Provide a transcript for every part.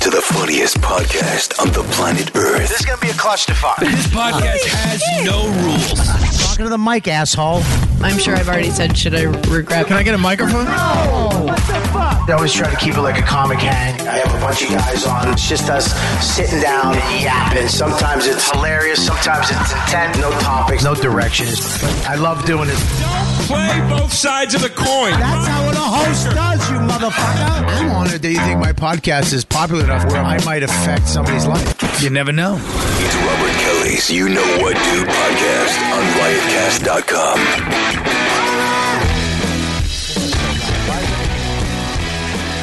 to the funniest podcast on the planet Earth. This is gonna be a clutch to find. This podcast has no rules. Talking to the mic, asshole. I'm sure I've already said, should I regret? Can I get a microphone? I always try to keep it like a comic hang. I have a bunch of guys on. It's just us sitting down and yapping. Sometimes it's hilarious, sometimes it's intent. No topics, no directions. I love doing it. Play both sides of the coin. That's how a host does, you motherfucker. I'm honored that you think my podcast is popular enough where I might affect somebody's life. You never know. It's Robert Kelly's You Know What Do podcast on riotcast.com.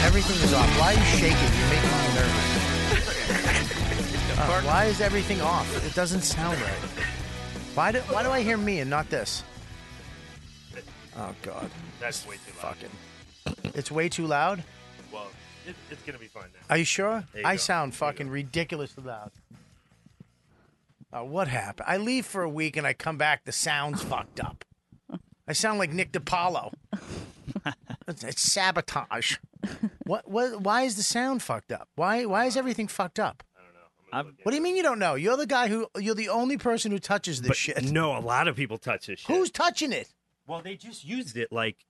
Everything is off. Why are you shaking? You're making me nervous. Uh, why is everything off? It doesn't sound right. Why do, why do I hear me and not this? Oh, God. That's way too loud. Fucking. It's way too loud? Well, it, it's gonna be fine now. Are you sure? There you I go. sound There you fucking ridiculously loud. Uh, what happened? I leave for a week and I come back. The sound's fucked up. I sound like Nick DiPaolo. it's, it's sabotage. What, what? Why is the sound fucked up? Why? Why is everything fucked up? What do you mean you don't know? You're the guy who. You're the only person who touches this But shit. no, a lot of people touch this shit. Who's touching it? well, they just used it like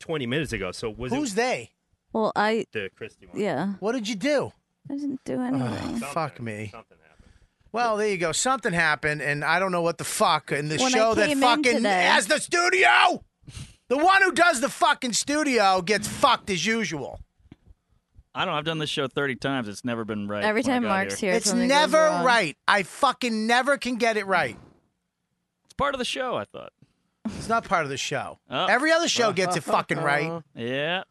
20 minutes ago. So was Who's it they? Well, I the Christie one? yeah, What did you do? I didn't do anything. Something- Fuck me. Something happened. Well, there you go. Something happened, and I don't know what the fuck. And the When I show that came in fucking today- has the studio, the one who does the fucking studio gets fucked as usual. I don't. know. I've done this show thirty times. It's never been oh right. Every when I time got Mark's here. here, it's something goes never wrong. right. I fucking never can get it right. it's part of the show. I thought. It's not part of the show. Oh. Every other show gets it fucking right. Yeah,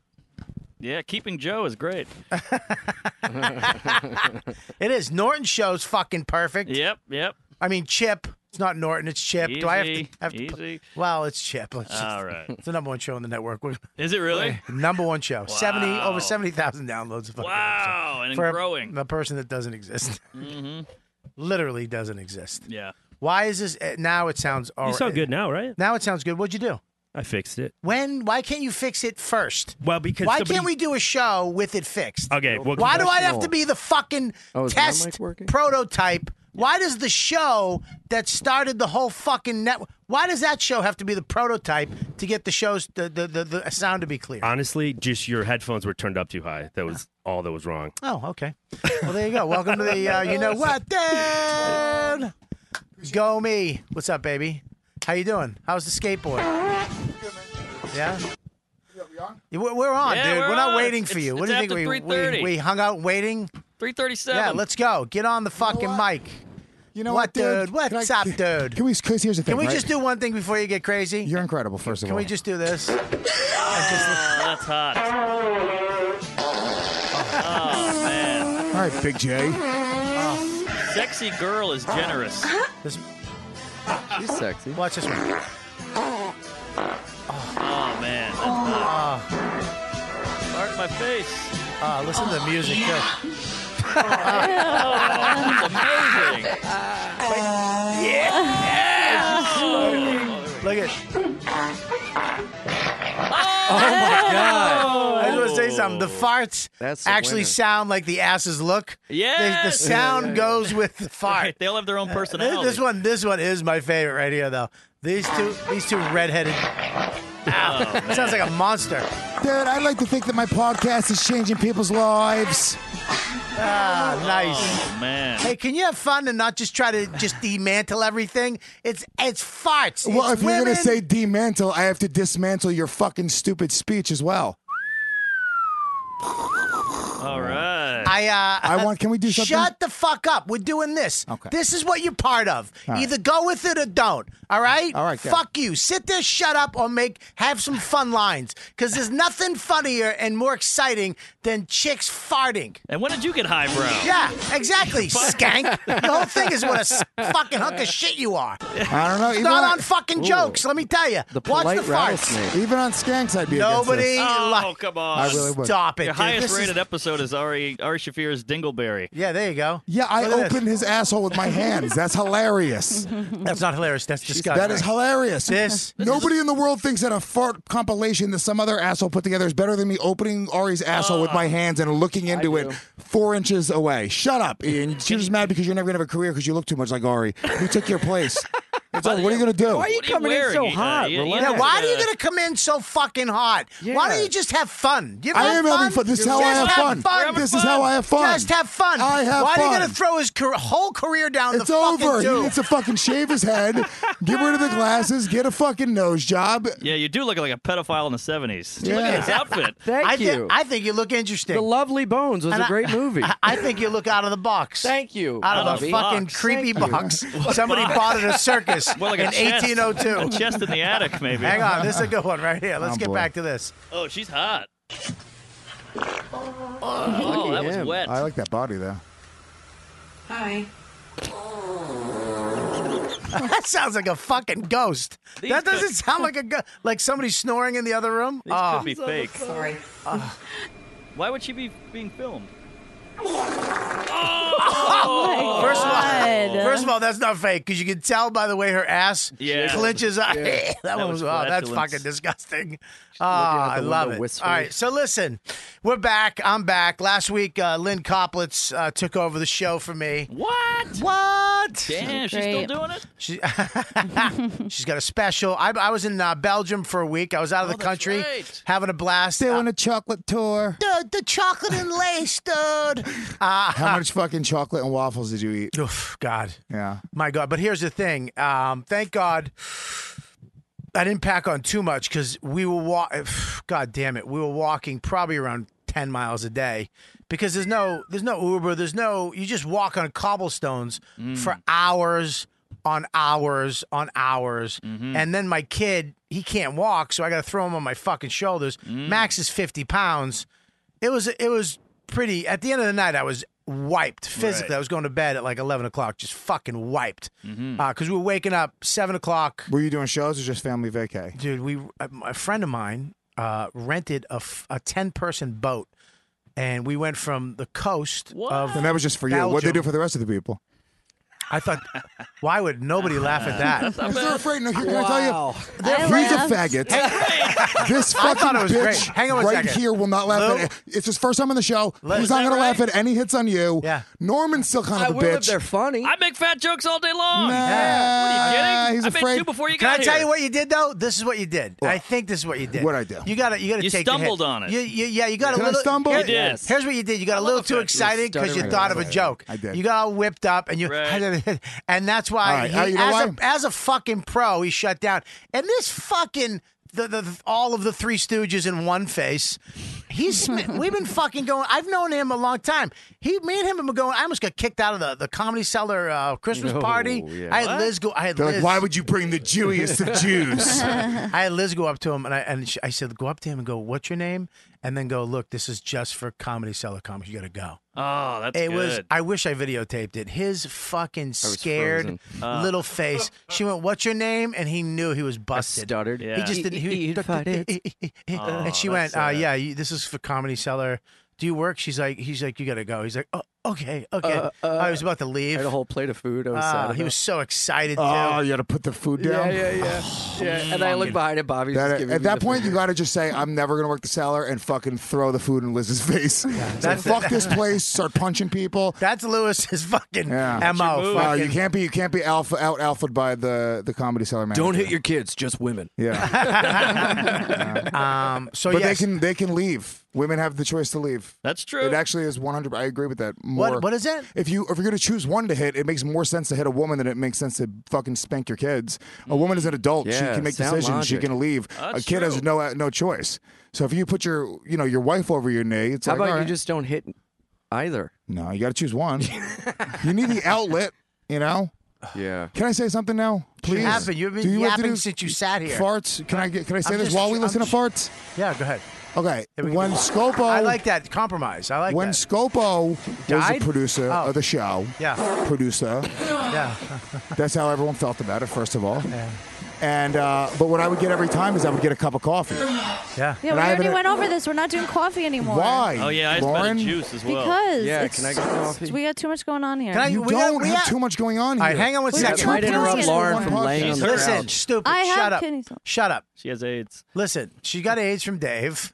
yeah. Keeping Joe is great. It is. Norton show's fucking perfect. Yep, yep. I mean, Chip. It's not Norton. It's Chip. Do I have to? Easy, Have to put- easy. well, it's Chip. Let's just- All right. It's the number one show on the network. We're- Is it really? number one show. Seventy Wow. over seventy thousand downloads. a fucking episode. Wow, and for a- growing. Mm-hmm. A, person that doesn't exist. Literally doesn't exist. yeah. Why is this? eh, Now it sounds all You right. sound good now, right? Now it sounds good. What'd you do? I fixed it. When? Why can't you fix it first? Well, because Why somebody- can't we do a show with it fixed? Okay, well, Why do I have to be the fucking test prototype? Why does the show that started the whole fucking network? Why does that show have to be the prototype to get the show's the the, the, the sound to be clear? Honestly, just your headphones were turned up too high. That was all that was wrong. Oh, okay. Well, there you go. Welcome to the uh, you know what, Dad. Go me. What's up, baby? How you doing? How's the skateboard? Yeah. Yeah, We're we're on, Yeah, dude. We're, we're not on. waiting for It's- you. What it's do you after think we, we 3:30. we hung out waiting? Three thirty-seven. Yeah, let's go. Get on the fucking mic. You know What, what, dude? dude? What's Can I- up, dude? Can we? Because here's the thing. Can we right? just do one thing before you get crazy? You're incredible. First of Can all, we just do this? that's hot. oh man, All right, Big J. sexy girl is generous. This She's sexy. watch this one. Oh man, that's hot. Mark my face. Ah, listen to the music. too. That's amazing. Look at. Oh, Oh God. I just want to say something. The farts That's the actually winner. sound like the asses look. The, the Yes. sound goes with the fart. Right, they all have their own This, personality. Uh, this one, this one is my favorite right here, though. These two, these two redheaded. Oh, Ow. sounds like a monster. Dude, I'd like to think that my podcast is changing people's lives. Ah, nice. Oh man. Hey, can you have fun and not just try to just dismantle everything? It's it's farts. well, It's if you're women. gonna say demantle, I have to dismantle your fucking stupid speech as well. All right. I uh, I want. Can we do something? Shut the fuck up. We're doing this. Okay. This is what you're part of. All right. Either go with it or don't. All right? All right, go. Fuck you. Sit there, shut up, or make have some fun lines. Cause there's nothing funnier and more exciting than chicks farting. and when did you get highbrow? Yeah, exactly, skank. The whole thing is what a s- fucking hunk of shit you are. It's I don't know. Even not on, on fucking jokes, let me tell you. The Watch polite the farts. rattlesnake. even on skanks, I'd be against Nobody this. Oh, li- come I on. really would. Stop it. Your dude. highest This is- rated episode is Ari, Ari Shafir's Dingleberry. Yeah, there you go. Yeah, I Look at this. opened his asshole with my hands. That's hilarious. That's not hilarious. That's disgusting. That is hilarious. This. Nobody in the world thinks that a fart compilation that some other asshole put together is better than me opening Ari's asshole with Ah. my hands and looking into it four inches away. Shut up, Ian. She's just mad because you're never gonna have a career because you look too much like Ari. We took your place. It's all, what are you gonna do? Why are you What are you coming in wearing? so You- uh, hot? you- you Relax. know, Yeah, why are you uh, gonna come in so fucking hot? Why don't you just have fun? You I have am having fun. This is how Just I have fun. fun. This is how I have fun. Just have fun. I have Why are you fun. gonna throw his car- whole career down It's the fucking over. He tube? needs to fucking shave his head, get rid of the glasses, get a fucking nose job. Yeah, you do look like a pedophile in the 70s. Look Yeah. at his outfit. Thank I, thi- you. I think you look interesting. the Lovely Bones was And a I- great movie. I, I think you look out of the box. Thank you. Out of the Bobby. fucking box. creepy box. Somebody bought it at a circus More like in a chest. 1802. A chest in the attic, maybe. Hang on, this is a good one right here. Let's Oh, get boy. back to this. Oh, she's hot. Oh, that was him. wet. I like that body though. Hi. That sounds like a fucking ghost. These that doesn't could- sound like a ghost. Like somebody snoring in the other room. These Oh, could be fake. Sorry. Why would she be being filmed? first of all, God. first of all, that's not fake because you can tell by the way her ass Yeah. clinches. up. that, one was, was oh, that's flatulence. fucking disgusting. out Ah, the I love window it. wistfully. All right, so listen, we're back. I'm back. Last week, uh, Lynn Coplitz uh, took over the show for me. What? What? Damn, she's Great. still doing it? She, she's got a special. I, I was in uh, Belgium for a week. I was out of Oh, the that's country, right. having a blast. Uh, Doing a chocolate tour. the, "Uh, the chocolate and lace, dude. How much fucking chocolate and waffles did you eat? Oof, God, Yeah. my God. But here's the thing. Um, thank God I didn't pack on too much because we were walk. God damn it, we were walking probably around ten miles a day because there's no there's no Uber. There's no you just walk on cobblestones for hours on hours on hours, and then my kid he can't walk, so I got to throw him on my fucking shoulders. Max is fifty pounds. It was it was pretty. At the end of the night, I was wiped physically. Right. I was going to bed at like eleven o'clock, just fucking wiped because we were waking up seven o'clock Were you doing shows or just family vacay? dude we a, a friend of mine uh, rented a, f- a 10 person boat and we went from the coast of And that was just for you. What'd they Belgium. do for the rest of the people? i thought why would nobody laugh at that Because they're afraid. No, here, can I tell you? I He's laughed. a faggot. this I thought fucking it was great. bitch Hang on one right second. here will not laugh Lou? at it. It's his first time on the show. Lou, He's is not that going to laugh right? at any hits on you. Yeah. Norman's still kind I of a will if bitch. they're funny. I make fat jokes all day long. Nah, Are you kidding? He's I made afraid. two before you can i got tell here. you what you did though this is what you did i think this is what you did What'd I do? you gotta you gotta You take the hit. stumbled on it. you, you, yeah you got a Did I little stumble? here- You did. Yes. here's what you did you got a little love too that. You excited because you stuttering thought of a about it. joke I did. you got all whipped up and you Right. and that's why All right. he- Uh, you know as, why? A, as a fucking pro he shut down and this fucking the, the all of the three stooges in one face he's sm- we've been fucking going i've known him a long time he me and him have been going i almost got kicked out of the, the comedy cellar uh, christmas Oh, party yeah. i had liz go i had They're liz like, why would you bring the Jewiest of Jews? I had Liz go up to him and I and she, I said, go up to him and go, what's your name? And then go, look, this is just for comedy seller comics. You got to go. Oh, that's It good. was. I wish I videotaped it. His fucking scared Oh. little face. She went, "What's your name?" And he knew he was busted. stuttered. Yeah. He just didn't. He, Eat farted. and she Oh, went, that's uh, sad. "Yeah, you, this is for comedy seller. Do you work?" She's like, "He's like, you got to go." He's like, "Oh, okay, okay." Uh, uh, I was about to I leave. had a whole plate of food. I was Ah, sad. he about. was so excited oh, too. you got to put the food Yeah, down. Oh, yeah, yeah. yeah. And I look behind at Bobby. That- just giving at me that the point, finger. you got to just say, "I'm never going to work the cellar," and fucking throw the food in Liz's face. Say, that's- fuck this place. Start punching people. That's Lewis's fucking Yeah. mo. Oh, Wow, you fucking- can't be you can't be alpha out alpha by the the comedy cellar man. Don't hit your kids, just women. yeah. Um, so But yes. they can they can leave. Women have the choice to leave. That's true. It actually is 100. I agree with that. More. what, what is it? If you if you're gonna choose one to hit, it makes more sense to hit a woman than it makes sense to fucking spank your kids. A woman Mm. is an adult; she Yeah, can make sound decisions. She logic. can leave. a That's kid has true. no no choice. So if you put your you know your wife over your knee, it's How like about all you right. just don't hit either? no. You got to choose one. you need the outlet. You know. Yeah. Can I say something now, please? Yapping. You've been Do you have to yapping do since you sat here. Farts. Can I get? Can I say I'm this just- while we I'm listen just- to farts? Yeah, go ahead. Okay. we When go. Scopo. I like that compromise. I like Oh, when that. Scopo was the Died? producer Oh. of the show, Yeah. producer, Yeah. that's how everyone felt about it, first of all. And uh, but what I would get every time is I would get a cup of coffee. Yeah. Yeah, And we I already haven't- went over this. We're not doing coffee anymore. Why? Oh, yeah, I just bought a Lauren? juice as well. Because Yeah, it's- can I get coffee? we got too much going on here. Can I- You we got- don't we have got- too much going on All here. right, hang on one Wait, second. that's Might not interrupt doing it. Lauren from laying on the Listen, couch. stupid. I have shut up. kidney stones. Shut up. She has AIDS. Listen, she got AIDS from Dave.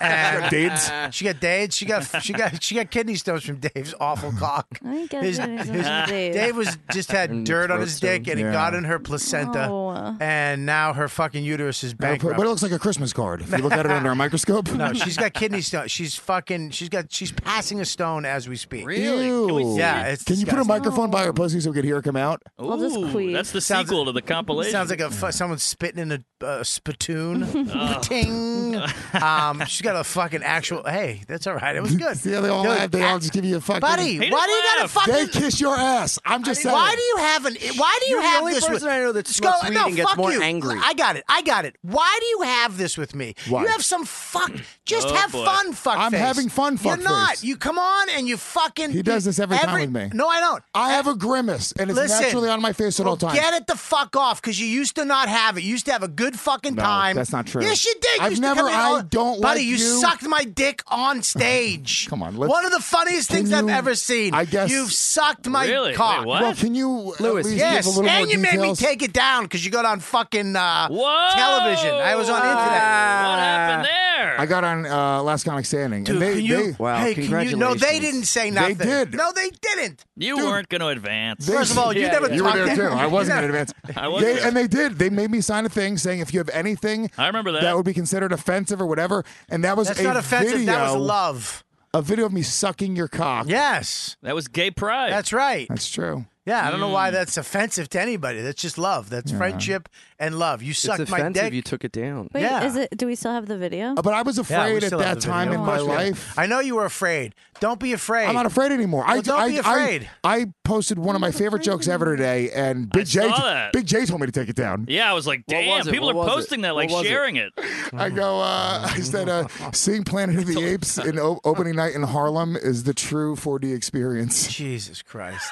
And Dates. she got AIDS. She got she got she got kidney stones from Dave's awful cock. I didn't get His- kidney his- stones, Dave. Dave was just had dirt on throat his dick, and it Yeah. got in her placenta, No. and now her fucking uterus is Uh, But bankrupt. but it looks like a Christmas card if you look at it under a microscope. no, she's got kidney stones. She's fucking. She's got. She's passing a stone as we speak. Can we Ew. see Yeah, it's Can you put a disgusting. microphone by her pussy so we could hear her come out? I'll just Ooh, queef. that's the Sounds- sequel to the compilation. Sounds like a fu- someone spitting in a uh, Oh. spittoon. Ting. Um, she's got a fucking actual. Hey, that's all right. It was good. See how they all Dude, laugh? They all just give you a fucking. buddy, why He do didn't you gotta laugh. fucking? They kiss your ass. I'm just saying. Why do you have an? Why do you You're the have only this? person with, I know that Just smokes go, weed no, and gets fuck more you. angry. I got it. I got it. Why do you have this with me? Why? You have some fuck. Just Oh, have boy. fun, fuck. I'm face. having fun, fuck You're not. face. You come on and you fucking. He does this every time with me. No, I don't. I have a grimace, and it's Listen, naturally on my face at all times. Get it the fuck off, because you used to not have it. You used to have a good fucking No, time. that's not true. Yes, you did. You I've used To never- come in all- I don't buddy. like you, you. sucked my dick on stage. Come on, let's- One of the funniest Can things I've you- ever seen. I guess- You've sucked my Really? Wait, cock. what? Well, can you, Lewis, At least Yes, give a little and more you made me details? take it down because you got on fucking uh, Whoa! television. I was on internet. What happened there? I got on uh, Last Comic Standing, Dude, and they, can you? they, Wow, hey, can you? No, they congratulations. didn't say They nothing. did. No, they didn't. you weren't going to advance. they- First of all, you Yeah, never yeah. you were talked there to too. I wasn't in advance. I wasn't They, there. and they did. They made me sign a thing saying if you have anything I remember that. that would be considered offensive or whatever, and that was That's a not offensive. Video, That was love. A video of me sucking your cock. Yes, That was gay pride. that's right. that's true. Yeah, I don't know why that's offensive to anybody. That's just love. That's friendship and love. You It's sucked my offensive. dick. You took it down. Wait, Yeah. is it? Do we still have the video? Uh, But I was Yeah, we afraid at still have the that video. Oh, time in Of my course we are. life. I know you were afraid. Don't be afraid. I'm not afraid anymore. I, Well, don't I, be I- afraid. I, posted one of my favorite jokes ever today, and Big J, saw that. Big J told me to take it down. yeah, I was like, What damn, was it? people What are was it? posting that, What like was it? sharing it. I go. Uh, I said, uh, "Seeing Planet of the Apes in o- opening night in Harlem is the true 4D experience." Jesus Christ.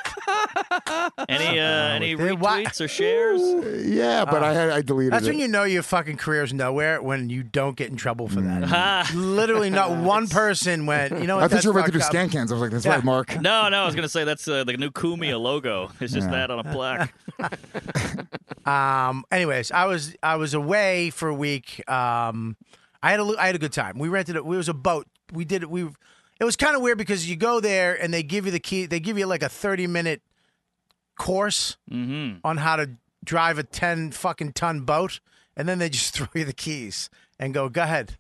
Any uh, any They- why- retweets or shares? Yeah, but I had I deleted Ah. That's it. when you know your fucking career's nowhere when you don't get in trouble for that. Literally, not one person went. You know, what, I thought that's Mm. you were about to do fucked scan up. cans. I was like, "That's Yeah. right, Mark." No, no, I was going to say that's uh, the new Kumia logo. It's just that on a plaque. Um. Anyways, I was I was away for a week. Um, I had a lu- I had a good time. We rented it. We was a boat. We did it. We. It was kind of weird because you go there and they give you the key. They give you like a thirty minute course on how to drive a ten fucking ton boat, and then they just throw you the keys and go, "Go ahead."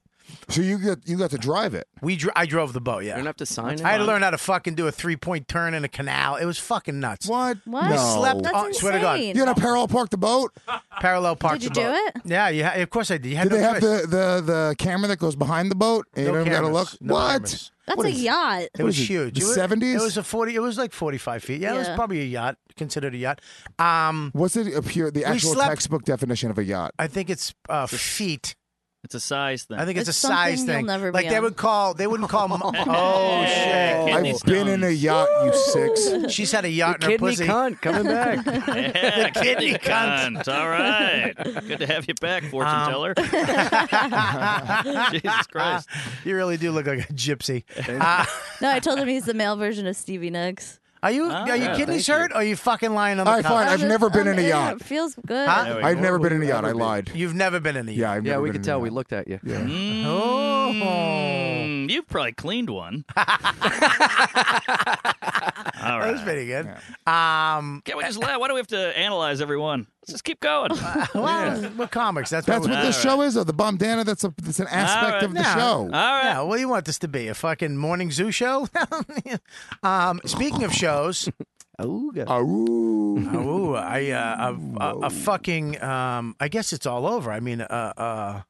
So you got you got to drive it. We dr- I drove the boat. Yeah. You don't have to sign it. I had to learn how to fucking do a three point turn in a canal. It was fucking nuts. What? What? No. slept That's on- insane. swear to God. You had to parallel park the boat. Parallel parked Did the you do boat. it? Yeah, you ha- of course I did. You had no Did they have choice. the, the the camera that goes behind the boat? And No you don't even cameras. gotta look. No what? cameras. That's What a is- yacht. It What was is it, huge. the It was- 70s? It was a forty. It was like forty-five feet. Yeah, it was Yeah. probably a yacht, considered a yacht. Um, What's it a pure the actual slept- textbook definition of a yacht? I think it's uh, feet. It's a size thing. I think it's, It's a size something you'll thing. never be like they on. would call. They wouldn't call. mo- oh shit! Kidney I've been in a yacht, you six. She's had a yacht in her Kidney pussy. cunt coming back. Yeah, kidney kidney cunt. All right. Good to have you back, fortune teller. Jesus Christ. You really do look like a gypsy. No, I told him he's the male version of Stevie Nicks. Are you? Ah, are you kidneys hurt? Or are you fucking lying on the All right, fine. couch? I've never been I'm in a yacht. It feels good. Huh? I've never been in a yacht. I lied. You've never been in a Yeah, Oh. yacht. I've yeah, never we been could in a tell. We yacht. looked at you. Mm, you've probably cleaned one. All that was right. pretty good. Um, Can we just laugh? Why do we have to analyze everyone? Let's just keep going. well, we're comics. That's, That's what what we're this show is, though. The bum dana. That's a that's an aspect right. of the No. show. All right. Yeah, what do you want this to be? A fucking morning zoo show? um, speaking of shows, Ooga. Ah, ooh. ooh, I uh, a, a, a fucking um, I guess it's all over. I mean, uh, uh,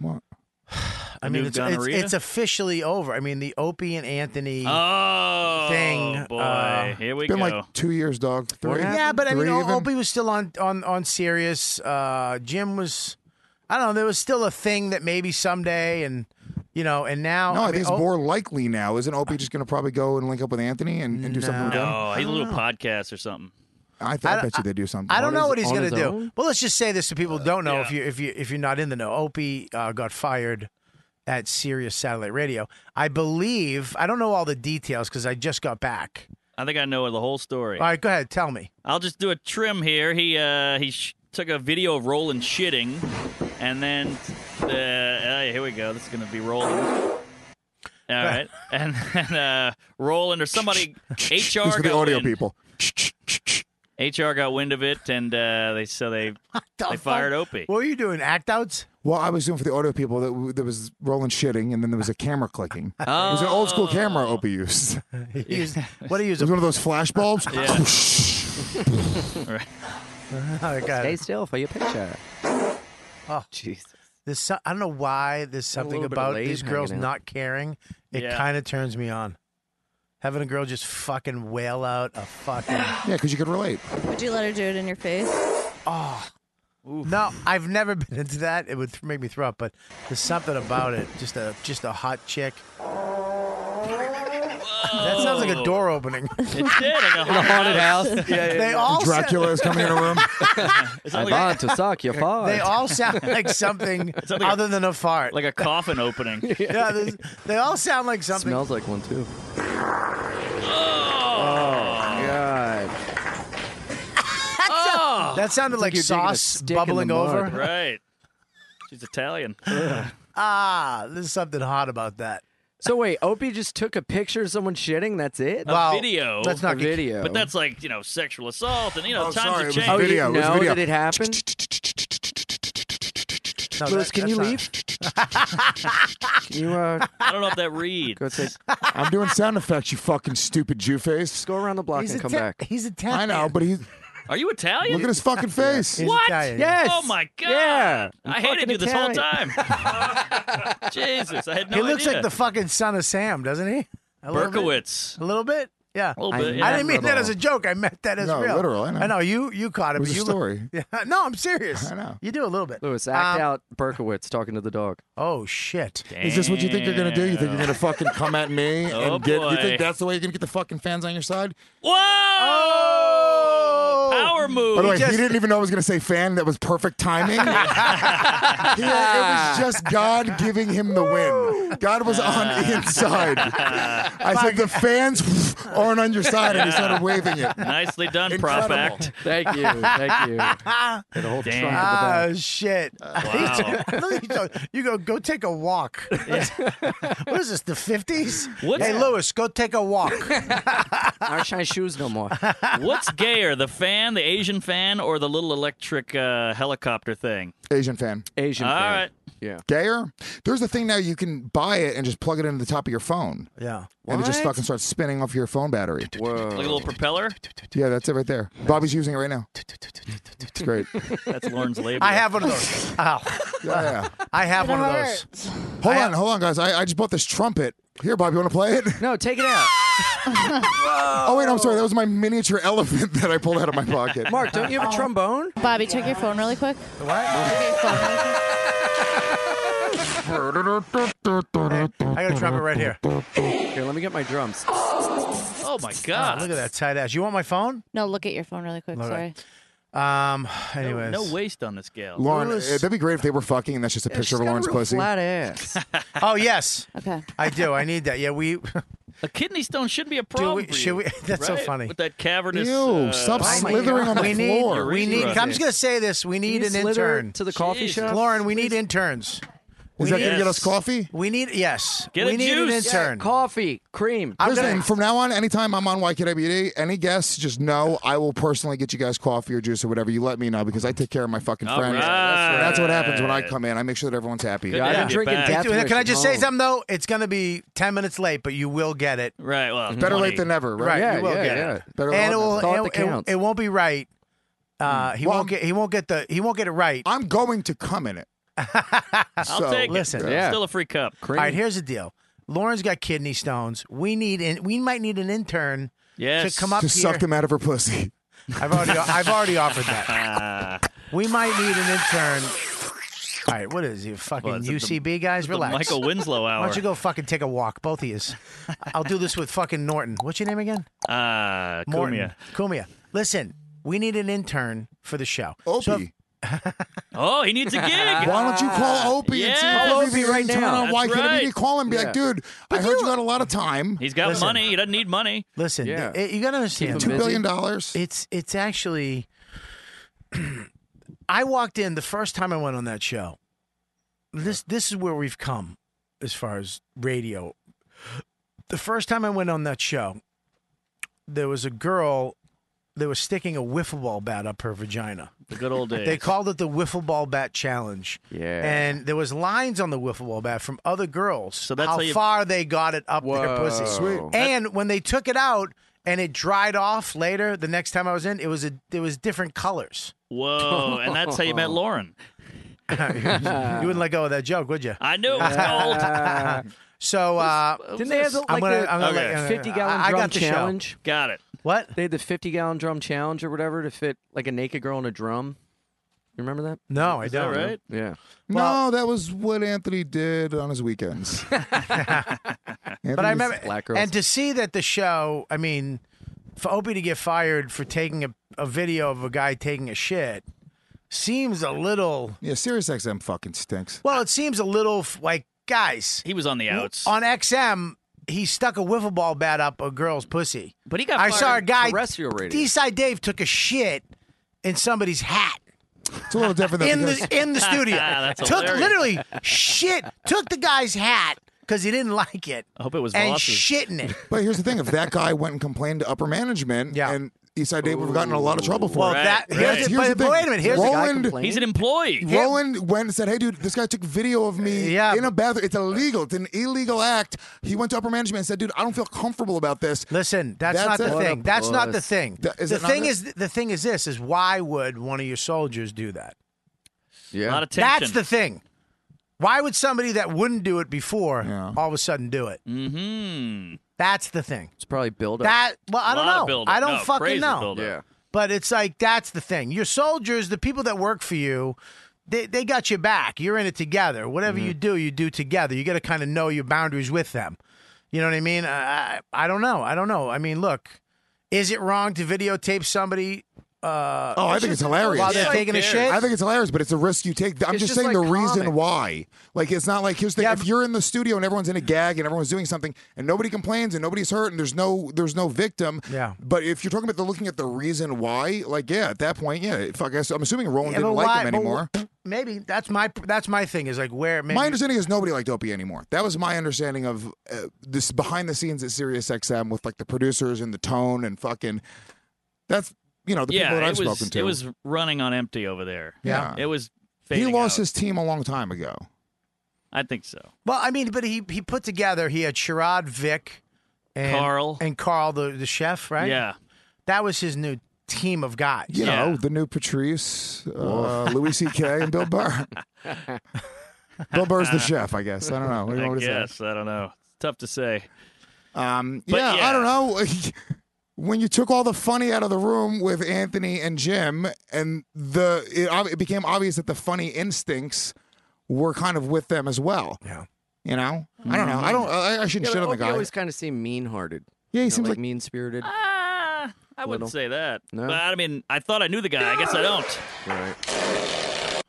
What? I mean, new it's, it's gonorrhea? it's officially over. I mean, the Opie and Anthony. Oh, Thing, boy. uh, Here we Been go. like two years, dog. Three. yeah, but I mean, Three O- even? Opie was still on on on Sirius. Uh, Jim was, I don't know. There was still a thing that maybe someday, and you know, and now No, I, mean, think it's O- more likely now. Isn't Opie just going to probably go and link up with Anthony and, and do something with him? oh, he's a little podcast or something. I, th- I, I- bet you they do something. I don't know what he's going to do. Well, let's just say this to people who don't know if you if you if you're not in the know. Opie uh, got fired at Sirius Satellite Radio. I believe I don't know all the details because I just got back. I think I know the whole story. All right, go ahead, tell me. I'll just do a trim here. He uh, he sh- took a video of Roland shitting, and then uh, uh, here we go. This is gonna be Roland. All right, and then uh, Roland or somebody This HR is for got the audio wind. people. HR got wind of it, and uh, they so they they fired Opie. What were you doing? Act outs? Well, I was doing for the audio people that w- there was Roland shitting, and then there was a camera clicking. It was an old school camera Oh. Opie used. He used- what do you use? It was one of those flash bulbs. Stay still for your picture. Oh, jeez. There's so- I don't know why there's a something little bit of about lave these girls hanging out. not caring. It Yeah. kind of turns me on. Having a girl just fucking wail out a fucking. Yeah, because you could relate. Would you let her do it in your face? Oh. No, I've never been into that. It would th- make me throw up, but there's something about it. Just a just a hot chick. That sounds like a door opening. It did. Like a In a haunted house. Yeah, yeah, they yeah. all Dracula is coming in a room. I want to suck your fart. They all sound like something other than a fart. Like a coffin opening. yeah, there's- they all sound like something. Smells like one too. Oh. Oh, God. That sounded It's like, like you're digging a sauce stick in the bubbling mud. over. Oh. Right. She's Italian. Ah, there's something hot about that. So wait, Opie just took a picture of someone shitting. That's it? A video. Let's not a get- video. But that's like, you know, sexual assault and you know, Oh, times sorry, it have was changed. oh, video. You it was know video. that it happened. No, Louis, that- can you that's not- leave? Can you uh, I don't know if that reads. go take I'm doing sound effects, you fucking stupid Jew face. go around the block He's and come Ita- back? He's Italian. I know, but he's Are you Italian? look at his fucking face. He's What? Italian. Yes. Oh my god. Yeah. I I'm hated fucking you this whole Italian. time. Jesus, I had no he looks idea. like the fucking son of Sam, doesn't he? A little bit? Berkowitz. A little bit. Yeah. A little I bit. know. Yeah. I didn't mean that Little. as a joke. I meant that as No, real. literal, I know. you you caught it. It was but a you look- story. yeah, no, I'm serious. I know. You do a little bit. Louis, act Um, out Berkowitz talking to the dog. Oh shit. Is this what you think you're gonna do? You think you're gonna fucking come at me Oh, and get? You boy. think that's the way you're gonna get the fucking fans on your side? Whoa! Oh! Power move. By the way, just- he didn't even know I was going to say fan. That was perfect timing. He- it was just God giving him the win. God was on Ian's side. I said, the fans aren't on your side, and he started waving it. Nicely done, Incredible. prospect. Thank you. Thank you. Get a whole trunk Damn. of the Ah bag. Uh, shit. Wow. you go go take a walk. what is this? The fifties? What's- Hey Lewis, go take a walk. I don't shine shoes no more. What's gayer, the fan, the Asian fan, or the little electric uh, helicopter thing? Asian fan. Asian. All fan. right. Yeah. Gayer? There's a thing now you can buy it and just plug it into the top of your phone. yeah. And it just What? fucking starts spinning off your phone battery. Like a little propeller? Yeah, that's it right there. Bobby's using it right now. It's great. That's Lauren's label. I have one of those. Ow. Yeah. I have It one of hurts. those. Hold on, hold on, guys. I, I just bought this trumpet. Here, Bob, you want to play it? No, take it out. Oh, wait, I'm sorry. That was my miniature elephant that I pulled out of my pocket. Mark, don't you have Oh. a trombone? Bobby, check your phone really quick. What? Check your phone really quick. I got a trumpet right here. Oh, Here, let me get my drums. Oh my god. look at that tight ass. You want my phone? No, look at your phone really quick. All Sorry. right. Um. No, Anyways. no waste on this gal. Lauren, Louis- uh, that'd be great if they were fucking and that's just a She's picture of got a Lauren's real pussy. Flat ass. Oh yes, Okay. I do. I need that. Yeah, we. A kidney stone should be a Do problem. we for should you, we? That's so right? funny. With that cavernous. Ew, uh, stop oh my slithering God. on the We need. floor. We need. urethra. I'm just gonna say this. We Can need you an slither intern. to the coffee Jeez. shop. Lauren, we need interns. Is that going to need- get us coffee? We need yes. Get we a need an juice. Yeah, intern. coffee, cream. I'm Listen, gonna- from now on, anytime I'm on YKWD, any guests, just know I will personally get you guys coffee or juice or whatever. You let me know because I take care of my fucking All friends. right. And that's what happens when I come in. I make sure that everyone's happy. Good I've to been have you drinking back. death- Dude, Can I just say Home. something though? It's gonna be ten minutes late, but you will get it. Right. Well, Better 20. late than never, right? Right. yeah, you will yeah, get yeah. it. Better And it love will. Thought that It, it, counts. it won't be right. Uh, he Well, won't get. He won't get the. He won't get it right. I'm going to come in it. I'll take Listen. it. Yeah. Still a free cup. Cream. All right, here's the deal. Lauren's got kidney stones. We need. In, we might need an intern Yes. to come up To here. suck them out of her pussy. I've already. I've already offered that. We might need an intern. All right, what is you fucking Well, it's the- UCB guys? The Relax. Michael Winslow hour. Why don't you go fucking take a walk, both of you? I'll do this with fucking Norton. What's your name again? Uh, Morton. Cumia. Cumia. Listen, We need an intern for the show. Opie. oh, he needs a gig. Why don't you call Opie and see Yeah. if Opie right now? On That's why couldn't right. he call him? and Be like, dude, I heard you got a lot of time. He's got money. He doesn't need money. Listen, Yeah. th- you got to understand. Keep 'em $2 billion dollars. It's it's actually. I walked in the first time I went on that show. This this is where we've come as far as radio. The first time I went on that show, there was a girl that was sticking a wiffle ball bat up her vagina. The good old days. They called it the wiffle ball bat challenge. Yeah. And there was lines on the wiffle ball bat from other girls. So that's how how you- far they got it up their pussy. Sweet. And when they took it out and it dried off later, the next time I was in, it was a it was different colors. Whoa, and that's how you met Lauren. you wouldn't let go of that joke, would you? I knew it was gold. so uh, Didn't they have the, like I'm gonna, the I'm gonna let- 50 I- gallon I drum got the show. challenge? Got it. What? They had the 50 gallon drum challenge or whatever to fit like a naked girl in a drum. You remember that? No, I Is don't. right? Yeah. no, that was what Anthony did on his weekends. But I remember, Black girls. and to see that the show, I mean, for Opie to get fired for taking a, a video of a guy taking a shit seems a little. Yeah, Sirius XM fucking stinks. Well, it seems a little f- like guys He was on the outs. on XM. He stuck a wiffle ball bat up a girl's pussy. But he got I fired saw a guy. terrestrial radio. Eastside Dave took a shit in somebody's hat It's a little different than in because- the in the studio. That's took hilarious. literally shit. Took the guy's hat because he didn't like it. I hope it was and Voss's. shit in it. But here's the thing: if that guy went and complained to upper management, Yeah. and Eastside Dave would have gotten in a lot of trouble for Well, it. that right. here's Here's- the, here's but, the thing. but wait a minute. Here's the guy. Roland, complained? He's an employee. Roland went and said, "Hey, dude, this guy took video of me Uh, Yeah. in a bathroom. It's illegal. It's an illegal act." He went to upper management and said, "Dude, I don't feel comfortable about this." Listen, that's, That's not the it. thing. That's not the puss. thing. Th- is the it not thing it? is the thing is this is why would one of your soldiers do that? Yeah. A lot of tension. That's the thing. Why would somebody that wouldn't do it before Yeah. all of a sudden do it? Mm-hmm. That's the thing. it's probably build up. That well, I don't Lot of know. buildup. I don't No, fucking crazy know. buildup. Yeah. But it's like that's the thing. Your soldiers, the people that work for you, they, they got your back. You're in it together. Whatever you do, you do together. You got to kind of know your boundaries with them. You know what I mean? I, I I don't know. I don't know. I mean, look, is it wrong to videotape somebody uh, Oh, I think it's hilarious. while Yeah, they're who taking a cares? shit? I think it's hilarious, but it's a risk you take. I'm It's just just, saying like the reason comic. why. Like, it's not like here's the thing: Yeah, if but- you're in the studio and everyone's in a gag and everyone's doing something and nobody complains and nobody's hurt and there's no there's no victim. Yeah. But if you're talking about the looking at the reason why, like, yeah, at that point, yeah, fuck. I s- I'm assuming Roland Yeah, didn't but like why- him but anymore. Maybe that's my that's my thing. Is like where maybe, My understanding is nobody liked Opie anymore. That was my understanding of uh, this behind the scenes at Sirius XM with like the producers and the tone and fucking. That's you know the yeah, people that I've it was spoken to. it was running on empty over there. Yeah. it was. he fading lost out. his team a long time ago. I think so. Well, I mean, but he he put together. He had Sherrod, Vic, and Carl. and Carl the the chef, right? Yeah, that was his new team of guys. You Yeah. know the new Patrice, uh, Louis C.K. and Bill Burr. Bill Burr's the chef, I guess. I don't know. What do you I want me to say? guess I don't know. It's tough to say. Um, But yeah, I yeah. don't know. when you took all the funny out of the room with Anthony and Jim, and the it, ob- it became obvious that the funny instincts were kind of with them as well. Yeah. You know, I don't know. I don't. I, I shouldn't yeah, shit on the Opie guy. always kind of seemed mean hearted. yeah, he seems like, mean spirited. Ah, I wouldn't Little. say that. No? But I mean, I thought I knew the guy. I guess I don't. Right.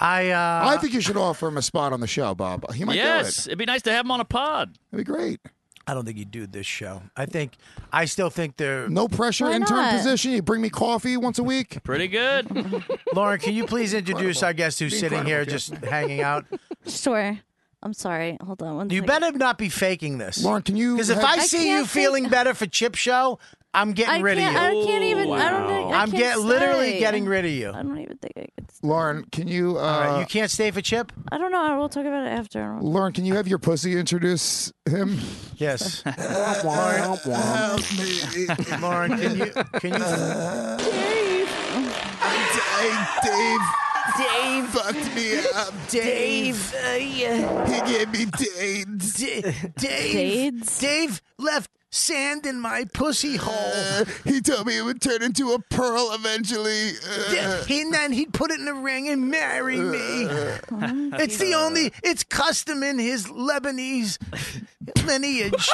I uh, "Oh, I think you should offer him a spot on the show, Bob. He might yes, do it'd be nice to have him on a pod. it. It'd be great. I don't think you do this show. I think I still think they're No pressure, Why intern not? position. You bring me coffee once a week. Pretty good. Lauren. Can you please introduce our guest who's sitting here just hanging out? Sure. I'm sorry. Hold on one You second. better not be faking this, Lauren, can you? Because if have- I I see you can't fake- feeling better for Chip Show, I'm I getting rid of can't. you. I can't even. I don't. think- I I'm can't get literally stay. getting rid of you. I don't even think I could. St- Lauren, can you? Uh, All right, you can't stay for Chip. I don't know. We'll talk about it after. I don't- Lauren, can you have your pussy introduce him? Yes. Lauren, can you can you Uh, Dave. Dave fucked me up. Dave He gave me Dave. D- Dave Dades? Dave left sand in my pussy Uh, hole. uh, he told me it would turn into a pearl eventually. Yeah, and then he'd put it in a ring and marry me. Uh. It's the only, it's custom in his Lebanese lineage.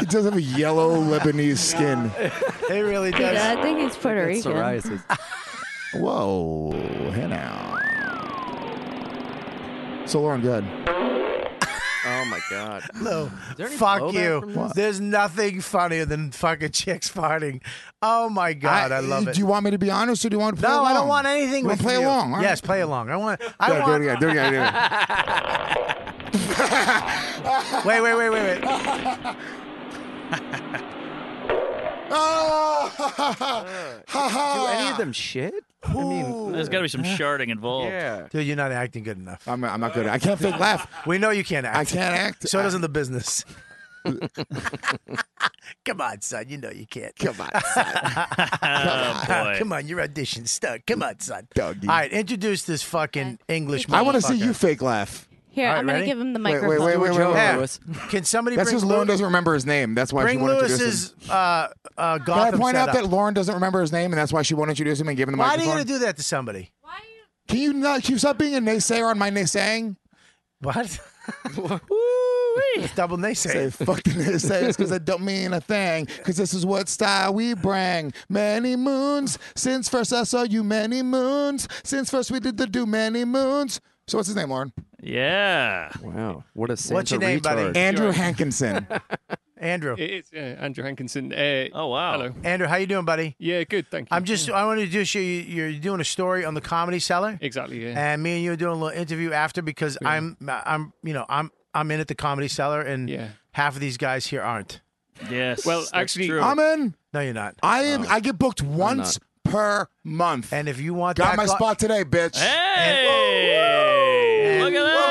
he does have a yellow Lebanese skin. It really Dude, does. I think he's Puerto Rican. Whoa, hey now. So Lauren, go ahead. Oh my god. No, there any fuck blowback you. from this? What? There's nothing funnier than fucking chicks farting. Oh my god, I, love it. Do you want me to be honest or do you want to play no, along? I don't want anything You with wanna play you. along. all right? Yes, play along. I want. I Go, want. do it again. Do it again. Do it again. Wait, wait, wait, wait, wait. Oh, ha, ha. Do any of them shit? I mean, There's got to be some sharding involved. yeah. Dude, you're not acting good enough. I'm, I'm not good. I can't fake laugh. We know you can't act. I can't act. So doesn't the business. Come on, son. You know you can't. Come on, son. Oh, boy. Come on, your audition stuck. Come on, son. Doggy. All right, introduce this fucking English. I want to see motherfucker. you fake laugh. Here, All right, I'm going ready? to give him the Wait, wait, microphone. wait, wait, wait. wait. Hey, That's Can somebody bring because Lauren Lou- doesn't remember his name. That's why she bring won't introduce him. Lewis's uh, uh, Gotham Can I point out setup? that Lauren doesn't remember his name, and that's why she won't introduce him and give him the Why are you microphone? gonna do that to somebody? Can you not? Can you stop being a naysayer on my naysaying? What? Woo-wee. It's double naysay. Say fucking naysayers because it don't mean a thing. Because this is what style we bring. Many moons since first I saw you. Many moons since first we did the do. Many moons. So what's his name, Lauren? Yeah. Wow. What a Santa What's your name, buddy? retard. Andrew Hankinson. Andrew. It's uh, Andrew Hankinson. Uh, Oh, wow. Hello. Andrew, how you doing, buddy? Yeah, good. Thank you. I'm just. I want to do show you. You're doing a story on the Comedy Cellar, exactly. Yeah. and me and you are doing a little interview after because I'm. I'm. You know, I'm. I'm in at the Comedy Cellar, and Yeah. half of these guys here aren't. Yes. Well, that's actually- true. I'm in. No, you're not. I am. I get booked once per month. And if you want Got that my gla- spot today, bitch. Hey! And- Look at that!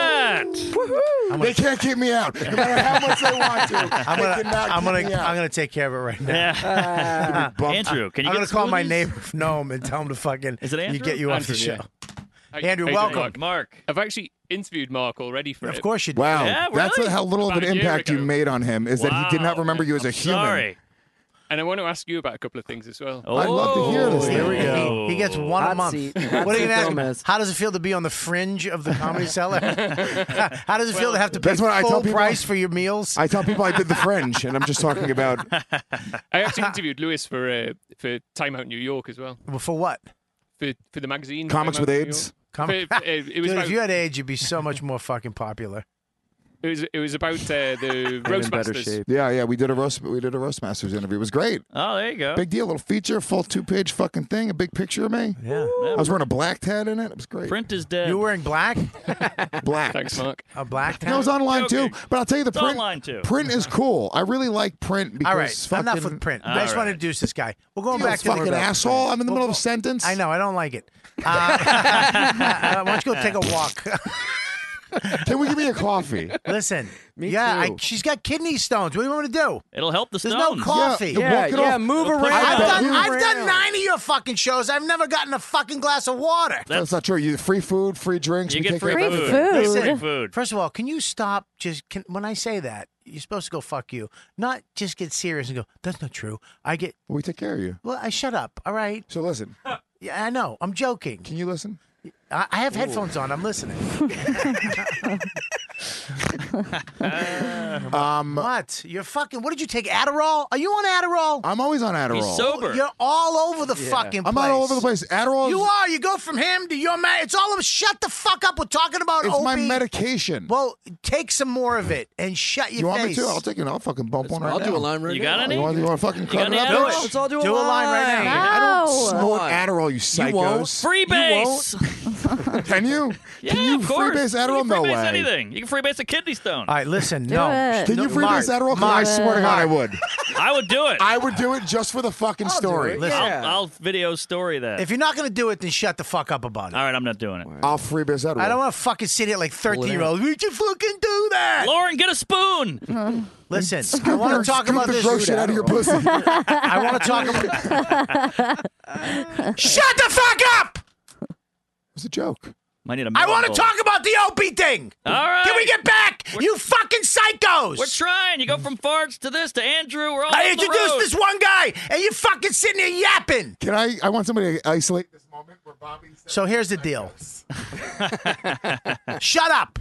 They can't keep me out. No matter how much they want to, I'm they gonna. cannot I'm keep gonna. me I'm out. gonna take care of it right now. Yeah. Andrew, can you I'm get gonna some call of my these? neighbor from Nome and tell him to fucking. Is it You Andrew? get you off the Andrew, show. yeah. Hi- Andrew, how you doing, welcome. Mark? Mark. I've actually interviewed Mark already for Of it. course you. do. Wow, Yeah, that's really? how little of About an a year impact you ago. made on him is that he did not Wow. remember you as a human. Sorry. And I want to ask you about a couple of things as well. Oh, I'd love to hear this. Here we go. He gets one a Hot month. seat. Hot What are you seat gonna ask? him? Gomez. How does it feel to be on the fringe of the comedy cellar? How does it feel to have to pay That's what I tell full people. price for your meals? I tell people I did the fringe, and I'm just talking about I actually interviewed Lewis for uh, for Time Out New York as well Well, for what? for for the magazine. comics Time with Out New AIDS. Com- York. For- uh, it was Dude, about, if you had AIDS, you'd be so much more fucking popular. it was it was about uh, the I'm in better Roastmasters. shape. Yeah, yeah, we did a roast. We did a roastmasters interview. It was great. Oh, there you go. Big deal. Little feature, full two page fucking thing. A big picture of me. Yeah. I was wearing a black tat in it. It was great. Print is dead. You were wearing black? Black. Thanks, Mark. A black No, it town? was online Joking. too. But I'll tell you, the It's print online, too. Print is cool. I really like print because All right, fucking, enough with print. I All just want to right. introduce this guy. We're going You back to the fucking Rebel. asshole. I'm in the middle of a sentence. I know, I don't like it. Uh, why don't you go take a walk? Can we give me a coffee? Listen, yeah, I, too. she's got kidney stones. What do you want me to do? It'll help the There's stones. no coffee. Yeah, walk it off. move We'll put it around. I've Yeah, done, move I've done around. nine of your fucking shows. I've never gotten a fucking glass of water. That's not true. You free food, free drinks. You we get take free care of Free everything. food. Listen, food. First of all, can you stop? Just can, when I say that, you're supposed to go fuck you, not just get serious and go. That's not true. I get We take care of you. well. I shut up. All right. So listen. Yeah, I know. I'm joking. Can you listen? I, I have headphones on. I'm listening. Um, What? You're fucking. What did you take? Adderall? Are you on Adderall? I'm always on Adderall. He's sober. You're all over the fucking. I'm place. not all over the place. Adderall. You is- are. You go from him to your man. It's all over. Shut the fuck up. We're talking about It's my OB. medication. Well, take some more of it and shut your you want me face. to? I'll take it. I'll fucking bump one right I'll now. do a line right You now. got any? You want, you want to fucking cut any it up? Adderall? bitch? Let's all do a Do a line right now. I don't No. Snort Adderall, you psychos. won't. Freebase. Can you? Yeah, can you of course. freebase Adderall? You can no freebase way. anything. You can freebase a kidney stone. All right, listen. Do no. it. Can No, you Mark, freebase Adderall? 'Cause I Mark, swear to God, I would. I would do it. I would do it just for the fucking I'll do story. it. Listen. I'll, Yeah. I'll video story that. If you're not going to do it, then shut the fuck up about it. All right, I'm not doing it. I'll freebase Adderall. I don't want to fucking sit here like 13 year old. We can fucking do that. Lauren, get a spoon. Listen, I want to talk Scoop about the this. gross shit out of your pussy. I want to talk about. Shut the fuck up! It's a joke. Might need a I melon want to bowl. talk about the Opie thing. All right. Can we get back? you fucking psychos. We're trying. You go from farts to this to Andrew. We're all I on the introduced road. this one guy, and you fucking sitting here yapping. Can I? I want somebody to isolate this moment. So here's the deal. Shut up.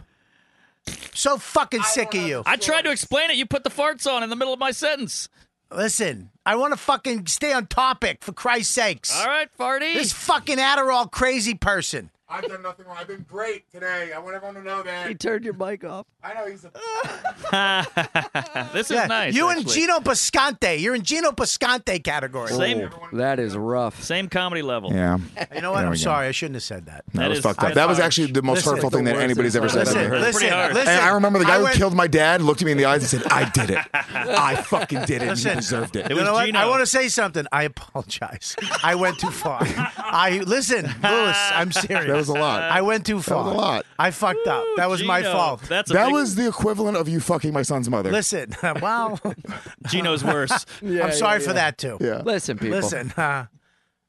So fucking sick of you. I tried to explain it. You put the farts on in the middle of my sentence. Listen, I want to fucking stay on topic for Christ's sakes. All right, farty. This fucking Adderall crazy person. I've done nothing wrong. I've been great today. I want everyone to know that. He turned your mic off. I know he's a. this Yeah, is nice. You and actually. Gino Pascante. You're in Gino Pascante category. Same. Oh. That is rough. Same comedy level. Yeah. You know what? There I'm we go. sorry. I shouldn't have said that. No, that was is- fucked up. that's That was harsh. actually the most Listen, hurtable thing that anybody's ever said. I've Listen, ever heard. listen, And listen. I remember the guy I who went- killed my dad looked at me in the eyes and said, "I did it. I fucking did it. and Listen, he deserved it." you know what? I want to say something. I apologize. I went too far. I listen, Lewis. I'm serious. That was a lot. I went too far. was a lot. I fucked up. That was my Gino, fault. That's a that big- was the equivalent of you fucking my son's mother. Listen. Wow. Gino's worse. Yeah, I'm sorry yeah, for yeah. that too. Yeah. Listen, people. Listen, uh,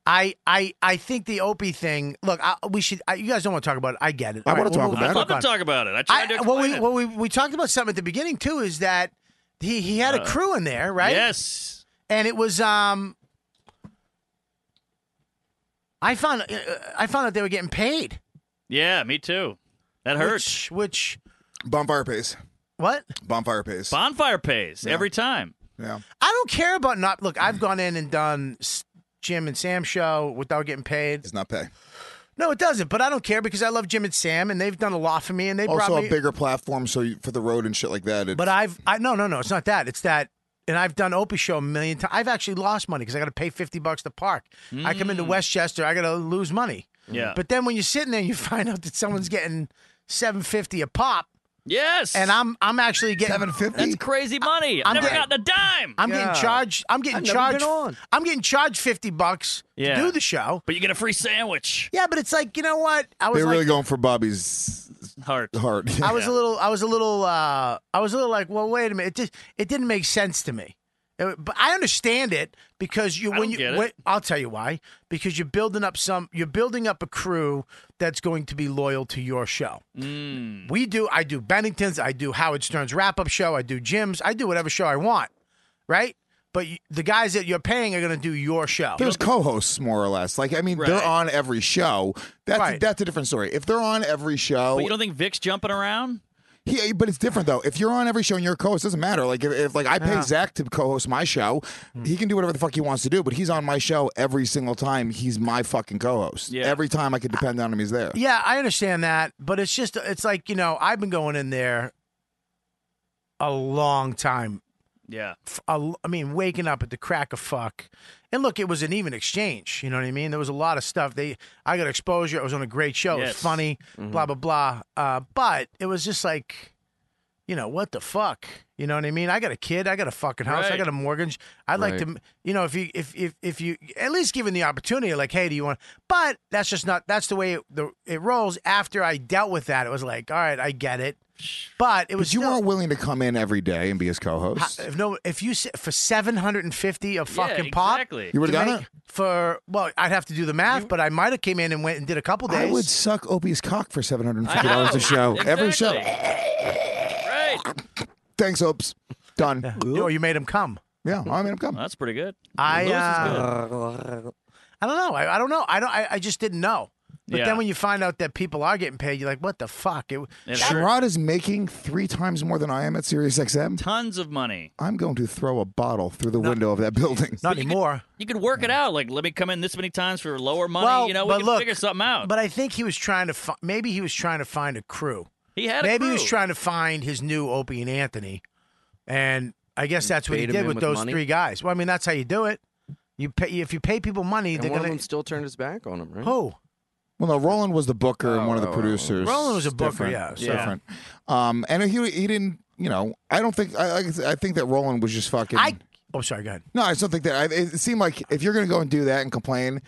I I I think the Opie thing. Look, I, we should. I, you guys don't want to talk about it. I get it. I All wanna talk we'll- about I'd it. love to talk about it. I tried to I, explain well, we, it. well, we we talked about something at the beginning too. Is that he he had a crew in there, right? Uh, Yes. and it was um. I found uh, I found out they were getting paid. Yeah, me too. That hurts. Which, which Bonfire pays. what? Bonfire pays. Bonfire pays every time. yeah. I don't care about not. Look, I've gone in and done s- Jim and Sam show without getting paid. Does not pay. No, it doesn't. But I don't care because I love Jim and Sam, and they've done a lot for me, and they Also brought a me. bigger platform, so you, for the road and shit like that. It, But I've I no no no it's not that it's that and I've done Opie show a million times. I've actually lost money because I got to pay fifty bucks to park. I come Mm. into Westchester, I got to lose money. Yeah. But then when you're sitting there, and you find out that someone's getting seven fifty a pop, Yes. and I'm I'm actually getting seven fifty. That's crazy money. I've I'm never getting- gotten a dime. I'm getting Yeah. charged. I'm getting I've never charged. been on. I'm getting charged fifty bucks Yeah. to do the show. but you get a free sandwich. Yeah, but it's like you know what? I was They're like, really going for Bobby's Heart. heart. I was a little, I was a little, uh, I was a little like, well, wait a minute, it just, it didn't make sense to me. It- but I understand it because you, I when don't you, get it. when- I'll tell you why. Because you're building up some, you're building up a crew that's going to be loyal to your show. Mm. We do, I do Bennington's, I do Howard Stern's wrap up show, I do Jim's, I do whatever show I want, right? But you, the guys that you're paying are going to do your show. There's co-hosts more or less. Like I mean, they're Right. on every show. That's Right. that's a different story. If they're on every show, But you don't think Vic's jumping around? he, but it's different though. If you're on every show and you're a co-host, it doesn't matter. Like if, if like I pay Zach to co-host my show, Hmm. he can do whatever the fuck he wants to do. But he's on my show every single time. He's my fucking co-host. Yeah. Every time I can depend on him, he's there. Yeah, I understand that, but it's just it's like you know I've been going in there a long time. Yeah. F- a l- I mean, waking up at the crack of fuck, and look, it was an even exchange. You know what I mean? There was a lot of stuff. They I got exposure. I was on a great show. It was Yes. Mm-hmm. funny. Blah blah blah. Uh, but it was just like. You know what the fuck? You know what I mean? I got a kid. I got a fucking house. I Right. got a mortgage. I'd like to, Right. m- you know, if you if if if you at least given the opportunity, like, hey, do you want? But that's just not. That's the way it, the, it rolls. After I dealt with that, it was like, all right, I get it. But it was But you still, weren't willing to come in every day and be his co-host. if no, if you s- for seven hundred and fifty a fucking yeah, pop, Exactly. you would to have done make- it. for well, I'd have to do the math, but I might have came in and went and did a couple days. I would suck Opie's cock for seven hundred and fifty I know. dollars a show. Every show. Exactly. Right. Well, Thanks, Opes. Done. or you made him come. Yeah, I mean, I'm coming. that's pretty good. I Lewis is uh, good. I don't know. I, I don't know. I don't. I, I just didn't know. But Yeah. then when you find out that people are getting paid, you're like, what the fuck? It, It hurts. Sherrod is making three times more than I am at SiriusXM. Tons of money. I'm going to throw a bottle through the window of that building. not anymore. You could work it out. Like, let me come in this many times for lower money. well, you know, we but can look, figure something out. But I think he was trying to. Fi- maybe he was trying to find a crew. he had a Maybe he crew. was trying to find his new Opie and Anthony, and I guess that's what he bait 'em did in with with those money? three guys. Well, I mean, that's how you do it. You pay if you pay people money, And they're one of gonna. them still turned his back on him, right? Who? Well, no, Roland was the booker and one of the Oh, producers. Roland was a It's booker, different. yeah. It's Yeah. different. Um, and he he didn't. You know, I don't think. I like I said, I think that Roland was just fucking. I. Oh, sorry. Go ahead. no, I just don't think that. I, it seemed like if you're going to go and do that and complain,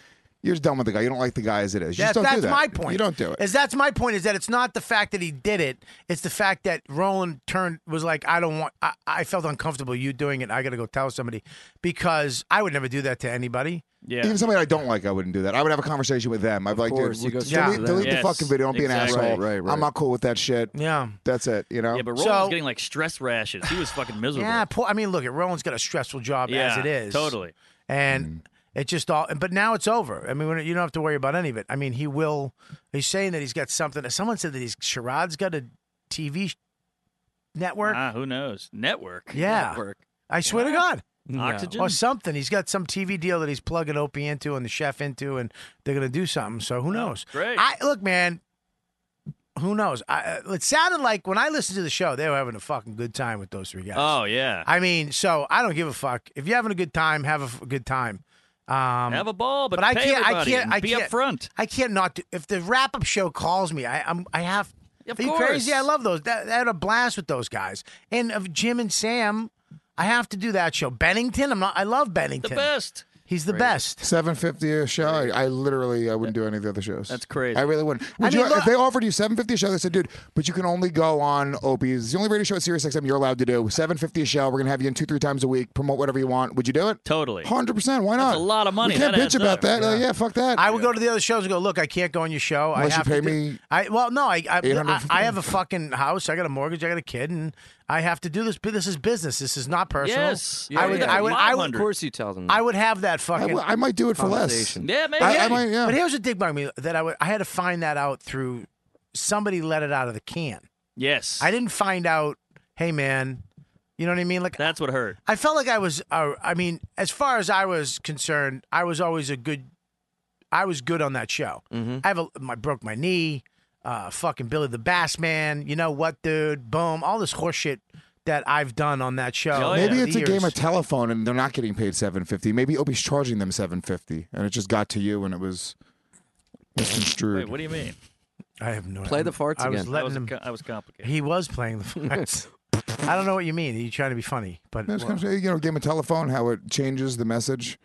You're just done with the guy. You don't like the guy as it is. You That- just don't that's do that. my point. You don't do it. Is that's my point? Is that it's not the fact that he did it; it's the fact that Roland turned was like, "I don't want. I, I felt uncomfortable you doing it. I got to go tell somebody because I would never do that to anybody." Even somebody I don't like, I wouldn't do that. I would have a conversation with them. I'd be like, course, you dude, go delete, straight to them. delete the Yes, fucking video. Don't be exactly. an asshole. Right, right, I'm not cool with that shit. Yeah. That's it, you know? Yeah, but Roland's getting like stress rashes. He was fucking miserable. Yeah, poor, I mean, look, Roland's got a stressful job as Mm-hmm. Yeah, it is, totally. and it just all. But now it's over. I mean, when- you don't have to worry about any of it. I mean, he will. He's saying that he's got something. Someone said that he's Sharad's got a TV sh- network. Ah, who knows? Network. Yeah. Network. I swear to God. Oxygen? Or something. He's got some TV deal that he's plugging Opie into and the chef into, and they're going to do something. So who knows? great. I, look, man, who knows? I, uh, it sounded like when I listened to the show, they were having a fucking good time with those three guys. Oh yeah. I mean, so I don't give a fuck. If you're having a good time, have a f- good time. Um, Have a ball, but I pay can't. I everybody can't. and I be can't, upfront. I can't not. Do, if the wrap up show calls me, I, I'm. I have. Of are you crazy? course. I love those. That, I had a blast with those guys. And of Jim and Sam, I have to do that show. Bennington. I'm not. I love Bennington. best. He's the best. Seven fifty a show. I, I literally I wouldn't do any of the other shows. That's crazy. I really wouldn't. Would mean, you, look- if they offered you seven fifty a show, they said, "Dude, but you can only go on Opie's. It's the only radio show at Sirius XM you're allowed to do. Seven fifty a show. We're gonna have you in two, three times a week. Promote whatever you want. Would you do it? Totally. Hundred percent. Why not? a lot of money. We can't That bitch adds about up. that. Yeah. Yeah. yeah, fuck that. I would go to the other shows and go, look, I can't go on your show. Unless I you have pay to do- me I well, no, I I, 850. I I have a fucking house. I got a mortgage. I got a kid, and I have to do this. But this is business. This is not personal. Yes. I would. Yeah, I would. I would. Of course, you tell them. I would have that I, fucking. w- I might do it for less. Conversation. Yeah, maybe. I- I might- yeah. But here's what did bug me that I would. I had to find that out through somebody let it out of the can. yes. I didn't find out. Hey, man. You know what I mean? Like That's what hurt. I felt like I was. Uh, I mean, as far as I was concerned, I was always a good. I was good on that show. Mm-hmm. I have a. I broke my knee. Uh, fucking Billy the Bass Man. You know what, dude? Boom! All this horse shit that I've done on that show. Oh, Maybe over it's the a game years. of telephone and they're not getting paid seven fifty. Maybe Opie's charging them seven fifty, and it just got to you and it was misconstrued. Wait, what do you mean? I have no. Play the farts I was again. That was, letting him. co- that was complicated. He was playing the farts. I don't know what you mean. Are you trying to be funny? But That's comes you know, game of telephone, how it changes the message.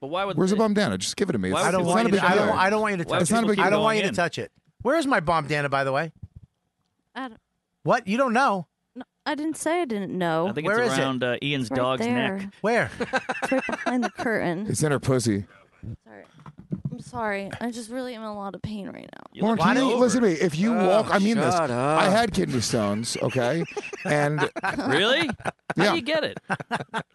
But why would Where's the they- bum down? Just give it to me. It's, I don't it's want not you. a big To, I deal. don't. I don't want you to Why touch would it. people keep I don't want going you to in? touch it. Where is my bomb, Dana? By the way, I, don't, what you don't know? I didn't say I didn't know. I think Where it's is it? around Uh, Ian's Right dog's there. neck. Where? It's right behind the curtain. It's in her pussy. Sorry. I'm sorry. I just really am in a lot of pain right now. You look Warren, can all you- over. listen to me. If you walk, I mean this. shut up. I had kidney stones, okay, and Really? How Yeah. do you get it?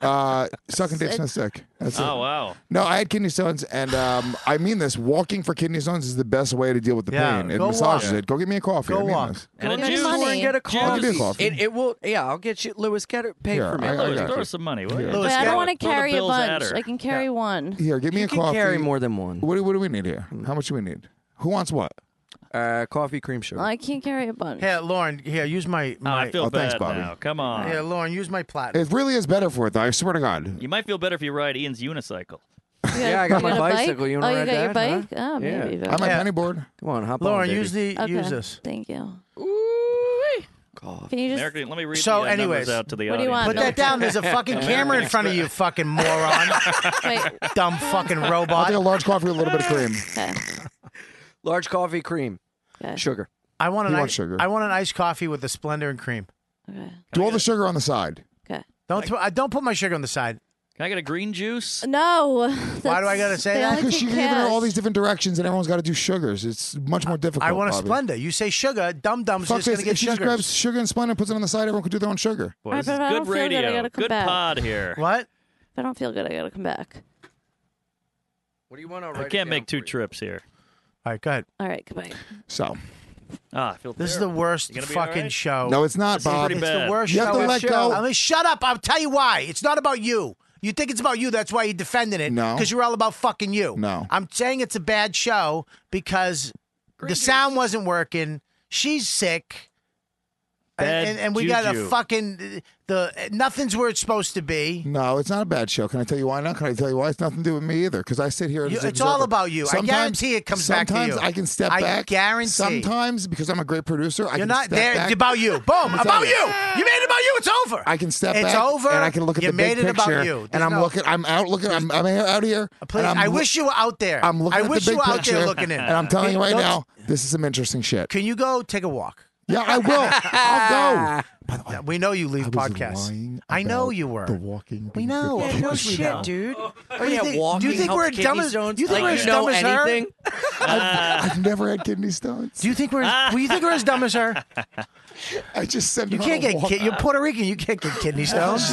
uh, sucking dicks on a stick. That's it. Oh wow. No, I had kidney stones, and um, I mean this. Walking for kidney stones is the best way to deal with the Yeah, pain. It go massages walk. it. Go get me a coffee. Go I mean walk. this. And Go a to the juice. store and get a I'll give you a Juice. coffee. It, it will. Yeah, I'll get you, Lewis. Get it. Pay Here, for me. I- I Lewis, got throw you. us some money. will you? Lewis, Wait, I don't Throw want to the carry a bills at bunch. her. I can carry one. Here, give me You a can coffee. carry more than one. What do, what do we need here? How much do we need? Who wants what? Uh, coffee, cream, sugar. I can't carry a bunch. Here, Lauren. Here, use my. Oh, my I feel Oh, bad thanks, Bobby. now. Come on. Here, Lauren. Use my platinum. It really is better for it, though. I swear to God. You might feel better if you ride Ian's unicycle. You Yeah, I you got my a bike? bicycle. You wanna oh, you ride got your that, huh? bike? Oh, Yeah. maybe. I'm but- a Yeah. penny board. Come on, hop on. Lauren, baby. use the Okay. use this. Thank you. Cough. Can you just American, let me read So the, uh, numbers anyways, out to the what do you want? audience. Put No. that down. There's a fucking camera in front of you, fucking moron. wait? Dumb fucking I'll take a robot. large coffee with a little bit of cream. Okay. Large coffee, cream, Okay. sugar. I want an You want ice, sugar. I want an iced coffee with a Splenda and cream. Okay. Do all the sugar on the side. Okay. Don't throw, I don't put my sugar on the side. Can I get a green juice? Why No. do I that's- gotta say they that? only Because take you're giving her all cash. these different directions, and everyone's got to do sugars. It's much more difficult. I want a Bobby. Splenda. You say sugar, dum dum's Fuck just this. gonna If get she just sugar. grabs sugar and Splenda and puts it on the side, everyone could do their own sugar. Boy, this All right, is but I good don't feel good. I radio. gotta come good back. pod here. What? If I don't feel good, I gotta come back. What do you want to I can't make two trips here. All right, go ahead. All right, goodbye. So Ah, I feel This is the terrible. worst You gonna be all fucking right? show. no, it's not, is Bob. pretty it's the bad. worst You show. have to let go. I mean, shut up. I'll tell you why. It's not about you. You think it's about you. That's why you're defending it. No. Because you're all about fucking you. No. I'm saying it's a bad show because the sound wasn't working. She's sick. and, and, and we got a juju. fucking the nothing's where it's supposed to be. No, it's not a bad show. Can I tell you why not? Can I tell you why? It's nothing to do with me either. Because I sit here. And You- just it's all observe it. about you. I guarantee it comes back to sometimes you. I can step I back. guarantee. Sometimes because I'm a great producer, I You're can not step there. back. It's about you. Boom. It's About all- you. You made it about you. It's over. I can step It's back. over. And I can look at You the made big it about picture, you. There's And I'm no- Uh, looking. I'm out looking. I'm, I'm out here. Please, and I'm I loo- wish you were out there. I'm looking I at wish the big you were out picture, there looking in. And I'm telling you right Don't- now, this is some interesting shit. Can you go take a walk? Yeah, I will. I'll go. we know you leave podcasts. I know you were. The walking. We know. Yeah, of no course we shit, know. dude. do you Oh, yeah, think- walking do you think helps we're kidney dumb as- stones? do you think like, we're as know dumb as her? anything? I've, I've never had kidney stones. Do you think we're? do you think we're as dumb as her? I just said you can't get. Kid, you're Puerto Rican. You can't get kidney stones.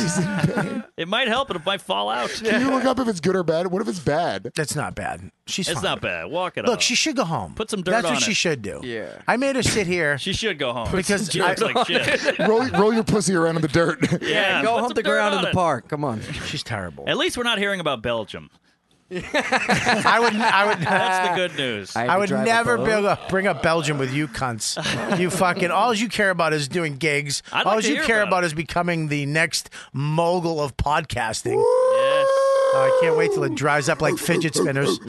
It might help, but it might fall out. Can you look up if it's good or bad? What if it's bad? That's not bad. She's it's fine. not bad. Walk it Look, up. she should go home. Put some dirt That's on what she it. should do. Yeah. I made her sit here. She should go home Because She looks I- like shit. roll, roll your pussy around in the dirt. Yeah, go put hump some the dirt ground on in the it. park. Come on. She's terrible. At least we're not hearing about Belgium. I would. I would. That's the good news. I, would never bring up, bring up Belgium with you cunts. You fucking all you care about is doing gigs. I'd like all to you hear care about about is becoming the next mogul of podcasting. Yes. Oh, I can't wait till it dries up like fidget spinners.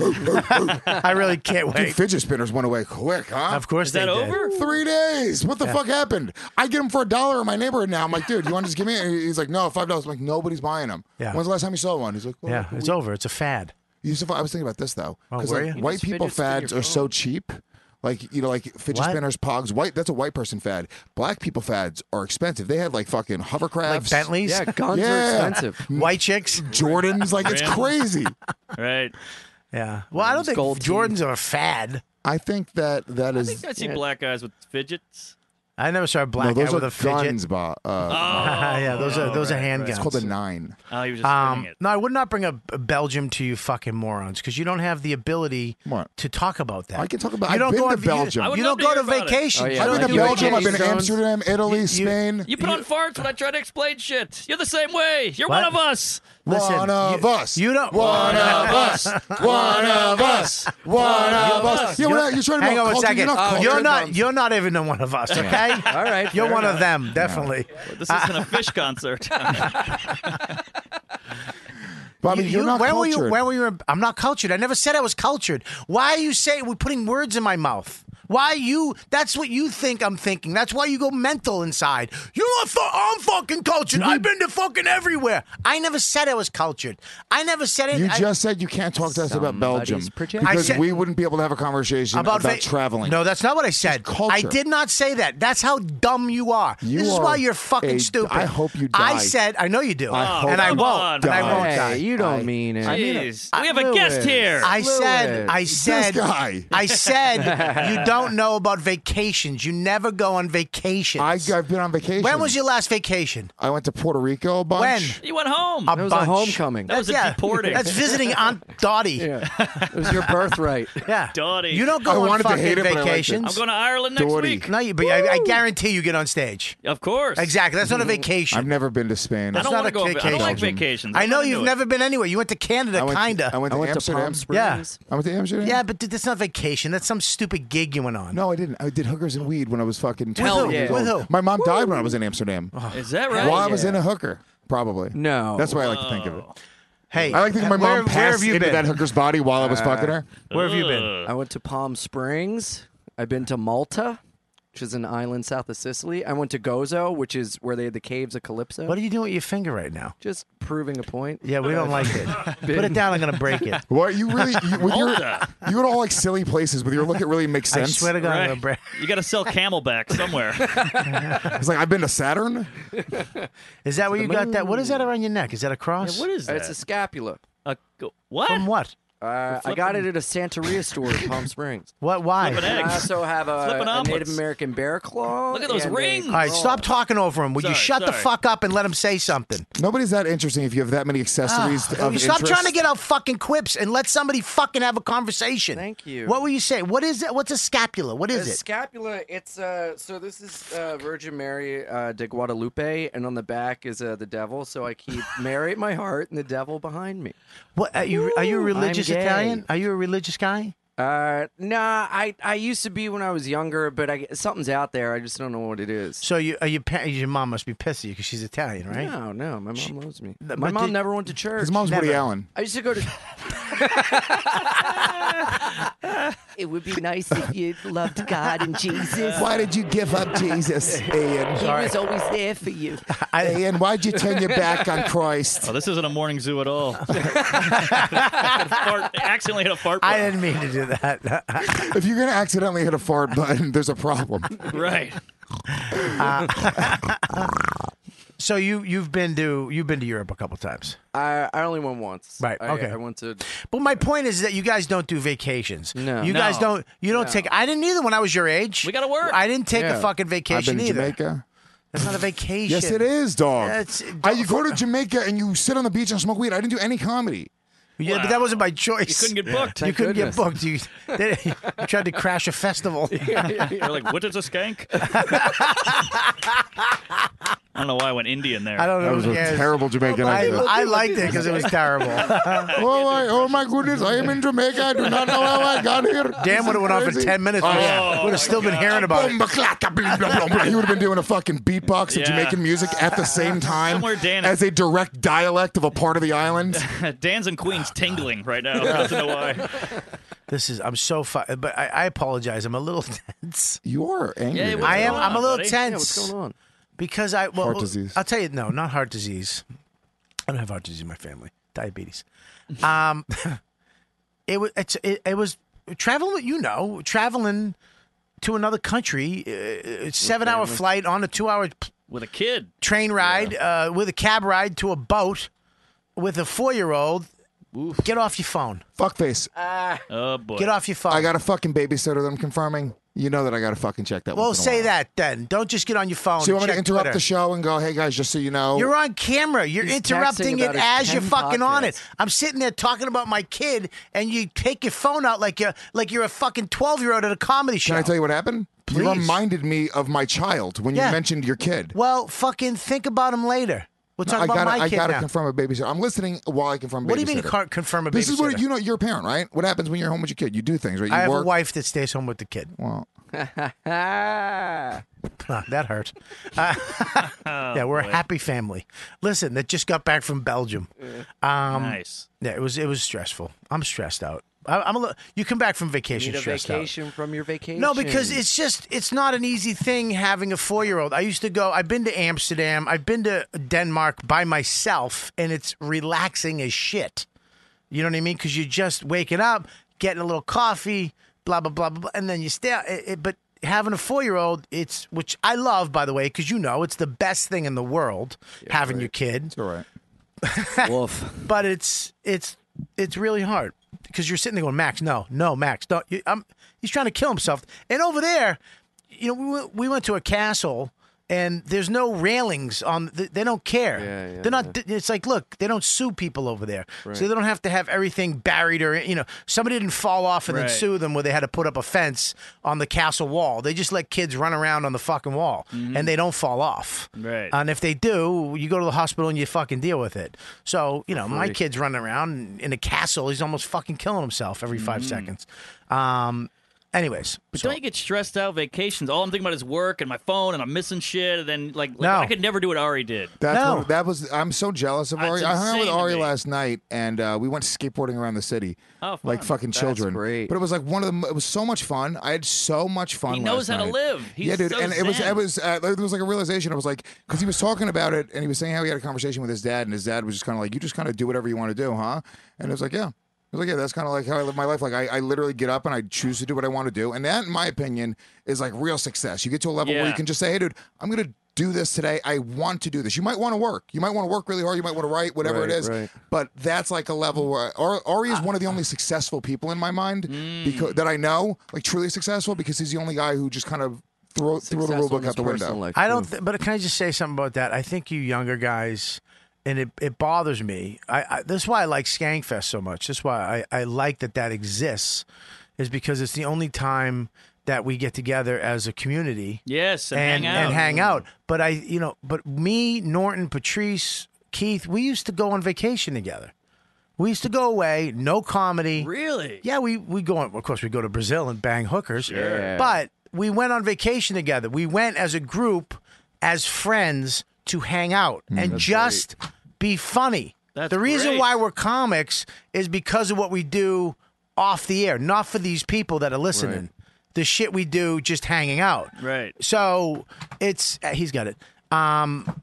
I really can't Dude, wait. fidget spinners went away quick, huh? Of course Is they that did. over? Three days. What the Yeah. fuck happened? I get them for a dollar in my neighborhood now. I'm like, dude, you want to just give me? And he's like, no, five dollars. I'm like, nobody's buying them. Yeah. When's the last time you saw one? He's like, well, Yeah, like a it's week. over. It's a fad. You used to- I was thinking about this though, Oh, because were like, you? white You people just fidget spin fads your are so cheap. Like you know, like fidget What? spinners, pogs. White that's a white person fad. Black people fads are expensive. They had like fucking Like hovercrafts, Bentleys. Yeah. White chicks. Jordans, like it's Rims. crazy. Right. Yeah. Well, I don't think Jordans are a fad. I think that that I is. think I see black guys with fidgets. I never saw a no, black those guy are with a fidget. guns, Bob. Uh, Ah, yeah, those are- those are handguns. It's called a nine. Oh, he was just Um, spinning it. no, I would not bring up Belgium to you fucking morons because you don't have the ability to talk about that. I can talk about- You I've don't been go to on- you- Belgium. I You, would don't go love to to hear about it. vacation. Oh, yeah. I've been to Belgium. I've been to Amsterdam, Italy, Spain. You put on farts when I try to explain shit. You're the same way. You're What? one of us. Listen, one of us. You don't. One of us. One of us. One of us. Yeah, we're not, you're trying to Hang about on culture. a Oh, 2nd You're not culture. you're not. You're not even a one of us. Okay. All right, You're fair one of enough. them, definitely. This isn't a fish concert. Bobby, You- you're you- not when Were you, cultured. when were you? I'm not cultured. I never said I was cultured. Why are you saying we're putting words in my mouth? Why you? That's what you think I'm thinking. That's why you go mental inside. You are. Fu- I'm fucking cultured. I've been to fucking everywhere. I never said I was cultured. I never said it. You I- just said you can't talk to us about Belgium projecting. I because said- we wouldn't be able to have a conversation about, va- traveling. No, that's not what I said. I culture. did not say that. That's how dumb you are. You this is are why you're fucking a- stupid. I hope you I die. said. I know you do. I hope and I you won't. and I die. won't Hey, die. you don't mean it. I mean it. Jeez. We have a guest here. I said. Lewis. I This said. guy. I said. you don't know about vacations. You never go on vacations. I, I've been on vacation. when was your last vacation? I went to Puerto Rico a bunch. When? you went home. A It was a bunch. homecoming. That was a deporting. That's visiting Aunt Dottie. It was your birthright. Yeah. Dottie. You don't go I on wanted to fucking hate it, but I liked it. vacations. I'm going to Ireland next Doherty. week. No, you, but I, I guarantee you get on stage. Of course. Exactly. That's not a vacation. I've never been to Spain. I That's don't not want a to go. I vacation. don't like vacations. I I'm know not you've into it. never been anywhere. You went to Canada, I went to- kinda. I went to I went to Amsterdam. Palm yeah. Springs. I went to Amsterdam. Yeah, but dude, that's not vacation. That's some stupid gig you went on. No, I didn't. I did hookers and weed when I was fucking Hell 12 yeah. years With old. who? Oh. My mom died when I was in Amsterdam. Is that right? While I was in a hooker, probably. No. That's why I like to think of it. Hey, I like thinking my where- mom where have passed you into been? that hooker's body while I Uh, was fucking her. Where have you been? I went to Palm Springs. I've been to Malta, which is an island south of Sicily. I went to Gozo, which is where they had the caves of Calypso. What are you doing with your finger right now? Just proving a point. Yeah, we don't like it. Put it down. I'm gonna break it. What you really you, with your you go to all like silly places with your look. It really makes I sense. swear to God, I'm Right. gonna break. You got to sell Camelback somewhere. It's like I've been to Saturn. Is that where you got that? What is that around your neck? Is that a cross? what is that? It's a scapula. A- what? From what? Uh, I got it at a Santeria store in Palm Springs. What? Why? Flipping I eggs. also have a, Flipping a Native omelets. American bear claw. Look at those and a uh, rings. All right, stop talking over him. Would you shut Sorry, the sorry. fuck up and let him say something? Nobody's that interesting if you have that many accessories Ah, of you stop interest. trying to get out fucking quips and let somebody fucking have a conversation. Thank you. What were you saying? What is it? What's a scapula? What is The it? Scapula. It's uh. So this is uh, Virgin Mary uh, de Guadalupe, and on the back is uh, the devil. So I keep Mary at my heart and the devil behind me. What are you? Are you a Ooh, I'm religious gay. Italian? Are you a religious guy? Uh, nah, I, I used to be when I was younger, but I, something's out there. I just don't know what it is. So you, are you, pa- your mom must be pissed at you because she's Italian, right? No, no, my mom loves me. Th- My but mom did- never went to church. His mom's Woody Never. Allen. I used to go to. it would be nice if you loved God and Jesus. Why did you give up Jesus, Ian? He was always there for you. Ian, why'd you turn your back on Christ? Oh, this isn't a morning zoo at all. fart, accidentally hit a fart. I didn't mean to do that. If you're gonna accidentally hit a fart button, there's a problem. right. so you you've been to you've been to Europe a couple times. I, I only went once. Right, I- okay. I went to. But my point is that you guys don't do vacations. No. You guys No. don't you don't No. take I didn't either when I was your age. We got to work. I didn't take Yeah. a fucking vacation I've been to either. Jamaica. That's not a vacation. Yes, it is, dog. That's- I, you go to Jamaica and you sit on the beach and smoke weed. I didn't do any comedy. Yeah, but that wasn't by choice. You couldn't get booked. You, they, you tried to crash a festival. They're like, what is a skank? I don't know why I went Indian there. I don't know. That was who a cares. terrible Jamaican I, idea. I liked it because it was terrible. oh, my, oh my goodness! I am in Jamaica. I do not know how I got here. Dan would have went on for Crazy. ten minutes. Oh, yeah. Would have still been hearing about Boom, baklaka, blah, blah, blah, blah. He would have been doing a fucking beatbox Yeah. of Jamaican music at the same time Somewhere Dan- as a direct dialect of a part of the island. Dan's and Queen's tingling right now. I don't know why. it. This is. I'm so. Fu- but I, I apologize. I'm a little tense. You are angry. Yeah, what's I am. going I'm a on, little buddy? tense. Yeah, what's going on? Because I well, Heart well, disease. I'll tell you. No, not heart disease. I don't have heart disease in my family. Diabetes. Um, it was. It's. It, it was traveling. You know, traveling to another country. Uh, seven hour family. flight on a two hour With a kid. train ride uh, with a cab ride to a boat with a four year old. Get off your phone. Fuckface. Oh boy. Get off your phone. I got a fucking babysitter that I'm confirming. You know that I got to fucking check that. Well, once in a say while. that then. Don't just get on your phone. So you want me and to check interrupt Twitter. the show and go, "Hey guys, just so you know, You're on camera. You're Oh. He's interrupting texting it about his as you're 10 fucking on it. I'm sitting there talking about my kid, and you take your phone out like you're like you're a fucking twelve year old at a comedy show. Can I tell you what happened? Please. You reminded me of my child when Yeah. you mentioned your kid. Well, fucking think about him later. We'll No, talk I about gotta, my I kid gotta now. confirm a babysitter. I'm listening while I confirm. What do you mean babysitter. car- confirm a This is what babysitter? you know. You're a parent, right? What happens when you're home with your kid? You do things, right? You I have work. a wife that stays home with the kid. Well, that hurt. Uh, yeah, Oh, we're a happy family. Listen, that just got back from Belgium. Um, Nice. Yeah, it was it was stressful. I'm stressed out. I, I'm a little, you come back from vacation Need a stressed out. vacation from your vacation. No, because it's just it's not an easy thing having a four year old. I used to go. I've been to Amsterdam. I've been to Denmark by myself, and it's relaxing as shit. You know what I mean? Because you're just waking up, getting a little coffee, blah blah blah blah, blah and then you stay. Out. It- it- but having a four year old, it's which I love by the way, because you know it's the best thing in the world having your kid. It's all right. Wolf. But it's it's it's really hard because you're sitting there going, Max, no, no, Max, don't. You, I'm, he's trying to kill himself. And over there, you know, we went, we went to a castle and there's no railings on. th- They don't care. Yeah, yeah, They're not. It's like, look, they don't sue people over there, Right. so they don't have to have everything buried or you know, somebody didn't fall off and Right. then sue them where they had to put up a fence on the castle wall. They just let kids run around on the fucking wall and they don't fall off. Mm-hmm. Right. And if they do, you go to the hospital and you fucking deal with it. So, you know, my free. kid's running around in a castle. He's almost fucking killing himself every Mm-hmm. 5 seconds. Um, anyways. But so- don't you get stressed out vacations? All I'm thinking about is work and my phone, and I'm missing shit. And then like, like, No. I could never do what Ari did. That's what, that was. I'm so jealous of That's Ari. I hung out with insane to Ari me. last night, and uh, we went skateboarding around the city, Oh, like fun. fucking That's children. But it was like one of them. It was so much fun. I had so much fun. He knows last how to night. live. He's yeah, dude. so and it was. zen. It was. Uh, there was like a realization. I was like, because he was talking about it, and he was saying how he had a conversation with his dad, and his dad was just kind of like, "You just kind of do whatever you want to do, huh?" And it was like, "Yeah." I was like, yeah, that's kind of like how I live my life. Like, I, I literally get up and I choose to do what I want to do. And that, in my opinion, is like real success. You get to a level where Yeah. you can just say, hey, dude, I'm going to do this today. I want to do this. You might want to work. You might want to work really hard. You might want to write, whatever it Right, is. right. But that's like a level where Ari, Ari is one of the only successful people in my mind because that I know, like truly successful, because he's the only guy who just kind of throw, threw the rule book out the window. I don't. Hmm. Th- but can I just say something about that? I think you younger guys, and it, it bothers me. I, I this is why I like Skankfest so much. This is why I, I like that that exists, is because it's the only time that we get together as a community. Yes, and, and hang out. Mm-hmm. and hang out. But I, you know, but me, Norton, Patrice, Keith, we used to go on vacation together. We used to go away, no comedy. Really? Yeah, we we go. Of course, we go to Brazil and bang hookers. Sure. But we went on vacation together. We went as a group, as friends, to hang out and Mm. That's just be funny. That's the reason great. why we're comics is because of what we do off the air, not for these people that are listening. The shit we do just hanging out. Right. So it's uh, he's got it. Um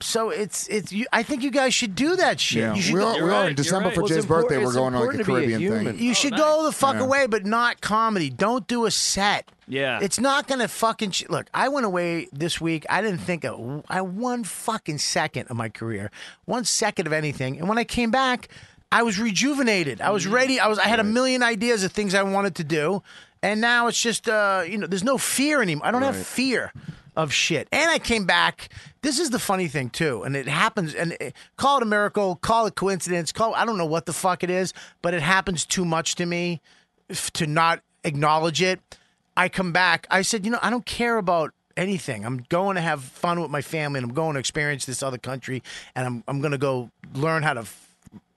so it's it's you, I think you guys should do that shit. Yeah, You should we go- are- we are in You're December right. for Well, it's Jay's impor- birthday, we're it's going on, like, important a to be a Caribbean thing. human. You Oh, should nice. go the fuck Yeah. away, but not comedy. Don't do a set. Yeah. it's not gonna fucking sh- look. I went away this week. I didn't think of I one fucking second of my career, one second of anything. And when I came back, I was rejuvenated. I was ready. I was. I had a million ideas of things I wanted to do, and now it's just uh, you know, there's no fear anymore. I don't have Right. fear of shit. And I came back. This is the funny thing too, and it happens. And it, call it a miracle, call it coincidence, call I don't know what the fuck it is, but it happens too much to me f- to not acknowledge it. I come back. I said, you know, I don't care about anything. I'm going to have fun with my family, and I'm going to experience this other country, and I'm I'm going to go learn how to f-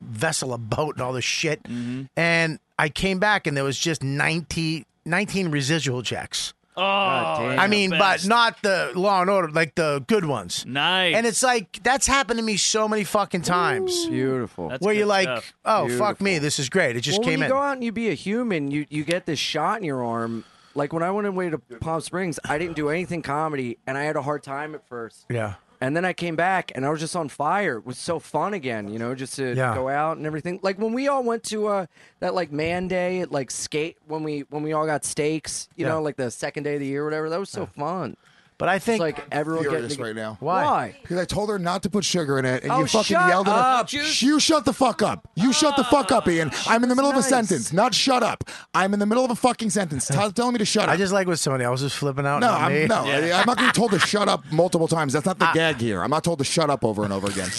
vessel a boat and all this shit. Mm-hmm. And I came back, and there was just 90, 19 residual checks. Oh, I mean, but not the Law and Order, like the good ones. Nice. And it's like that's happened to me so many fucking times. Beautiful. where you're like, oh fuck me, this is great. It just well, came in. when you go out and you be a human, you you get this shot in your arm. Like when I went away to Palm Springs, I didn't do anything comedy, and I had a hard time at first. yeah. And then I came back and I was just on fire. It was so fun again, you know, just to Yeah. go out and everything. Like when we all went to uh, that like man day at like skate when we when we all got steaks, you Yeah. know, like the second day of the year or whatever. That was so fun. But I think like everyone furious getting right together- now. Why? Because I told her not to put sugar in it, and Oh, you fucking shut yelled at her. up. Oh, You shut the fuck up. You shut the fuck up, Ian. I'm in the middle of a sentence. Not shut up. I'm in the middle of a fucking sentence. Todd's telling me to shut up. I just like what somebody else is flipping out. no, not me. I'm, no, I- I'm not being told to shut up multiple times. That's Ah. not the gag here. I'm not told to shut up over and over again.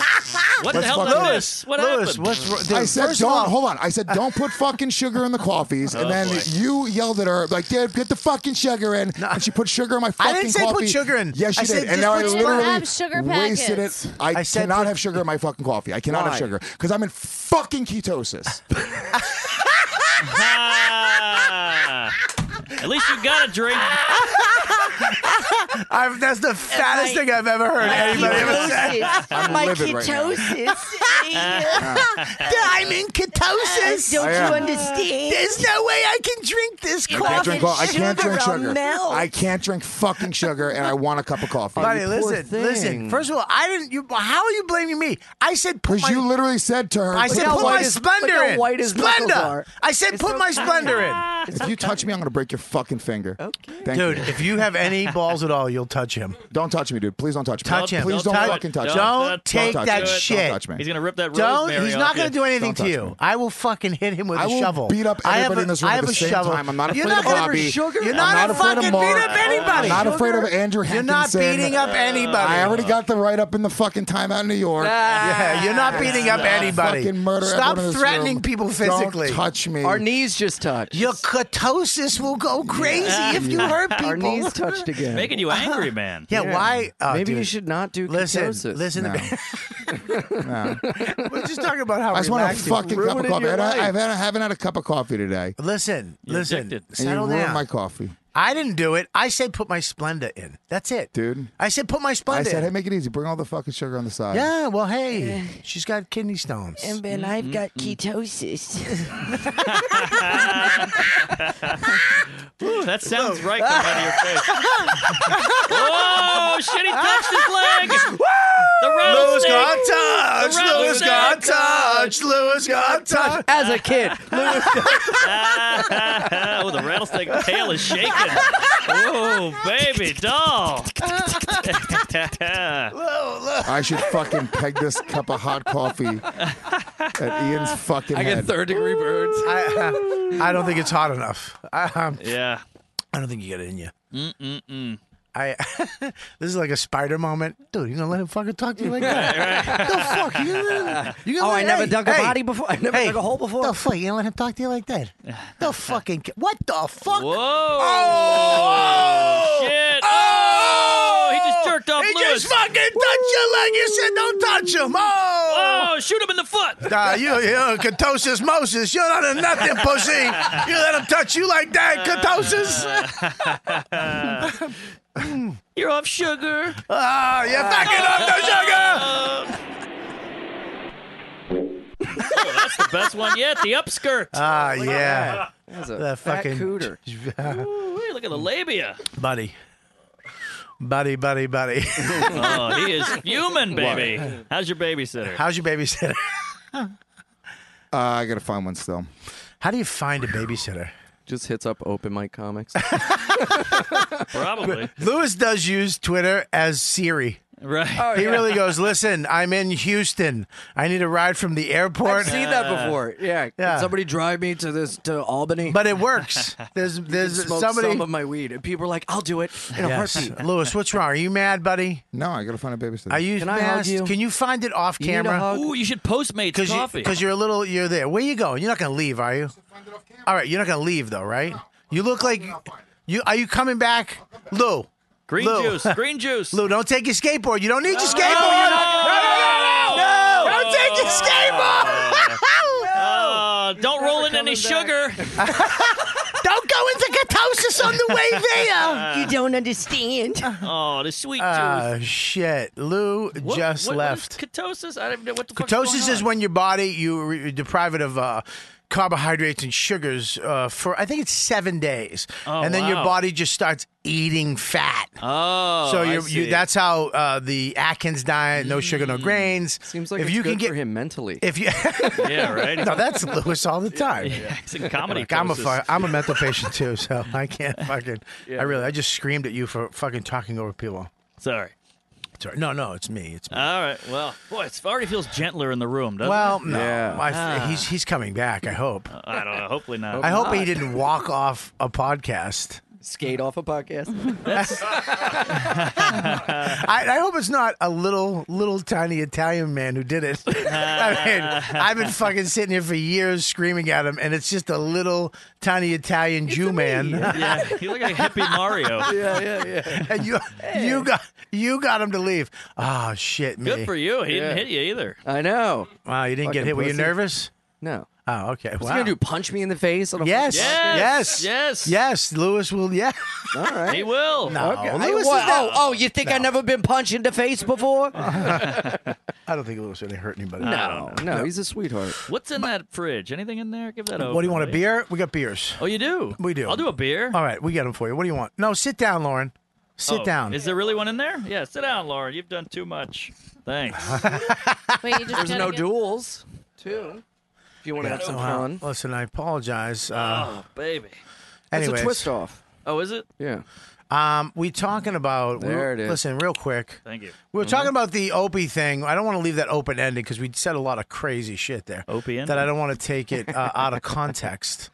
What Let's the hell fuck- is Lewis, this? What Lewis, happened? what's wrong- I said first of don't. all- hold on. I said don't put fucking sugar in the coffees, Oh, and then boy. you yelled at her like, "Dad, get the fucking sugar in." And she put sugar in my I fucking didn't say put coffee. sugar in. Yes, she I said did. just And now I put literally sugar- have sugar wasted packets. it. I, I said cannot put- have sugar in my fucking coffee. I cannot Why? have sugar because I'm in fucking ketosis. Ah. At least you got a drink. I've, that's the fattest my- thing I've ever heard anybody ever Uh, say. I'm my livid right now. ketosis. I'm in ketosis. Don't I am. you understand? There's no way I can drink this I coffee. can't drink. all- I can't drink Sugar will sugar. melt. I can't drink fucking sugar, and I want a cup of coffee. Buddy, listen, listen. First of all, I didn't. You, how are you blaming me? I said put my. Because you literally said to her, I said "Look how put my white his- look splendor how in. white his knuckles Splendor. are. I said put my splendor in. If you touch me, I'm gonna break your fucking finger. Okay. Thank Dude, you. if you have any balls at all, you'll touch him. Don't touch me, dude. Please don't touch me. Touch him. Please don't, Don't touch- fucking touch don't me. touch- take touch that me. shit. Don't touch me. He's gonna rip that Don't. rosemary He's off not going you. to do anything Don't to touch you. me. I will fucking hit him with I a will shovel. beat up I have everybody a- in this room I at have the a same shovel. time. I'm not You're afraid not of gonna- Bobby. You're I'm not, not a afraid of fucking Mark. beat up anybody. I'm not afraid of Andrew You're Hankinson. not beating up anybody. I already got the write up in the fucking time out in New York. Yeah, you're not beating up I'll anybody. Fucking murder Stop everyone in this threatening room. people physically. Don't touch me. Our knees just touched. Your ketosis will go crazy if you hurt people. Our knees touched again. Making you angry, man. Yeah, why? oh, Maybe you dude. should not do Listen, ketosis. listen to No. me. No. We're just talking about how I just want a relaxing- fucking cup of Ruining coffee. your I, don't- I life. haven't, I haven't had a cup of coffee today. Listen, You're listen. addicted. And you Settle ruined down. my coffee, I didn't do it. I said put my Splenda in. That's it. dude. I said put my Splenda I said, hey, in. make it easy. Bring all the fucking sugar on the side. yeah, well, hey, she's got kidney stones. And Mm-hmm. then I've got ketosis. Ooh, that sounds right coming out of your face. oh, shit, he touched his leg. The Lewis got touched. rattlesnake. The Lewis got rattlesnake. touched. Lewis got touched. As a kid, Lewis oh, the rattlesnake tail is shaking. Oh, baby doll. I should fucking peg this cup of hot coffee at Ian's fucking I get head. third degree burns. I, I don't think it's hot enough. I, um, yeah. I don't think you get it in you. Mm-mm-mm. I this is like a spider moment, dude. You gonna let him fucking talk to you like that? the fuck? You gonna let him- you gonna Oh, let- I never hey, dug a hey, body before. I never hey, dug a hole before. The fuck? You gonna let him talk to you like that? The fucking what the fuck? Whoa. Oh! Shit. Oh! He just jerked knocked off He Lewis. just fucking touched your leg. You said don't touch him. Oh, oh shoot him in the foot. Nah, you, you ketosis, Moses. You're not a nothing pussy. You let him touch you like that, ketosis. You're off sugar. Ah, you're fucking Ah. off the sugar. oh, that's the best one yet. The upskirt. Ah, yeah. That's The fucking look at the labia. buddy, buddy, buddy, buddy. oh, he is fuming, baby. How's your babysitter? How's your babysitter? Uh, I gotta find one still. How do you find a babysitter? Just hits up open mic comics. Probably. Lewis does use Twitter as Siri. Right. Oh, he yeah. really goes, listen, I'm in Houston. I need a ride from the airport. I've seen that before. Yeah. Can Yeah. somebody drive me to this to Albany. But it works. There's there's smoked somebody some of my weed, and people are like, "I'll do it in a Yes. heartbeat." Lewis, what's wrong? Are you mad, buddy? No, I gotta find a babysitter. Are you Can I hug mad? you? Can you find it off You need a camera? hug? Ooh, you should Postmates Cause coffee. Because you, are a little, you're there. Where you going? You're not going to leave, are you? All right, you're not going to leave though, right? You look like you. Are you coming back, Lou? Green Lou. juice. Green juice. Lou, don't take your skateboard. You don't need your skateboard. no, no, no, Don't take your skateboard. Uh, don't roll in any sugar. don't go into ketosis on the way there. you don't understand. Uh, Oh, the sweet tooth. Ah, shit. Lou What- just what- what is left. ketosis? I don't know what the fuck's Ketosis going is on? when your body you re- deprive it of uh, carbohydrates and sugars uh, for I think it's seven days, Oh, and then your wow. body just starts eating fat. Oh, so I you you see. Mm. that's how uh, the Atkins diet, no sugar, no grains. Seems like if it's you can good get for him mentally. if you Yeah, right. no, that's Lewis all the time. It's in comedy. Like, I'm a ketosis. fu- I'm a mental patient too, so I can't fucking. I really I just screamed at you for fucking talking over people. Sorry. Sorry. No, no, it's me. It's me. All right. Well, boy, it already feels gentler in the room, doesn't well, it? no, I f- Ah. he's he's coming back. I hope. I don't know. Hopefully not. I hope he didn't walk off a podcast. Skate off a podcast. I, I hope it's not a little, little tiny Italian man who did it. I mean, I've been fucking sitting here for years screaming at him, and it's just a little tiny Italian Jew man. Yeah, you look like hippie Mario. yeah, yeah, yeah. and you, you got, you got him to leave. Oh shit, me. Good for you. He Yeah. didn't hit you either. I know. Wow, you didn't get Fucking hit. Were you pussy. nervous? No. Oh, okay. What's wow. he gonna do? Punch me in the face? on a Yes, yes, Yes, yes. yes. Lewis will. Yeah. All right. He will. No, Okay. I- Lewis what? is not. oh, oh, you think I've never been punched in the face before? I don't think Lewis really hurt anybody. no, no, he's a sweetheart. What's in that fridge? Anything in there? Give that over. What do you want? A beer? We got beers. Oh, you do? We do. I'll do a beer. All right, we got them for you. What do you want? No, sit down, Lauren. Sit Oh, down. Is there really one in there? Yeah, sit down, Lauren. You've done too much. Thanks. Wait, you just There's gotta no get- duels, too. If you want to have some Wow. fun. Listen, I apologize. Uh, oh, baby. It's a anyways, twist off. Oh, is it? Yeah. um, we talking about. we- There it is. Listen, real quick. Thank you. We were talking about the Opie thing. I don't want to leave that open ended because we said a lot of crazy shit there. Opie that I don't want to take it uh, out of context.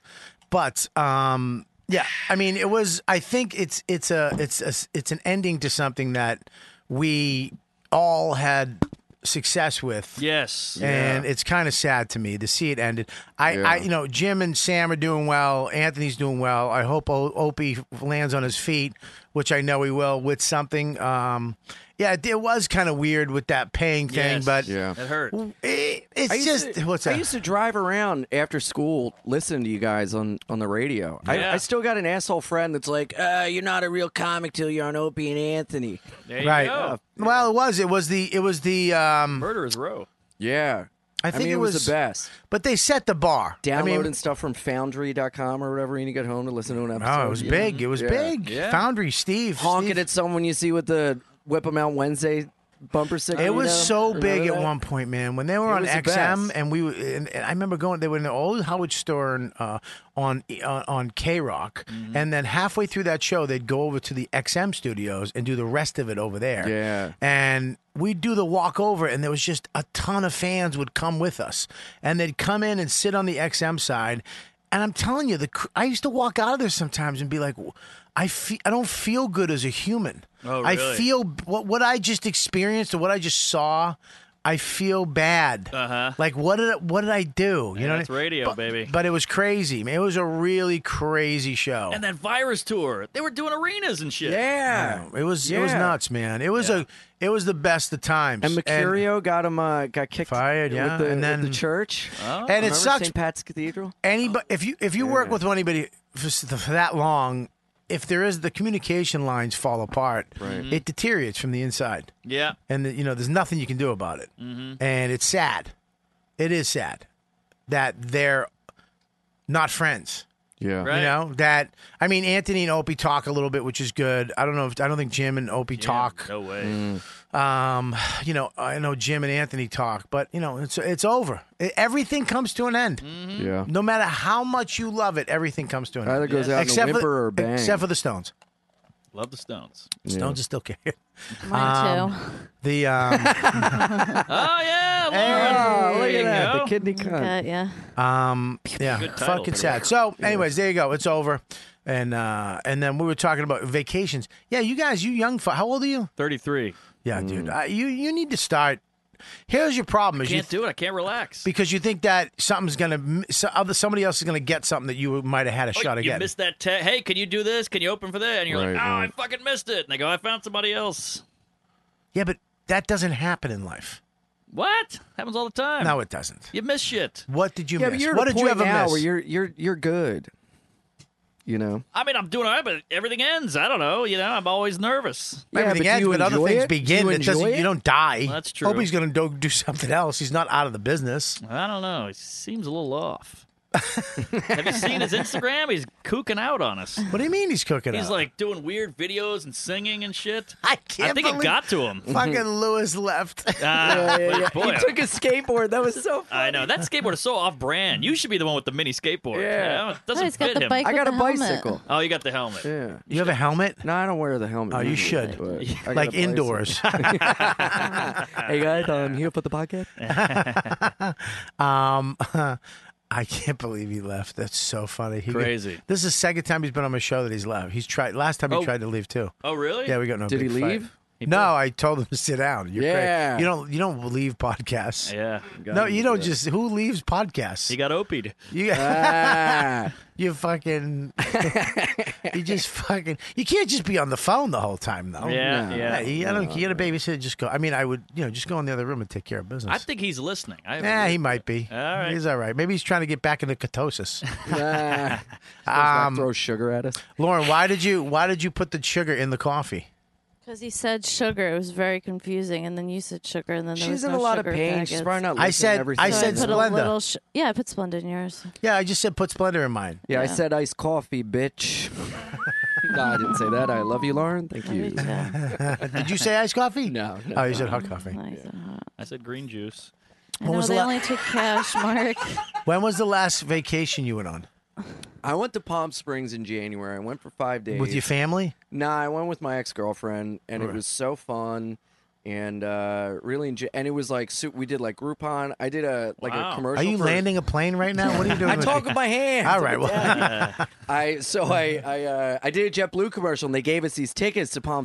But um, yeah, I mean, it was. I think it's it's a it's a, it's an ending to something that we all had success with. Yes. And it's kind of sad to me to see it ended. I, I, you know, Jim and Sam are doing well. Anthony's doing well. I hope o- Opie lands on his feet, which I know he will, with something. Um, yeah, it, it was kind of weird with that paying thing, Yes. but Yeah. It hurt. it, I it's used just to- what's I that? used to drive around after school, listen to you guys on, on the radio. Yeah. I, I still got an asshole friend that's like, uh, "You're not a real comic till you're on Opie and Anthony." There you right. go. Well, it was. It was the. It was the. Um, Murderer's Row. Yeah, I think mean, it it was, was- the best. but they set the bar. I Downloading mean, stuff from Foundry.com or whatever, and you get home to listen to an episode. oh, it was big. It was Yeah. big. Yeah. Foundry Steve. honking Steve- at someone you see with the whip 'em out Wednesday bumper sticker. It you was know? so Remember big at that? one point, man. When they were It on was the XM, best. and we w- and, and I remember going. They were in the old Howard Stern uh, on uh, on K Rock, Mm-hmm. and then halfway through that show, they'd go over to the XM studios and do the rest of it over there. Yeah. and we'd do the walk over, and there was just a ton of fans would come with us, and they'd come in and sit on the XM side. And I'm telling you, the cr- I used to walk out of there sometimes and be like, I fe- I don't feel good as a human. Oh, I really? feel feel what what I just experienced or what I just saw I feel bad. Uh-huh. Like what did I, what did I do? You know, what I- that's radio, but- baby. But it was crazy. Man, it was a really crazy show. And that virus tour, they were doing arenas and shit. Yeah, it was it was Yeah. nuts, man. It was a it was the best of times. And Mercurio got him uh, got kicked fired, with yeah, the- and with then the church. Oh. and it Remember sucks. St. Pat's Cathedral. Anybody, if you if you work with anybody for, s- for that long, if there is the communication lines fall apart, Right. it deteriorates from the inside, Yeah. and you know there's nothing you can do about it. Mhm. And it's sad. It is sad that they're not friends. Yeah. You know that I mean Anthony and Opie talk a little bit, which is good. I don't know if I don't think Jim and Opie talk. No way. Um, you know I know Jim and Anthony talk, but you know it's it's over. It- everything comes to an end. Mm-hmm. Yeah. No matter how much you love it, everything comes to an end. Either goes out in a except for, whimper or bang. Except for the Stones. Love the Stones. Stones are still okay. Mine Um, The um, oh yeah, Lauren. oh, look There at you that, the go. kidney Uh, yeah. Um, yeah, Good title, fucking by the way. sad. So, anyways, there you go. It's over. And uh, and then we were talking about vacations. Yeah, you guys, you young. Fu- how old are you? Thirty-three. Yeah, dude. I, you you need to start. Here's your problem: is you Can't do it. I can't relax. because you think that something's gonna m- so- other somebody else is gonna get something that you might have had a shot Oh, you at getting. missed that te- Hey, can you do this? Can you open for that? And you're like, Right, oh, right. I fucking missed it. And they go, I found somebody else. Yeah, but that doesn't happen in life. What? Happens all the time. No, it doesn't. You miss shit. What did you yeah, miss? but you're at what a did you point ever now miss? Where you're you're you're good. You know. I mean, I'm doing all right, but everything ends. I don't know. You know, I'm always nervous. Everything ends, but other things begin. It doesn't. You don't die. That's true. Hope he's going to do, do something else. He's not out of the business. I don't know. He seems a little off. Have you seen his Instagram? He's kooking out on us. What do you mean he's cooking? He's up? like doing weird videos and singing and shit. I can't. I think it believe- got to him. Fucking Lewis left. Ah, Yeah, yeah, yeah. boy. He took a skateboard. That was so. I know that skateboard is so off-brand. You should be the one with the mini skateboard. Yeah. You know, it doesn't No, he's got fit the him. bike I with got the a helmet. bicycle. Oh, you got the helmet. Yeah. You have a helmet? No, I don't wear the helmet. Oh, you should. Like indoors. hey guys, I'm here for the podcast. um, I can't believe he left. That's so funny. He Crazy. this is the second time he's been on my show that he's left. He's tried. Last time he Oh. tried to leave too. Oh, really? Yeah, we got no. Did he big fight. leave? no, I told him to sit down. You're crazy. Yeah. You don't. You don't leave podcasts. Yeah. No, you don't just. Who leaves podcasts? He got opied. You Ah. you fucking you just fucking you can't just be on the phone the whole time though. Yeah, No. yeah. you, I don't. No, you got a babysitter. Just go. I mean, I would. You know, just go in the other room and take care of business. I think he's listening. I have a Yeah, weird- he might be. All right. He's all right. Maybe he's trying to get back into ketosis. throw sugar at us. Lauren, why did you why did you put the sugar in the coffee? Because he said sugar, it was very confusing, and then you said sugar, and then there She's was in no a lot of sugar pain. Packets. She's probably not I listening to said- everything I So said put a Splenda. little sh- yeah, I put Splenda in yours. Yeah, I just said put Splendor in mine. Yeah, I Yeah. said iced coffee, bitch. no, I didn't say that. I love you, Lauren. Thank you. Did you say iced coffee? No. no. Oh, you said hot coffee. I said green juice. I When know was the they la- only took cash, Mark. When was the last vacation you went on? I went to Palm Springs in January. I went for five days With your family? No, I went with my ex girlfriend, and it Right. was so fun, and uh, really enjoy. And it was like so we did like Groupon. I did a like a commercial. Are you for- landing a plane right now? What are you doing? I talk with my hands. All right. Well, Yeah. I so I I uh, I did a JetBlue commercial, and they gave us these tickets to Palm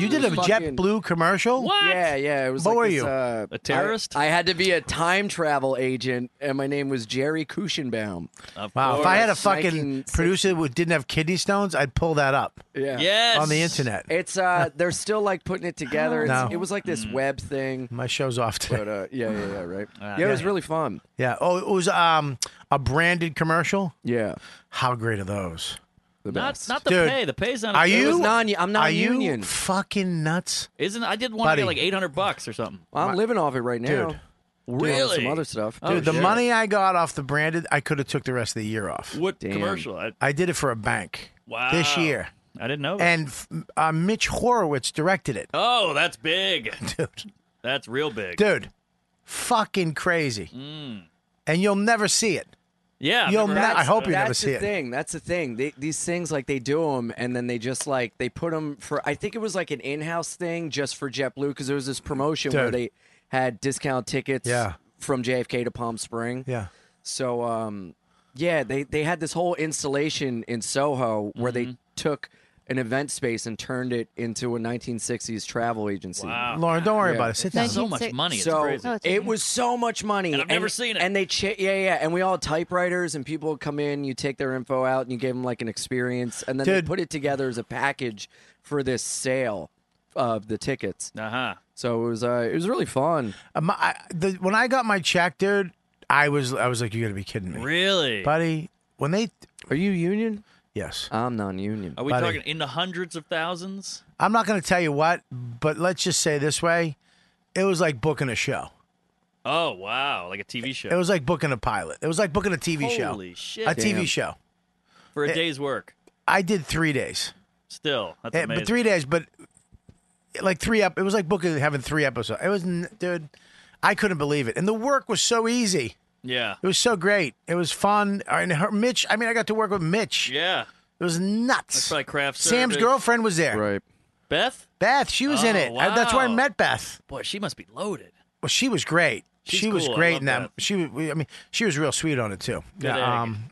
you did a JetBlue commercial. Yeah, yeah. It was What like were this, you? uh, A terrorist? I, I had to be a time travel agent, and my name was Jerry Kushenbaum. Wow. If I had a fucking 1960. producer who didn't have kidney stones, I'd pull that up. Yeah. Yes. On the internet. It's uh, they're still like putting it together. It's, No. Mm. It was like this web thing. My show's off today. But uh, yeah, yeah, yeah, right. yeah, it was really fun. Ah, Yeah. Oh, it was um a branded commercial. Yeah. How great are those? The Not not the Dude, pay. The pay's not. Are you? are you union? fucking nuts. Isn't I did want to Buddy. get like eight hundred bucks or something. I'm living off it right now. Dude. Oh, Doing Really? Some other stuff. Dude, the money I got off the branded, I could have took the rest of the year off. What Damn. commercial? I- I did it for a bank. Wow. This year. I didn't know. that. And f- uh, Mitch Horowitz directed it. oh, that's big, dude. That's real big, Dude, fucking crazy. Mm. And you'll never see it. Yeah, I've You'll never ne- heard I of hope that. you that's never see the it. thing. That's the thing. They, these things like they do them, and then they just like they put them for. I think it was like an in-house thing just for JetBlue because there was this promotion where Dude. they had discount tickets. Yeah. From JFK to Palm Spring. Yeah. So um, yeah, they they had this whole installation in Soho where they took. an event space and turned it into a 1960s travel agency. Wow. Lauren, don't worry about it. Sit down. So much money. Oh, It's so Oh, crazy. it was so much money. And I've never seen it. And they, cha- yeah, yeah. And we all had typewriters, and people would come in. You take their info out, and you give them like an experience, and then Dude. they put it together as a package for this sale of the tickets. Uh huh. So it was, uh, it was really fun. Um, I, the, when I got my check, dude, I was I was like, you got to be kidding me, Really? buddy. When they are you union? Uh. Yes, I'm non-union. Are we buddy. talking in the hundreds of thousands? I'm not going to tell you what, but let's just say this way, it was like booking a show. Oh wow, like a TV show. It was like booking a pilot. It was like booking a TV show. Holy shit. A Damn. TV show. for a it- day's work. I did three days. Still, that's Yeah, amazing. but three days, but like three up. It was like booking having three episodes. It was, n- dude, I couldn't believe it, and the work was so easy. Yeah. It was so great. It was fun. And her, Mitch, I mean, I got to work with Mitch. Yeah. It was nuts. That's like craft Sam's service. girlfriend was there. Right. Beth? Beth, she was in Oh, it. I- that's where I wow. met Beth. Boy, she must be loaded. Well, she was great. She's she was cool. I great love in that. She was. I mean, she was real sweet on it too. Good egg. yeah. Um,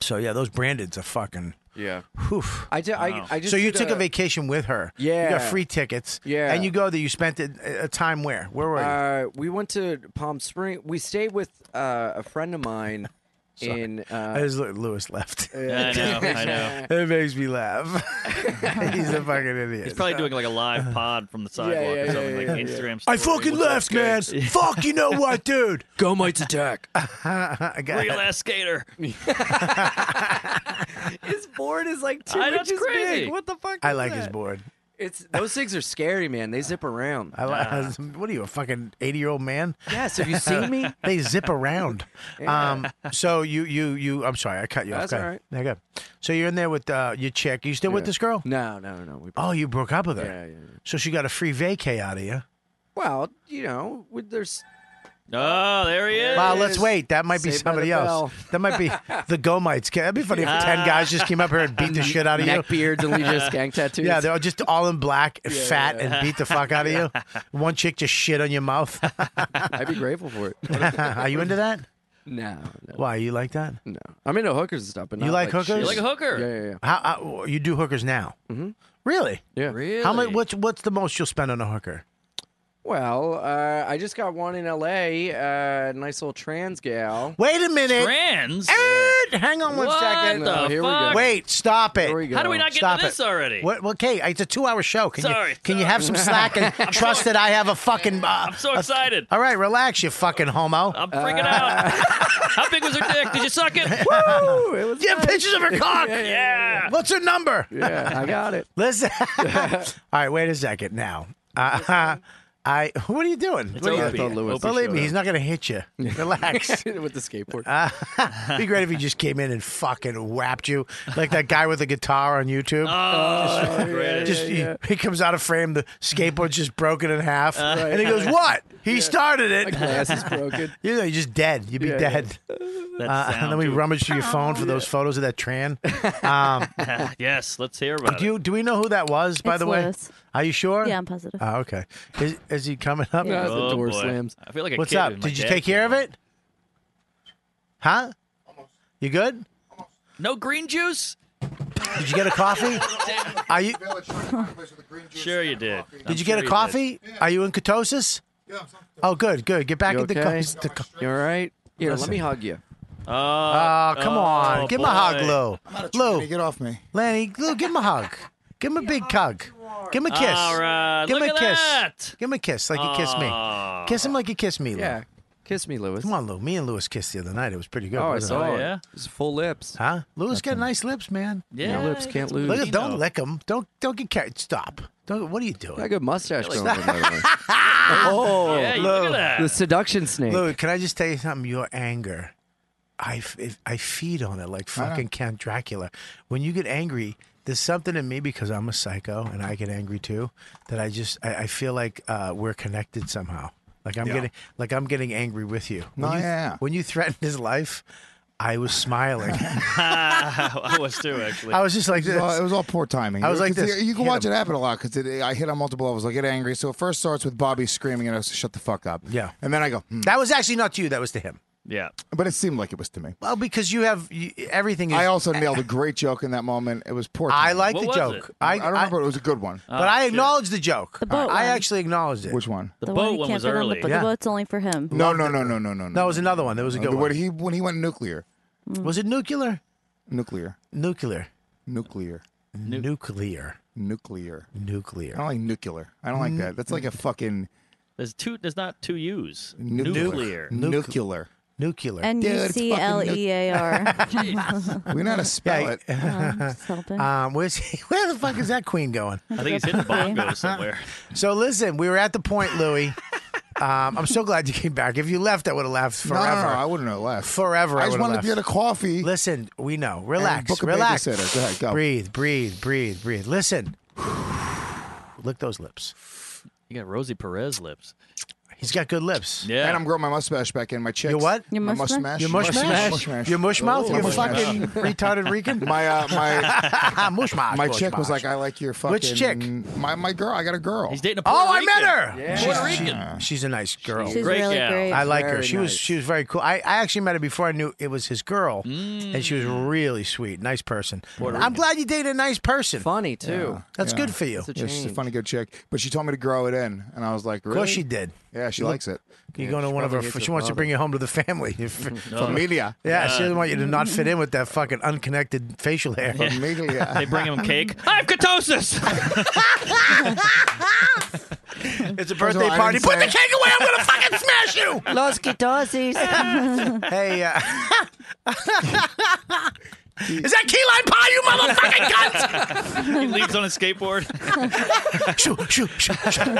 so yeah, those Brandons are fucking. Yeah. Whew. I, ju- I- Wow. I just so uh, you did took a- a vacation with her. You Yeah. got free tickets. Yeah. And you go there. You spent it a a time where? Where were you? Uh, we went to Palm Spring. We stayed with uh, a friend of mine Sorry. in. I Uh, just look- Lewis left. Yeah, I know, I know. it makes me laugh. He's a fucking idiot. He's probably doing like a live pod from the sidewalk Uh, yeah, or yeah, something yeah, like yeah. Instagram. I story. fucking What's up, left, man. guys? Fuck, you know what, dude? Go mites attack. I got Real ass skater. his board is like two I know, it's inches crazy. big. What the fuck? I is like his that? board. It's those things are scary, man. They zip around. I like. What are you, a fucking eighty-year-old man? Yes, have you seen me? they zip around. Yeah. Um. So you, you, you. I'm sorry, I cut you That's off. Go all ahead. Yeah, go. So you're in there with uh, your chick. You still with Yeah. this girl? No, no, no. We Oh, you broke up with her. Yeah, yeah, So she got a free vacay out of you. Well, you know, with there's Oh, there he is. Wow, let's wait. That might be Saved by the somebody Bell. else. That might be the Gomites. That'd be funny if ten guys just came up here and beat the shit out of you. neck beards and legious gang tattoos. Yeah, they're all just all in black, and Yeah, fat, yeah. and beat the fuck out of you. One chick just shit on your mouth. I'd be grateful for it. Are you into that? No, Why you like that? No, I'm into hookers and stuff. But You not like hookers? shit. You like a hooker? Yeah, yeah, yeah. How, how you do hookers now? Mm-hmm. Really? Yeah. How much? What's what's the most you'll spend on a hooker? Well, uh, I just got one in L.A. Uh, nice little trans gal. Wait a minute. Trans? And hang on one What second. the Oh, No, here we fuck? go. Wait, stop it. go. How do we not get to Stop this it. already? What, well, okay, it's a two-hour show. Can Sorry, you can you have some slack and I'm so trust that I have a fucking? Uh, I'm so excited. all right, relax, you fucking homo. I'm freaking out. How big was her dick? Did you suck it? Woo! It was you have pictures of her cock. Yeah. yeah, What's her number? Yeah, I got it. Listen. All right, wait a second now. Uh, I what are you doing? It's What are you- over. I thought Louis Believe showed me, up. he's not going to hit you. Relax. with the skateboard. It'd be great if he just came in and fucking whapped you like that guy with the guitar on YouTube. Oh, just, great. just- he- yeah. He, comes out of frame, the skateboard's just broken in half, Uh, Right. and he goes, "What? He started it." My glass is broken. you know, you're just dead. You'd be Yeah, yeah. dead. That Uh, and sound, then we dude. rummage through your phone for those photos of that Tran. Um, yes, let's hear about do you do we know who that was? By It's the way, Lewis. are you sure? Yeah, I'm positive. Uh, Oh, okay. Is, is he coming up? it. Yeah, the Oh, door boy. slams. I feel like a What's kid up? when my Did you dad take came care of home. it? Huh? You good? No green juice? Did you get a coffee? Are you? Sure, you did. I'm Did you sure get a did. coffee? Are you in ketosis? Oh, good, good. Get back You at the, okay? co- the co- You all right? Yeah, let Listen. me hug you. Oh, Oh, come on. Give him a hug, boy. Lou. Hey, Lou, get off me. Lanny, Lou, give him a hug. Give him a big hug. Give him a kiss. All right, Give him look a at kiss. that. Give him a kiss like you kiss Aw. me. Kiss him like you kiss me, Lou. Yeah, kiss me, Lewis. Come on, Lou. Me and Lewis kissed the other night. It was pretty good. Oh, I wasn't saw Oh, it. yeah? It's full lips. it? Huh? Lewis got nice lips, man. Yeah, lips can't it's lose. Look at, Pinot. don't lick him. Don't don't get carried. Stop. Don't, what are you doing? That good mustache going. on, by the way. oh, Yeah, you look at the that. seduction snake. Lou, can I just tell you something? Your anger, I, f- if- I feed on it like fucking Count Dracula. When you get angry, there's something in me because I'm a psycho and I get angry too. That I just I, I feel like uh, we're connected somehow. Like I'm Yeah. getting like I'm getting angry with you. When No, you yeah. When you threatened his life, I was smiling. I was too, actually. I was just like It this. was, all, it was all poor timing. I was like 'Cause this, You can hit watch him. it happen a lot because I hit on multiple levels. I get angry. So it first starts with Bobby screaming at us, shut the fuck up. Yeah. And then I go, hmm. That was actually not to you. That was to him. Yeah. But it seemed like it was to me. Well, because you have you, everything. Is, I also nailed a great joke in that moment. It was poor. I Uh, timing. like the joke. I, I don't remember. it was a good one. but I acknowledge the joke. I actually acknowledged it. Which one? The, one he can't fit on The, but the boat's only for him. No, no, no, no, no, no. That was another one. That was a No, good the- one. When he when he went nuclear. Was it nuclear? Nuclear. Nuclear. Nuclear. Nuclear. Nuclear. Nuclear. I don't like nuclear. I don't like that. That's like a fucking There's two. There's not two U's. nuclear. Nuclear. Nuclear. Nuclear. N U C L E A R. We know how to spell it. helping. Uh, Um, where's he, where the fuck is that queen going? I think he's hitting bongos somewhere. So listen, we were at the point, Louis. Um, I'm so glad you came back. If you left, I would have laughed No, forever. no, no, I wouldn't have left. Forever. I I, just would've wanted to left. get a coffee. Listen, we know. Relax. book a relax. babysitter. Go ahead, go. Breathe, breathe, breathe, breathe. Listen. Lick those lips. You got Rosie Perez lips. He's got good lips. Yeah. And I'm growing my mustache back in. My chicks. Your what? Your my mustache. Your mush Mustache. mash? Your mush mouth? Oh, Your mush fucking mash. retarded Rican? My uh, my mush mash. My mush chick was mash. like, I like your fucking. Which chick? My my girl. I got a girl. He's dating a Oh, Puerto I Rican. met her. Yeah. She's, Puerto she- Rican. she's a nice girl. She's Great really gal. great. I like her. Very She was nice. she was very cool. I, I actually met her before I knew it was his girl, and she was really sweet, nice person. I'm glad you dated a nice person. Funny too. That's good for you. Yeah, she's a funny good chick, but she told me to grow it in, and I was like, really? Of course she did. Yeah, she You likes it. look- You're going to one of her. She wants to bring you home to the family. Your f- Familia. Yeah, she doesn't want you to not fit in with that fucking unconnected facial hair. Familia. They bring him cake. I have ketosis. It's a First of birthday all, I party. didn't Put the say- cake away. I'm gonna fucking smash you. Los Quitoses. hey, uh, is that key lime pie, you motherfucking cunt? he leaves on a skateboard. shoo, shoo, shoo, shoo.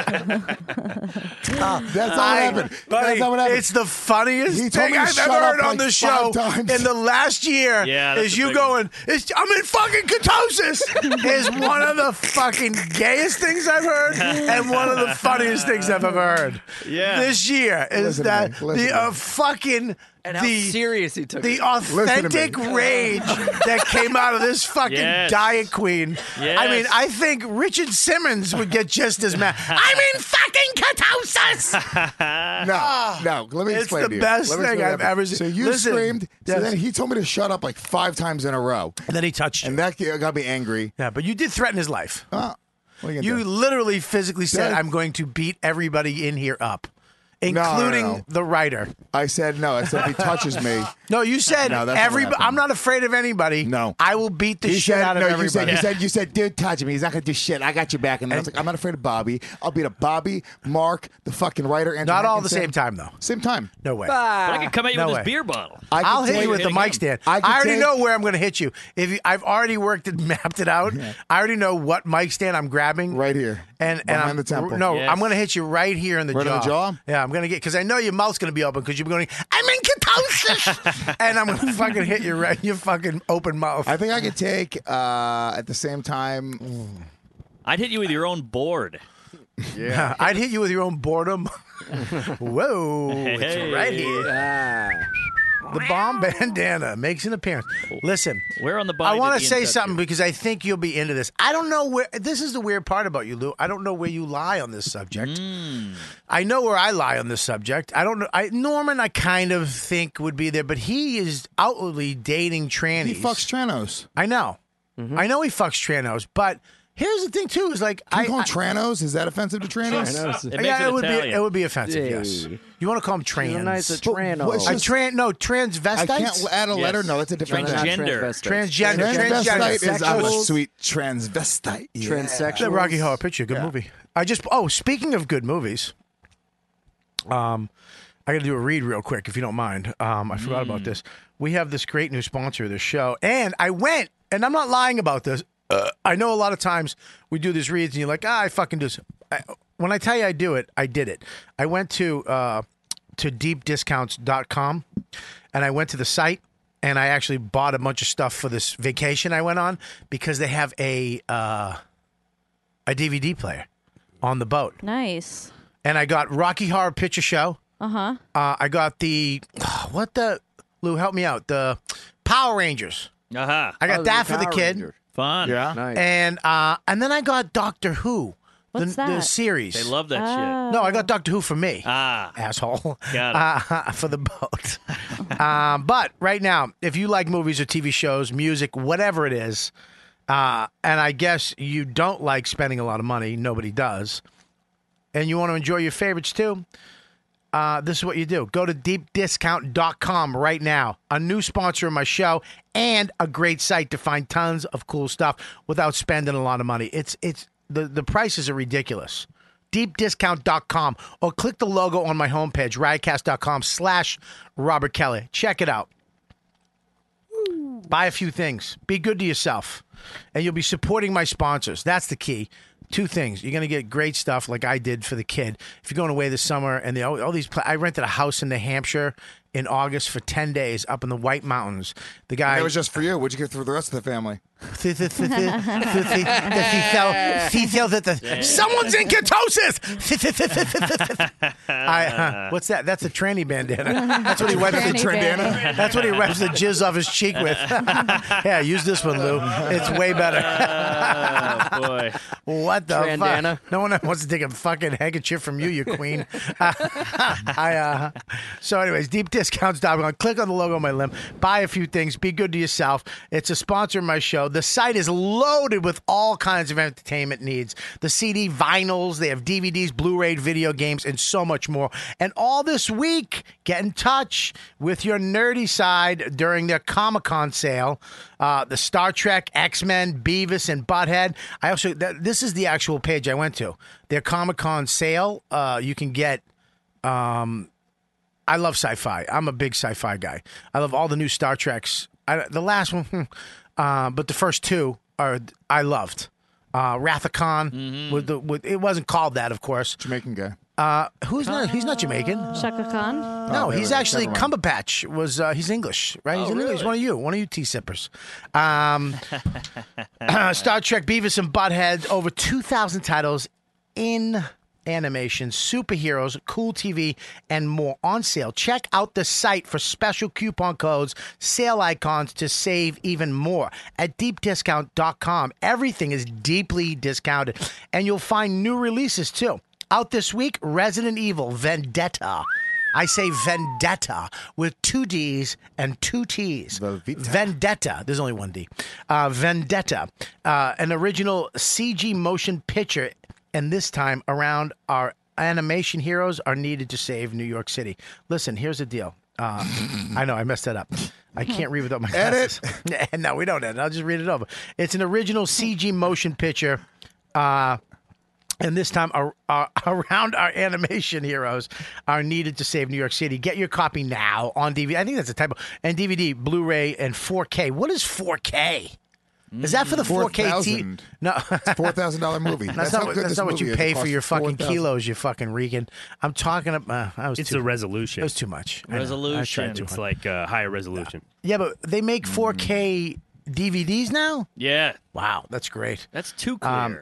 That's not I- what happened. buddy, That's not what happened. It's the funniest He told thing me to I've shut ever up heard on like the show five times. in the last year. Yeah, that's is a you big one. going? It's, I'm in fucking ketosis. is one of the fucking gayest things I've heard, and one of the funniest things I've ever heard. Yeah. this year is Listen to that me, listen the to uh, fucking And how the serious he took the it. Listen to me. authentic rage that came out of this fucking Yes. diet queen. I mean, Yes. I think Richard Simmons would get just as mad. I'm in fucking ketosis. No, no. Let me ah, It's explain the to you. best Let me explain thing what I've happened. ever seen. So you Listen, screamed. So yes. then he told me to shut up like five times in a row, And then he touched you. and that got me angry. Yeah, but you did threaten his life. Ah, what are you, gonna You do? literally physically said, That- "I'm going to beat everybody in here up." no, no, Including no. the writer. I said no. I said if he touches me. No, you said No, that's not every. what happened. I'm not afraid of anybody. No. I will beat the He shit said, out of no, you said, everybody. you said, you said, dude, touch me. He's not gonna do shit. I got your back. And then I was like, I'm not afraid of Bobby. I'll beat up Bobby, Mark, the fucking writer, and Not all the same time though. Same time. No way. But I could come at you No with way. this beer bottle. I could I'll hit take- you with the hitting mic him. stand. I, I could already take- know where I'm going to hit you. If you, I've already worked it, mapped it out. I already know what mic stand I'm grabbing. Right here. And and Behind I'm, the temple. No, Yes. I'm going to hit you right here in the Right jaw. in the jaw? Yeah, I'm going to get because I know your mouth's going to be open because you're going. I'm in ketosis, and I'm going to fucking hit you right in your fucking open mouth. I think I could take uh, at the same time. I'd hit you with your own board. Yeah. I'd hit you with your own boredom. Whoa, Hey. it's right here. The bomb bandana makes an appearance. Listen, Where on the body? I want did to say Ian touch something you? because I think you'll be into this. I don't know where this is the weird part about you, Lou. I don't know where you lie on this subject. Hmm. I know where I lie on this subject. I don't know. I, Norman, I kind of think would be there, but he is outwardly dating trannies. He fucks Mm-hmm. Tranos. I know. I know he fucks tranos, but here's the thing too: is like Can I, you I call him Tranos? Is that offensive to Tranos? It makes yeah, it, it would be Italian. it would be offensive. Yes, Yay. you want to call him trans? She's a nice a But what's I just- trano. tran no I can't transvestites. add a letter. No, that's a different They're not thing. Transgender. transvestites. Transgender, Transvestite transgender, is I'm a Transsexuals. sweet transvestite. Yeah. Transsexuals. The Rocky Horror Picture, good movie. I just oh, speaking of good movies, um, I got to do a read real quick if you don't mind. Um, I forgot about this. We have this great new sponsor of the show, and I went, and I'm not lying about this. Uh, I know a lot of times we do these reads, and you're like, ah, I fucking just. I, when I tell you I do it, I did it. I went to uh, to deepdiscounts.com, and I went to the site. And I actually bought a bunch of stuff for this vacation I went on because they have a uh, a DVD player on the boat, Nice. and I got Rocky Horror Picture Show. Uh huh. Uh, I got the what the Lou, help me out. The Power Rangers. Uh-huh. I got Oh, that for the Power kid, Ranger. Fun. Yeah. Nice. and uh, and then I got Doctor Who. the, What's the that? series. They love that shit. No, I got Doctor Who for me. Ah. asshole. Got Uh, for the boat. Um, but right now, if you like movies or TV shows, music, whatever it is, uh, and I guess you don't like spending a lot of money, nobody does, and you want to enjoy your favorites too, uh, this is what you do. Go to deepdiscount.com right now, a new sponsor of my show and a great site to find tons of cool stuff without spending a lot of money. It's it's the, the prices are ridiculous. Deepdiscount.com or click the logo on my homepage, riotcast.com slash Robert Kelly. Check it out. Buy a few things. Be good to yourself. And you'll be supporting my sponsors. That's the key. Two things. You're going to get great stuff like I did for the kid. If you're going away this summer and the, all, all these, pla- I rented a house in New Hampshire in August for 10 days up in the White Mountains. The guy. That was just for you. What'd you get for the rest of the family? Details at the. Someone's in ketosis! I, huh, what's that? That's a tranny bandana. That's what he wipes the Tranny bandana. That's what he wipes the jizz off his cheek with. yeah, use this one, Lou. It's way better. oh boy! What the Trandana. fuck? No one wants to take a fucking handkerchief from you, you queen. I, uh, so, anyways, deepdiscounts.com. Click on the logo on my limb. Buy a few things. Be good to yourself. It's a sponsor of my show. The site is loaded with all kinds of entertainment needs. The CD vinyls. They have DVDs, Blu-ray, video games, and so much more. And all this week, get in touch with your nerdy side during their Comic Con sale. Uh, the Star Trek, X Men, Beavis, and Butthead. I also th- this is the actual page I went to. Their Comic Con sale. Uh, you can get. Um, I love sci-fi. I'm a big sci-fi guy. I love all the new Star Treks. I, the last one, hmm, uh, but the first two are I loved. Uh, Rathacon with the with it wasn't called that, of course. Jamaican guy. Uh, who's not? He's not Jamaican. Shaka Uh, Khan. No, Oh, he's never- actually Uh, never mind. Oh, Cumberbatch was uh, he's English, right? he's, English. he's one of you, one of you tea sippers. Um, Star Trek, Beavis and Butthead, over two thousand titles in animation, superheroes, cool TV, and more on sale. Check out the site for special coupon codes, sale icons to save even more at deepdiscount.com. Everything is deeply discounted, and you'll find new releases too. Out this week, Resident Evil Vendetta. I say vendetta with two D's and two T's. Vendetta. There's only one D. Uh, vendetta. Uh, an original CG motion picture, and this time around our animation heroes are needed to save New York City. Listen, here's the deal. Uh, I know I messed that up. I can't read without my edit. no, we don't edit. I'll just read it over. It's an original CG motion picture. Uh, and this time ar- ar- around our animation heroes are needed to save New York City. Get your copy now on DVD. I think that's a typo. And DVD, Blu-ray, and 4K. What is 4K? Is that for the 4K T? 4,000. No, Four thousand dollar movie. that's, not, how what- good that's this not what movie you is. It pay for costs your fucking 4,000. kilos, you fucking Regan. I'm talking about. Uh, I was It's too, a resolution. That was too much. I know. I tried Resolution. too It's hard. like uh, higher resolution. yeah, but they make 4K Mm. DVDs now. Yeah. Wow, that's great. That's too clear. Um,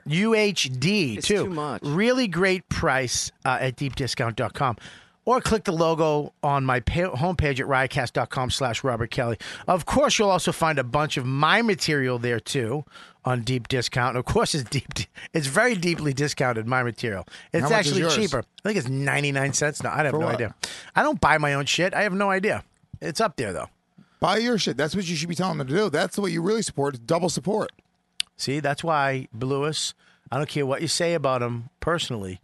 UHD too. too much. Really great price uh, at deepdiscount.com. Or click the logo on my pa- homepage at riotcast.com slash Robert Kelly. Of course, you'll also find a bunch of my material there too on deep discount. And of course, it's deep. it's very deeply discounted, my material. It's How much is actually yours? cheaper. I think it's 99 cents. No, I have For no what? idea. I don't buy my own shit. I have no idea. It's up there though. Buy your shit. That's what you should be telling them to do. That's what you really support. It's double support. See, that's why Lewis, I don't care what you say about him personally.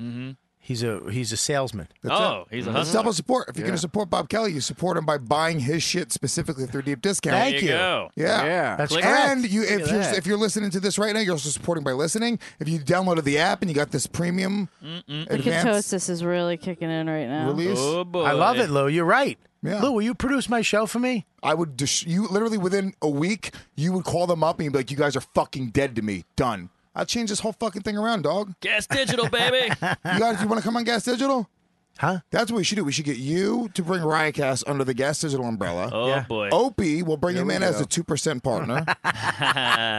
He's a he's a salesman. That's Oh, it. he's a It's hustler. double support. If you're Yeah. going to support Bob Kelly, you support him by buying his shit specifically through Deep Discount. Thank There you you. go. Yeah, Yeah. That's Click correct. and you Look if at you're that. if you're listening to this right now, you're also supporting by listening. If you downloaded the app and you got this premium The advanced ketosis is really kicking in right now. release, I love it, Lou. You're right. Yeah. Lou, will you produce my show for me? I would dis- you literally within a week you would call them up and you'd be like, "You guys are fucking dead to me." Done. I'll change this whole fucking thing around, dog. Gas digital, baby. You guys, you want to come on Gas Digital? Huh? That's what we should do. We should get you to bring Riotcast under the Gas Digital umbrella. Oh boy. Opie will bring him we in as go. a two percent partner.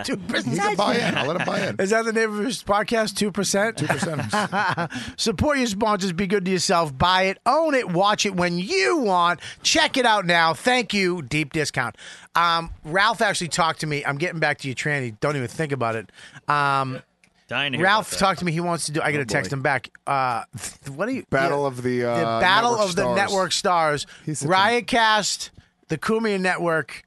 Two percent. He can buy in. I'll let him buy in. Is that the name of his podcast? Two percent. Two percent. Support your sponsors. Be good to yourself. Buy it, own it, watch it when you want. Check it out now. Thank you. Deep discount. Um, Ralph actually talked to me. I'm getting back to you, Tranny. Don't even think about it. Um, Dying to hear Ralph about that. talked to me. He wants to do. I got to Oh, boy. text him back. Uh, what are you? Battle of the, uh, the battle network of the stars. network stars. Riotcast the Kumian Network,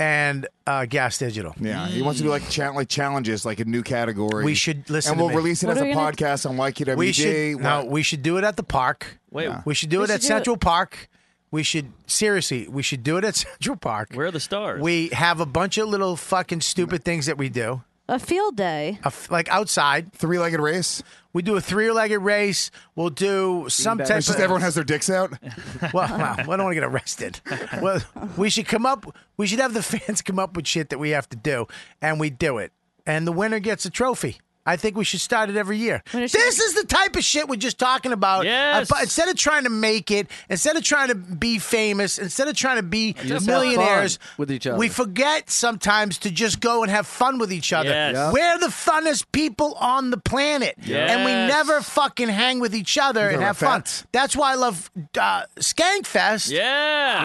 and uh, Gas Digital. Yeah, he wants to do like cha- like challenges, like a new category. We should listen and to we'll me. release it What as are a we gonna- podcast on YQWD. we should no, What- we should do it at the park. Wait. we should do We it should at do Central Park. We should seriously, we should do it at Central Park. Where are the stars? We have a bunch of little fucking Mm. stupid things that we do. A field day. Oh. A f- like outside, three-legged race. We do a three-legged race. We'll do some It's type. just of, everyone has their dicks out. Well, wow, I don't want to get arrested. Well, we should come up. We should have the fans come up with shit that we have to do, and we do it. And the winner gets a trophy. I think we should start it every year. This is the type of shit we're just talking about. Yes. Ab- Instead of trying to make it, instead of trying to be famous, instead of trying to be Just have millionaires fun with each other. we forget sometimes to just go and have fun with each other. Yes. Yeah. We're the funnest people on the planet, Yes. and we never fucking hang with each other and You're have right. fun. That's why I love uh, Skankfest. Yeah.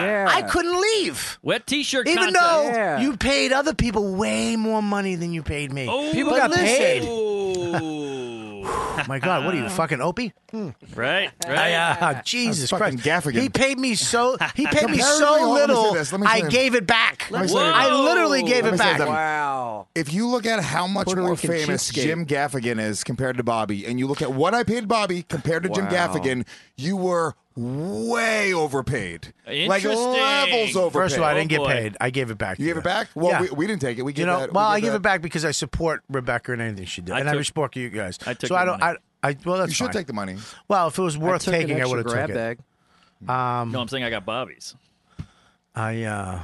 Yeah. I couldn't leave. Wet T-shirt. Even contest. though you paid other people way more money than you paid me. Oh. But listen- Oh Ooh. My God, what are you, fucking Opie? Right. I, Right. uh, Jesus Fucking Christ. Gaffigan. He paid me so he paid me Comparatively, so hold on, let me say little this, let me I say- gave it back. Let me say- I literally gave Let it me say back. something. If you look at how much Puerto more Rican famous cheapskate. Jim Gaffigan is compared to Bobby, and you look at what I paid Bobby compared to Jim Wow. Gaffigan, you were way overpaid. Like Interesting. levels overpaid. First of all, I didn't get paid. I gave it back. You gave it back? Well, we, we didn't take it. We you gave know, that. well, we I give that- it back because I support Rebecca and anything she did, I and I took- respect you guys. I took so I the don't. I, I well, that's You should fine. take the money. Well, if it was worth took an taking, I would extra have took grab it. bag. Um, No, I'm saying I got Bobby's. I uh,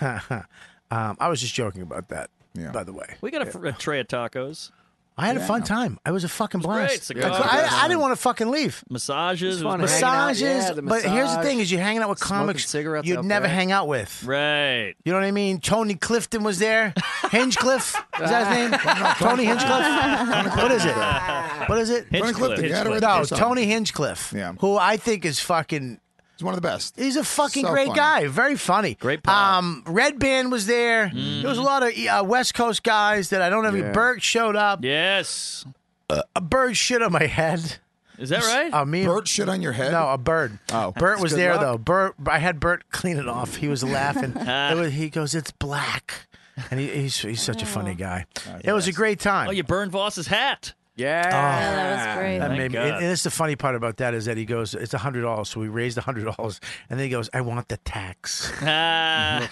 um, I was just joking about that. By the way, We got a, fr- a tray of tacos. I had a Yeah. fun time. I was a fucking great. blast. It's a good I- time. I, I didn't want to fucking leave. Massages. was great. massages. But here's the thing: is you're hanging out with comics you'd never hang out with. Right. You know what I mean? Tony Clifton was there. Hinchcliffe is that his name? Tony Hinchcliffe. what is it? What is it? Tony Clifton, you had it right the No, first time. Tony Hinchcliffe. Yeah. Who I think is fucking. He's one of the best. He's a fucking So great funny. guy. Very funny. Great. Um, Red Band was there. Mm. There was a lot of uh, West Coast guys that I don't know. Yeah. Yeah. Berg showed up. Yes. A bird shit on my head. Is that right? Uh, me Bert shit on your head? No, a bird. Oh. Bert That's was good there luck. though. Bert, I had Bert clean it off. He was laughing. Ah. It was- he goes, "It's black," and he, he's he's such a funny guy. it was a great time. Oh, you burned Voss's hat. Yeah. Oh, that was great. That Ah. Thank made me, God. and, and it's the funny part about that is that he goes, "It's a hundred dollars," so we raised a hundred dollars, and then he goes, "I want the tax." Ah,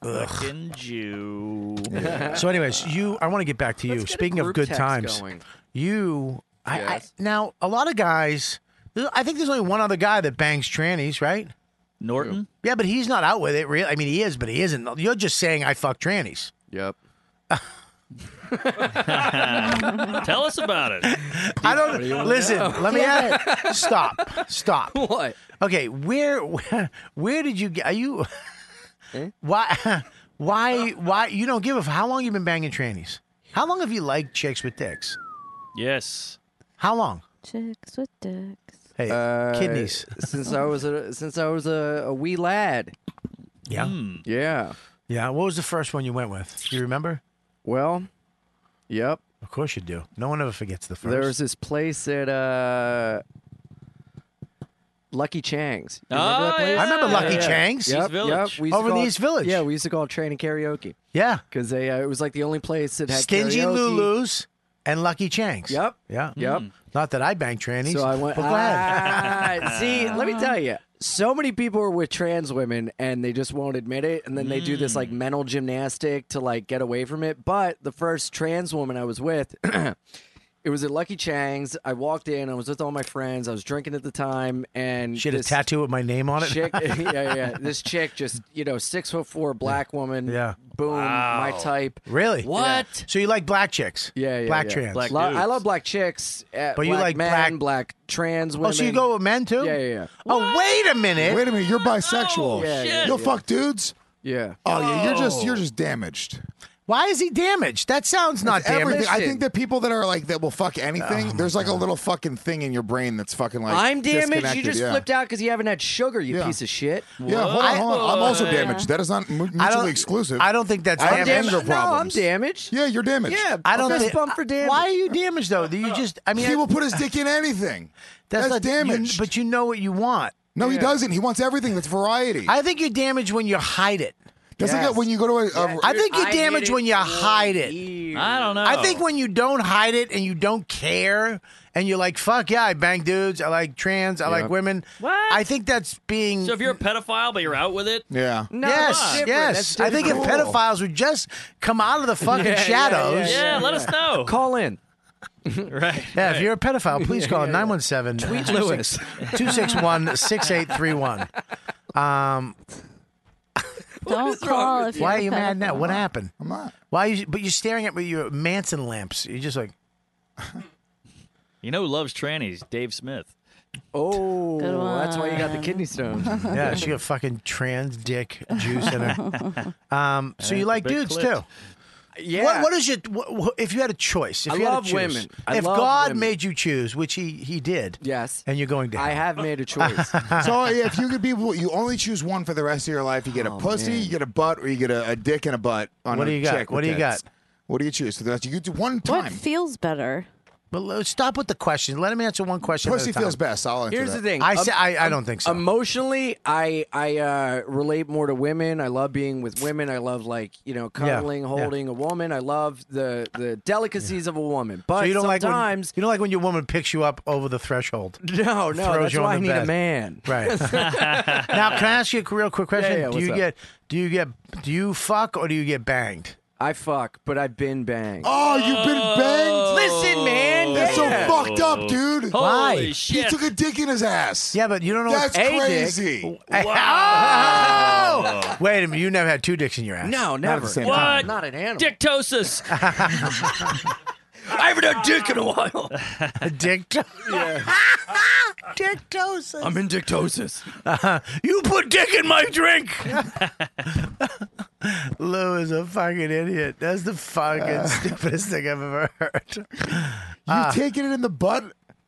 fucking Jew. so, anyways, you. I want to get back to you. Uh, get a Speaking of group good text times, going. you. I, Yes. I now a lot of guys. I think there's only one other guy that bangs trannies, right? Norton. Yeah, but he's not out with it. Really, I mean, he is, but he isn't. You're just saying I fuck trannies. Yep. Tell us about it. I don't listen. Let me Yeah. ask. Stop. Stop. What? Okay. Where? Where, where did you get? Are you? Eh? Why? Why? Why? You don't give a. f- How long you been banging trannies? How long have you liked chicks with dicks? Yes. How long? Chicks with dicks. Hey, Uh, kidneys. since I was a since I was a, a wee lad. Yeah. Yeah. Yeah. What was the first one you went with? Do you remember? Well, yep. Of course you do. No one ever forgets the first. There was this place at uh, Lucky Chang's. You Oh, remember that place? I remember Yeah, Lucky yeah. Chang's. East Yep, Village. yep. We used Over to in the call it- East Village. Yeah, we used to call it train and karaoke. Yeah. Because they uh, it was like the only place that had Stingy karaoke. Lulus and Lucky Changs. Yep. Yeah. Yep. Not that I bang trannies. So I went. But go ahead. "Ah." see, let me tell you. So many people are with trans women and they just won't admit it, and then they do this like mental gymnastic to like get away from it. But the first trans woman I was with, it was at Lucky Chang's. I walked in. I was with all my friends. I was drinking at the time, and She had this a tattoo with my name on it. Chick, yeah, yeah. This chick, just you know, six foot four black woman. Yeah. Boom, my Wow. type. Really? What? So you like black chicks? Yeah, yeah, Black yeah. trans. Lo- I love black chicks, uh, But you black like men, black- black trans women. Oh, so you go with men too? Yeah, yeah, yeah. Oh, wait a minute. Wait a minute, you're bisexual. Yeah, yeah, You'll yeah. fuck dudes. Oh, Yeah. Oh yeah, you're just you're just damaged. Why is he damaged? That sounds not It's everything. damaged. Oh, I think that people that are like that will fuck anything. there's like a little fucking thing in your brain that's fucking like. I'm damaged. You disconnected, just yeah. flipped out because you haven't had sugar, you Yeah. piece of shit. Yeah, hold on, hold Oh, on. I'm also damaged. That is not mu- I don't- mutually exclusive. I don't think that's I have damaged. anger No, I'm problems. damaged. Yeah, you're damaged. Yeah, I don't fist think. bump for damage. Why are you damaged though? You just. I mean, he will put his dick in anything. That's, not That's damaged. You, but you know what you want. No, he Yeah. doesn't. He wants everything that's variety. I think you damage when you hide it. Doesn't Yes. it when you go to a- a, I think you damage when you hide it. I don't know. I think when you don't hide it and you don't care and you're like, fuck yeah, I bang dudes, I like trans, I like women. What? I think that's being. So if you're a pedophile but you're out with it, Yeah. that's yes, different. yes. That's I think if different. Cool. pedophiles would just come out of the fucking Yeah, yeah, yeah, shadows. yeah, Yeah, let yeah. us know. Call in. right. Yeah, if you're a pedophile, please Yeah, call yeah, 917 Tweet Lewis. 261 6831. Um, Don't call if you're Why a are you mad now? What pedophile. happened? I'm not. Why? Are you, but you're staring at me with your Manson lamps. You're just like, you know who loves trannies? Dave Smith. Oh, Good that's why you got the kidney stones. yeah, she got fucking trans dick juice in her. Um, so That's you a like big dudes clit. too? Yeah. What, what is your? What, what- if you had a choice, if I you had love a choice, women. I if love God women. made you choose, which he he did, yes, and you're going to, I have made a choice. so if you could be, you only choose one for the rest of your life. You get a pussy, you get a butt, or you get a, a dick and a butt. On Oh, What a do you got? chick with What do you tits. got? What do you choose for the rest? You do one What time. feels better? But let's stop with the question. Let him answer one question. Pussy at a time. feels best. I'll Here's the thing. I Um, say, I, I um, don't think so. Emotionally, I I uh, relate more to women. I love being with women. I love like you know cuddling, yeah. holding a woman. I love the the delicacies of a woman. But so you don't sometimes like when, you don't like when your woman picks you up over the threshold. No, no, throws that's you on why I the need a bed. man. Right. now, can I ask you a real quick question? yeah, do what's you up? get do you get do you fuck or do you get banged? I fuck, but I've been banged. Oh, you've been banged. Listen, man, that's yeah. so fucked up, dude. Why? He took a dick in his ass. Oh, Yeah, but you don't know. That's what- crazy. Oh! Wait a minute. You never had two dicks in your ass. No, Not at the never. same What? time. Not an animal. Dictosis. I haven't had dick in a while. Dicto- Dictosis. I'm in dictosis. you put dick in my drink. Lou is a fucking idiot. That's the fucking stupidest thing I've ever heard. You ah. taking it in the butt?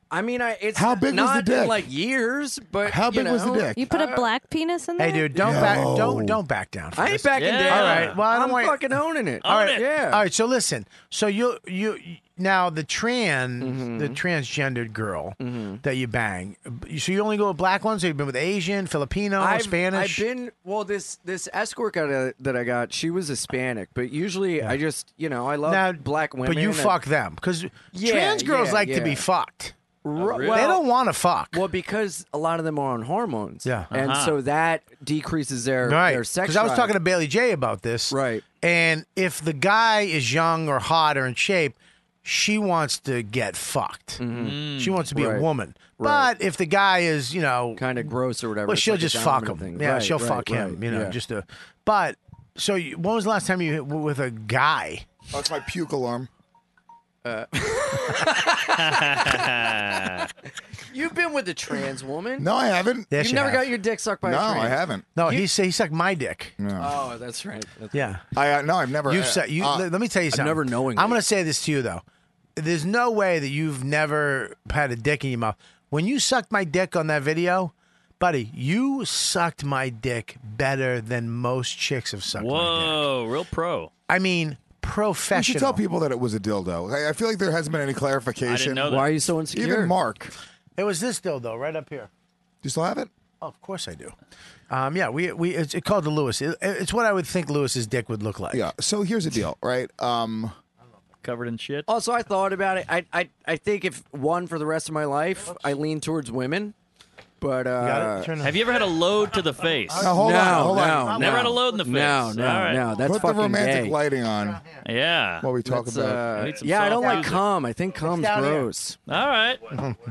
I mean, I it's How big was the not in, dick? like years, but How you big was the know, dick? You put a uh, black penis in there? Hey, dude, don't back don't don't back down. from I ain't this. backing Yeah. down. All right. Well, I don't I'm want- fucking owning it. All right. yeah. All right. So listen. So you you now the trans Mm-hmm. the transgendered girl that you bang. So you only go with black ones. Or you've been with Asian, Filipino, I've, Spanish. I've been well. This this escort guy that- that I got, she was Hispanic, but usually I just you know I love Now, black women. but you I- fuck them because Yeah, trans girls yeah, like to be yeah. fucked. Ru- They well- don't want to fuck. Well, because a lot of them are on hormones. Yeah, and Uh-huh. so that decreases their right. their sex. I was drive. talking to Bailey J about this. Right. And if the guy is young or hot or in shape, she wants to get fucked. She wants to be Mm-hmm. Right. a woman. Right. But if the guy is, you know, kind of gross or whatever. well, it's she'll like a just fuck him. dominant thing. Yeah, Right, she'll right, fuck him. right, You know, yeah. just a. But so, you, when was the last time you hit w- with a guy? Oh, it's my puke alarm. Uh, You've been with a trans woman? No, I haven't. Yes, You've you never have. got your dick sucked by No, a trans? I haven't. No, he he he sucked my dick. Oh, that's right. That's Yeah. I uh, no, I've never. You've uh, said you. uh, let let me tell you I've something. never knowingly. I'm going to say this to you though. There's no way that you've never had a dick in your mouth. When you sucked my dick on that video, buddy, you sucked my dick better than most chicks have sucked. my- Whoa, real pro. I mean, professional. We should tell people that it was a dildo. I, I feel like there hasn't been any clarification. know that. Why are you so Even Mark. It was this dildo right up here. Oh, Do you still have it? Of course I do. Um, yeah, we we it's it called the Lewis. It- it's what I would think Lewis's dick would look like. Yeah. So here's the deal, right? Um, covered in shit. Also, I thought about it. I, I, I think if one for the rest of my life, I lean towards women. But uh, Have you ever had a load to the face? No, Oh. hold on, No, hold on. no, Never no. had a load in the face. No, no, All right. no, that's Put the fucking romantic gay. lighting on. Yeah. While we talk That's, about. uh, I need some yeah, I don't soft like music. cum. I think cum's down here. gross. All right.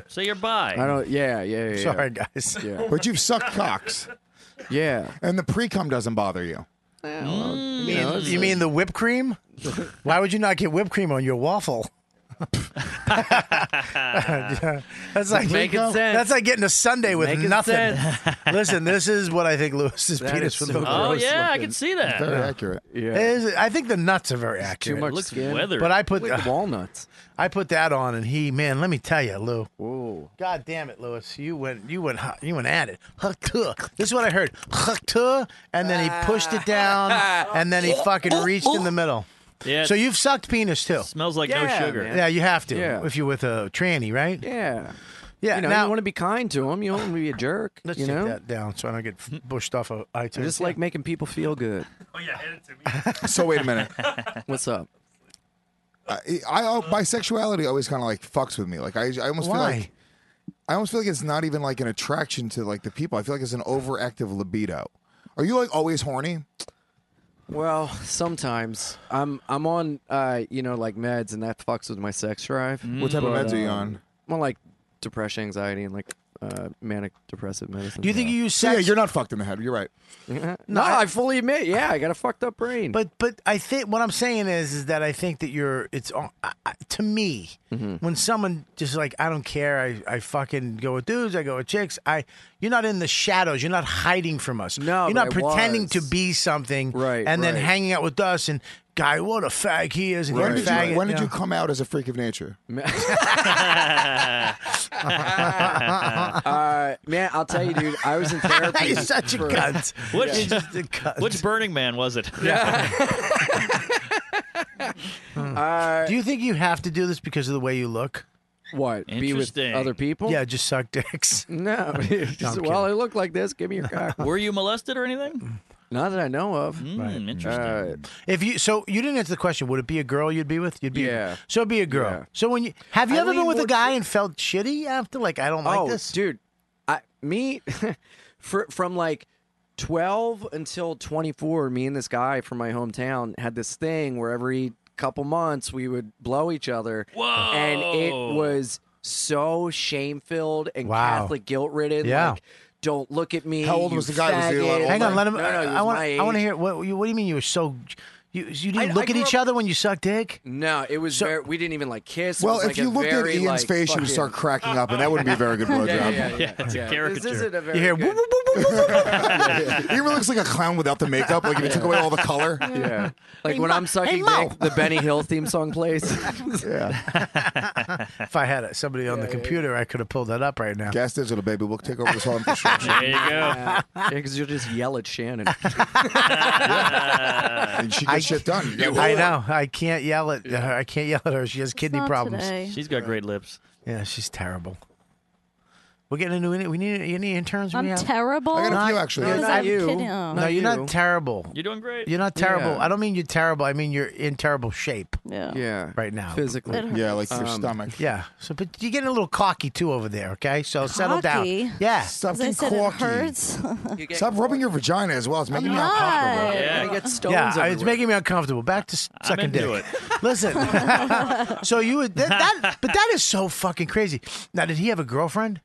so you're bi. I don't. Yeah, yeah, yeah. yeah. Sorry, guys. Yeah. But you've sucked cocks. Yeah. And the pre cum doesn't bother you. You mean, you mean the whipped cream? Why would you not get whipped cream on your waffle? that's like Making sense. that's like getting a Sunday with Making nothing. sense. Listen, this is what I think Lewis's That penis is would so look like. Oh yeah, I can see that. Very accurate. It is- I think the nuts are very accurate. much Looks skin. weathered. But I put Look at the walnuts. I put that on, and he, man, let me tell you, Lou. God damn it, Lewis! You went, you went, hot- you went at it. Huh-tuh. This is what I heard. Huh-tuh. And then he pushed it down, and then he fucking reached in the middle. Yeah. So you've sucked penis too. Smells like no Yeah, sugar. Yeah, you have to if you're with a tranny, right? Yeah. Yeah, you know, now- you want to be kind to them. You don't want to be a jerk. Let's you take know? that down so I don't get f- bushed off of iTunes. I just like making people feel good. Oh yeah, hand it to me. So wait a minute. What's up? I, I oh, my sexuality always kind of like fucks with me. Like I, I almost feel Why? like I almost feel like it's not even like an attraction to like the people. I feel like it's an overactive libido. Are you like always horny? Well, sometimes I'm I'm on uh you know like meds and that fucks with my sex drive. What type of But, meds are you um, on? I'm on like depression, anxiety, and like uh manic depressive medicine. Do you think you use So, yeah, sex- you're not fucked in the head. You're right. no, I, fully admit, yeah, I got a fucked up brain. But but I think what I'm saying is is that I think that you're it's all- I- I- to me when someone just like I don't care I I fucking go with dudes I go with chicks I you're not in the shadows you're not hiding from us no you're but not I pretending was. to be something Right, and then right. hanging out with us and guy what a fag he is and When you're a did, faggot, you, when did know? you come out as a freak of nature? uh, man, I'll tell you, dude, I was in therapy. You're such a for- cunt. Which, Yeah. which Burning Man was it? do you think you have to do this because of the way you look what be with Interesting. other people? yeah just suck dicks No. Just, I'm well, I look like this. Give me your cock. Were you molested or anything? Hmm, Not that I know of. Interesting. If you so you didn't answer the question. Would it be a girl you'd be with? You'd be Yeah. So it'd be a girl. Yeah. So when you have you I ever been lean with a more guy and felt shitty after like I don't like oh, this? dude, I me for, from like twelve until twenty four. Me and this guy from my hometown had this thing where every couple months we would blow each other, Whoa. and it was so shame filled and Wow. Catholic guilt ridden. Yeah. Like, don't look at me. How old was you the guy? Was he a lot faggot. older? Hang on, let him. No, no, he was I want. my I want to age. hear what you. What do you mean you were so? You, you I- didn't I look at grew each up- other when you sucked dick. No, it was very, we didn't even like kiss. It Well, was, if like, you a looked very, at Ian's like, face, you would fucking- start cracking up, and that wouldn't be a very good blowjob. Yeah, yeah, yeah, yeah. it's a This caricature. isn't a very You hear good- whoop, whoop, whoop, whoop, whoop, whoop. he really looks like a clown without the makeup. Like if you took away all the color. Yeah. Like Hey, when Mo- I'm hey, sucking Mo. dick, the Benny Hill theme song plays. Yeah. if I had somebody on the computer, I could have pulled that up right now. Gas digital, baby. We'll take over this whole infrastructure. There you go. because you'll just yell at Shannon. and she gets shit done. You got- I know. I can't yell at her. I can't yell at her. She has kidney not problems. today. She's got great lips. Yeah, she's terrible. We're getting into any. We need any interns. we I'm have? terrible. I got a few actually. Because No, I'm not you. kidding. no, Not you're you. not terrible. You're doing great. You're not terrible. Yeah. I don't mean you're terrible. I mean you're in terrible shape. Yeah. yeah. Right now. Physically. It Yeah, like your Um, stomach. Yeah. So, but you're getting a little cocky too over there. Okay. So settle down. Cocky? Yeah. Stop As I getting said, it corky. hurts. Stop rubbing your vagina as well. It's making me uncomfortable. God. Yeah. I got stones Yeah. everywhere. It's making me uncomfortable. Back to s- sucking into dick. Listen. so you would that, that, but that is so fucking crazy. Now, did he have a girlfriend?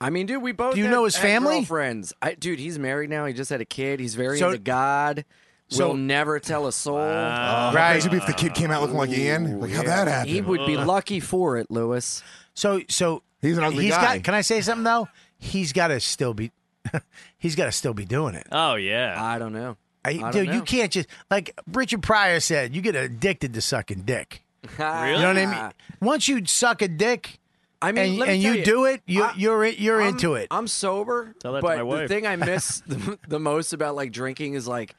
I mean, dude, we both. Do you had- know his had family? Girlfriends. I, dude, he's married now. He just had a kid. He's very So- into God. so- will never tell a soul. right. Crazy beef. The kid came out looking like Ian. Like how that happened. He would be lucky for it, Lewis. So so He's an ugly he's guy. got. Can I say something though? He's got to still be. he's got to still be doing it. Oh yeah. I don't know. I, don't dude, you know. can't just like Richard Pryor said. You get addicted to sucking dick. really? You know what I mean? Once you suck a dick, I mean, and, Uh-huh. let me and tell you, do it, you, I- you're in- you're I'm- into it. I'm sober, Tell that to but my the wife. thing I miss the, the most about like drinking is like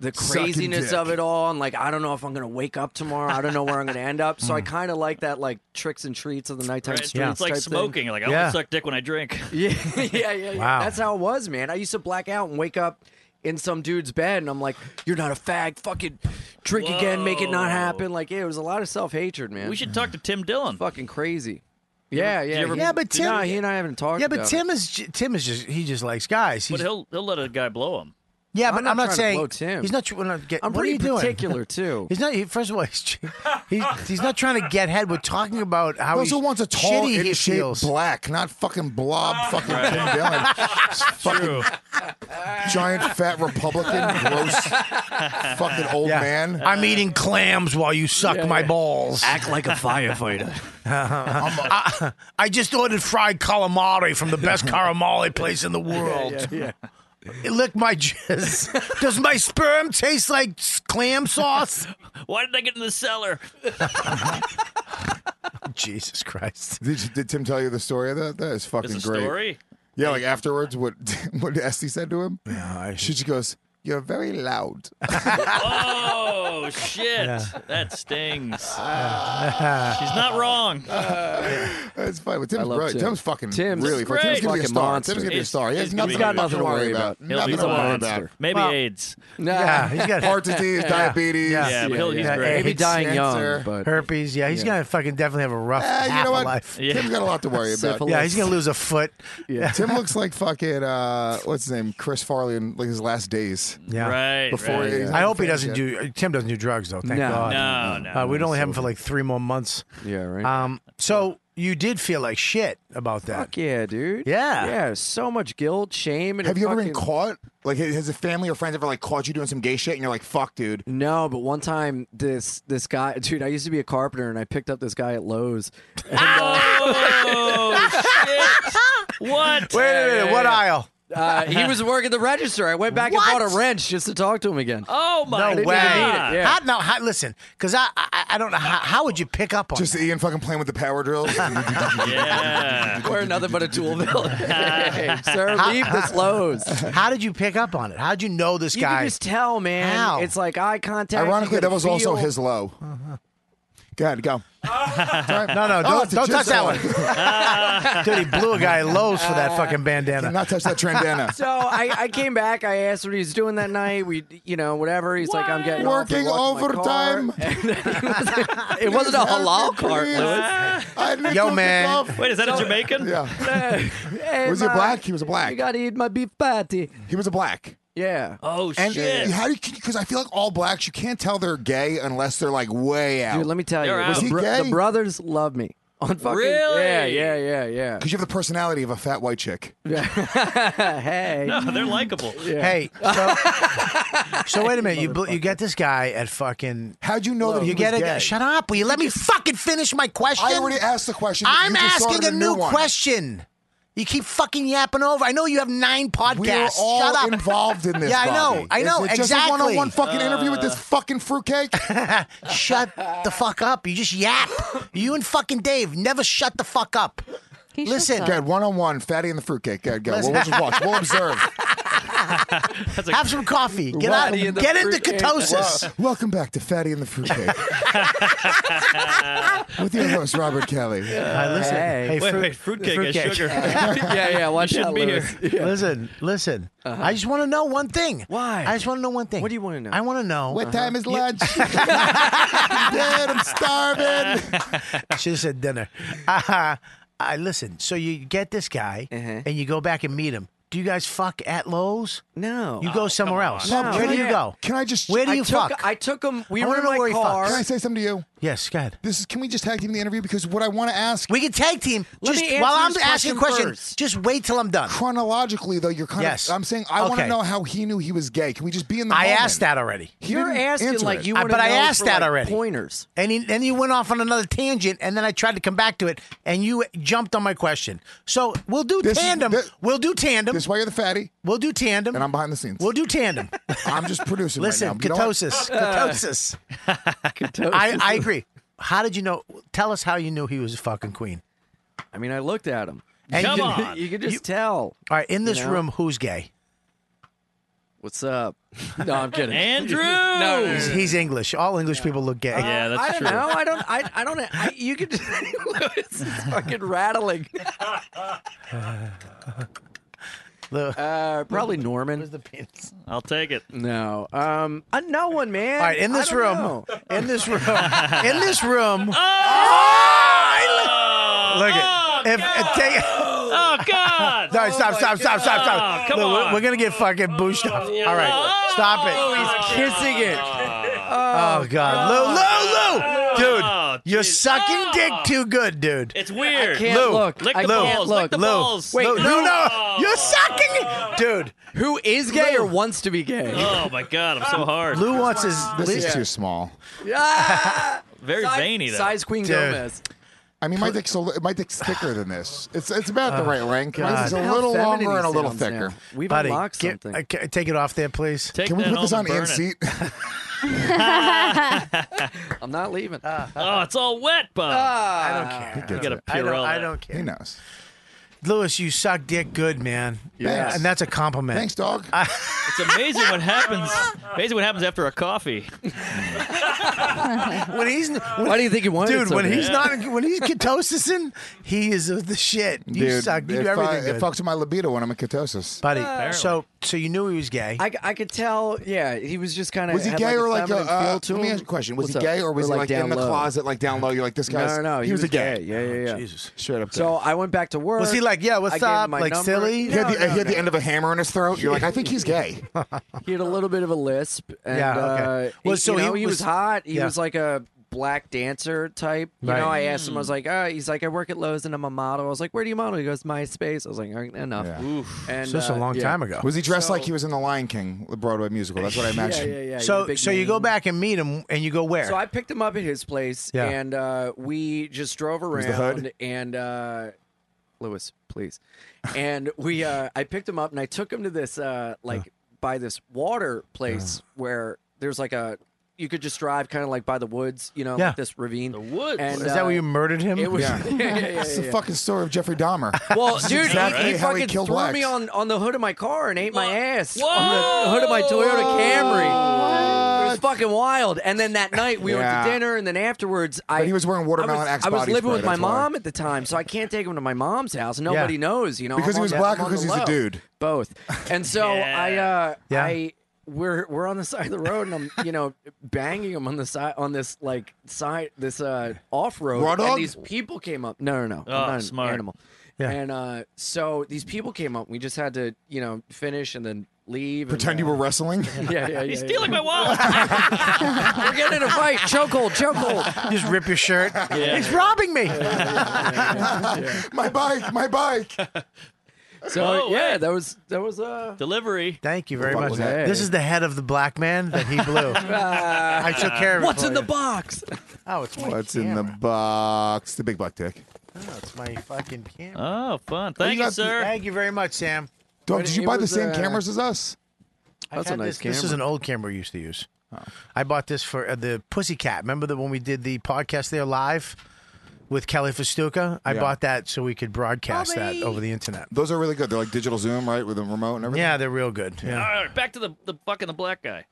the Sucking craziness dick. of it all, and like I don't know if I'm gonna wake up tomorrow. I don't know where I'm gonna end up. So I Mm. kind of like that like tricks and treats of the nighttime Right? It's, streets. it's like type thing. smoking. Like I Yeah. only suck dick when I drink. Yeah, yeah, yeah. yeah. Wow. That's how it was, man. I used to black out and wake up in some dude's bed, and I'm like, "You're not a fag. Fucking drink again. Make it not Whoa. happen." Like, yeah, it was a lot of self hatred, man. We should talk to Tim Dillon. fucking crazy. Yeah, yeah, ever- he- Yeah, but Tim- Nah, he and I haven't talked. yeah, but about it. Tim is j- Tim is just he just likes guys. He's- But he'll he'll let a guy blow him. yeah, but I'm I'm not not, trying to saying blow Tim. he's not. tr- We're not get, I'm what are pretty you doing? particular too. He's not. He, first of all, he's, tr- he's he's not trying to get head. We're talking about how He he also wants a tall, shitty he in shape feels. black, not fucking blob, fucking Tim Dillon, fucking giant fat Republican, gross, fucking old Yeah. Uh, man. I'm eating clams while you suck my balls. Act like a firefighter. I, I just ordered fried calamari from the best calamari place in the world. It licked my jizz. Does my sperm taste like s- clam sauce? Why did I get in the cellar? Jesus Christ. Did, you- did Tim tell you the story of that? That is fucking It's a great. story. Yeah, like afterwards, what what Esty said to him. I- she just goes, You're very loud. oh shit! That stings. She's not wrong. That's fine. But I Tim's love brilliant. Tim. Tim's fucking Tim's really fun. great. Tim's gonna be a Fucking star. monster. Tim's gonna be a He's- star. He has he's nothing, got nothing to worry about. He'll Nothing be to a worry monster. about. Maybe Well, AIDS. Yeah, he's got heart disease, diabetes. Yeah, Yeah, but he'll- he's yeah, great. He'll be AIDS, dying cancer, young, but- herpes. Yeah, he's Yeah. gonna fucking definitely have a rough Eh, you half know a what? life. Yeah. Tim's got a lot to worry about. Yeah, he's gonna lose a foot. Tim looks like fucking uh, what's his name? Chris Farley in like his last days. Yeah. Before he's not I hope he famous doesn't yet. do. Tim doesn't do drugs though. Thank No. God. No, Uh, no, we'd no, only have him so- for like three more months. Yeah, right. Um. So you did feel like shit about that. Fuck yeah, dude. Yeah. Yeah. So much guilt, shame, and Have you ever been fucking- caught? Like, has a family or friends ever like caught you doing some gay shit, and you're like, "Fuck, dude." No, but one time this this guy, dude, I used to be a carpenter, and I picked up this guy at Lowe's. And, Ah! Oh shit! What? Wait a minute, what aisle? uh, he was working the register. I went back What? and bought a wrench just to talk to him again. Oh no my way. God. Yeah. How, no, how, listen, because I, I I don't know how, how would you pick up on Just Ian fucking playing with the power drills. yeah. We're nothing but a tool mill. hey, sir, How- leave this Lowe's. How did you pick up on it? How did you know this You guy? can just tell, man. How? It's like eye contact. Ironically, that was also his Lowe's. low. Go ahead, go. No, no, Oh, don't, it's a don't touch that one. jigsaw. Dude, he blew a guy lows for that fucking bandana. Not touch that trendana. So I, I came back. I asked what he was doing that night. We, you know, whatever. He's like, I'm getting off, I'm Working walking my car. overtime. It wasn't a halal cart, Louis. I need Yo, to get man. off. Wait, is that a Jamaican? Yeah. was he black? He was a black. You gotta eat my beef patty. He was a black. Yeah. Oh And shit! how do you? Because I feel like all blacks, you can't tell they're gay unless they're like way out. Dude, let me tell you, They're was the, he bro- gay? the brothers love me. On fucking, Really? Yeah, yeah, yeah, yeah. Because you have the personality of a fat white chick. hey. No, they're likable. Hey, so, so wait a minute. You bl- you get this guy at fucking. How'd you know that he you get was a gay? Shut up! Will you let me fucking finish my question? I already asked the question. I'm You just asking started a a new new one. question. You keep fucking yapping over. I know you have nine podcasts. We are all Shut up. involved in this. Yeah, I know. Bobby. I Is know it just exactly. a one-on-one fucking interview with this fucking fruitcake. shut the fuck up. You just yap. You and fucking Dave never shut the fuck up. Listen, Good one-on-one, fatty and the fruitcake. Good, go. We'll, Listen. we'll just watch. We'll observe. have some coffee. Get out. Fatty and the Get into fruitcake. ketosis. Well, welcome back to Fatty and the Fruitcake with your host Robert Kelly. Uh, listen, hey, Wait, fruit- wait, fruitcake has fruitcake. sugar. yeah, yeah. Watch shouldn't out, be Louis. here. Listen, listen. I just want to know one thing. Why? I just want to know one thing. What do you want to know? I want to know. What time is Uh-huh. You- lunch? Dad, I'm starving. She said dinner. Uh, I listen. So you get this guy Uh-huh. and you go back and meet him. Do you guys fuck at Lowe's? No. Oh, You go somewhere else. No. Where do you Yeah. go? Can I just? Where do I you took, fuck? I took him. We I were wanna in know my where he car. Can I say something to you? yes, go ahead. This is. Can we just tag team the interview because what I want to ask We can tag team. Let just me while I'm answer this asking question questions, first. just wait till I'm done. chronologically though you're kind Yes. of i'm saying i want Okay. to know how he knew he was gay can we just be in the I moment? asked that already. He You're didn't asking answer like it. you Uh, want but I know asked for, that like, already. Pointers. And he, then you went off on another tangent, and then I tried to come back to it, and you jumped on my question. So we'll do This is- tandem. thi- we'll do tandem. this way you're the fatty we'll do tandem. and i'm behind the scenes we'll do tandem. i'm just producing Listen, right now. You know what? ketosis, ketosis. I, I agree. How did you know? Tell us how you knew he was a fucking queen. I mean, I looked at him. And Come you, on. You could just tell. All right, in this You know? room, who's gay? What's up? No, I'm kidding. Andrew. He's, he's English. All English people look gay. yeah, that's I don't true. know. I don't. I, I don't. I, you could. Louis is fucking rattling. Lou- Uh, probably Norman. I'll take it. No. Um. Uh, no one, man. All right, in I this don't room, know. in this room, in this room. Oh! I li- look at if, if take. Oh God! No, stop, stop, stop, stop, stop. Oh, come Look, we're- on. Oh, We're gonna get fucking booshed up. All right, stop it. He's kissing it. Oh God, Lou, Lou, Lou, dude, Oh, you're geez. sucking Oh. dick too good, dude. It's weird. Can't Lou, look. Lick I the can't balls. look. Lick the Lou, balls. Wait, Lou, no. no, no, you're sucking, it. dude. Who is gay or wants to be gay? Oh my God! I'm so hard. Lou wants his. this Lou- is too small Ah! Very veiny though. Size Queen Dude. uh, Gomez. i mean my dick's a li- my dick's thicker than this it's it's about the right length Uh, God. it's a Look how little feminine he longer and a little sounds now. thicker We've buddy, unlocked get- something. uh, ca- take it off there, please. Take can we that put this home on and burn Ian's it. seat? I'm not leaving. Uh, Oh, it's all wet, Bob. Ah, I don't care. gets gotta I don't, Purell I that. don't he care. knows. Lewis, you suck dick good, man. Yes. And that's a compliment. Thanks, dog. It's amazing what happens. Amazing what happens after a coffee. when he's when, Why do you think he wanted Dude, so when bad? he's not when he's ketosising, he is the shit. You Dude, suck. You it do everything fu- good. It fucks with my libido when I'm in ketosis, buddy. so so you knew he was gay. Uh, I, I could tell. Yeah, he was just kind of. was he gay or like a? Uh, let me ask you a question. Was he gay or was he like in the closet, like down low? You're like this No, guy's. no, no, He, was, a gay. Oh, Yeah, yeah, yeah. Jesus, straight up. So I went back to work. Was he like, yeah, what's up, like, silly? He had the- he had the end of a hammer in his throat. You're like, I think he's gay. he had a little bit of a lisp. And, Yeah, okay. Uh, Well, he, so you he know, he, was, was- hot. He yeah. was like a black dancer type. You Right. know, I asked Mm. him. I was like, oh, he's like, I work at Lowe's and I'm a model. I was like, where do you model? He goes, MySpace. I was like, all right, enough. And It's just uh, yeah. Was he dressed So- like he was in The Lion King, the Broadway musical? That's what I Yeah, imagine. yeah, yeah, he's a so big so you go back and meet him, and you go where? So I picked him up at his place, Yeah. and uh, we just drove was the hood? around. And uh, Lewis, please. And we, uh, I picked him up, and I took him to this, uh, like, by this water place Uh-huh. where there's like a, you could just drive kind of like by the woods, you know, Yeah. like this ravine. The woods. Is that where you murdered him? uh, It was. Yeah. Yeah. yeah, yeah, It's the yeah. fucking story of Jeffrey Dahmer. Well, This is dude, exactly he, he how fucking killed threw Wax. me on, on the hood of my car and ate my ass on the hood of my Toyota Camry. It was fucking wild. And then that night we went Yeah. to dinner, and then afterwards, I he was wearing watermelon I was, Axe I was body living spray, with my that's why. mom at the time, so I can't take him to my mom's house. Nobody Yeah. knows, you know, Because I'm on he was the- black I'm or on 'cause the he's a low. dude? Both. And so I, uh, Yeah. I. We're, we're on the side of the road and I'm you know banging him on the side on this like side this uh off road Raw and dog? these people came up no no no Oh, I'm not an smart. animal and uh, so these people came up. We just had to, you know, finish and then leave. Pretend you were wrestling. and, were. Yeah, yeah, yeah. He's yeah. stealing my wallet. We're getting in a fight. Chokehold, chokehold. Just rip your shirt. Yeah. He's robbing me. my bike, my bike. So Oh, yeah, that was that was uh. Delivery. Thank you very fuck much. was that? This is the head of the black man that he blew. Ah, I took care of it. What's for in the you. box? Oh, it's my What's in camera. the box? The big black dick. Oh, it's my fucking camera. Oh, fun. Well, got- Thank you very much, Sam. Dog, did you buy the same uh, cameras as us? I've That's a had nice this, This is camera. an old camera we used to use. Oh. I bought this for uh, the Pussycat. Remember that when we did the podcast there live with Kelly Festuca? I Yeah. bought that so we could broadcast that over the internet. Those are really good. They're like digital Zoom, right, with a remote and everything. Yeah, they're real good. Yeah. All right, back to the the fucking the black guy.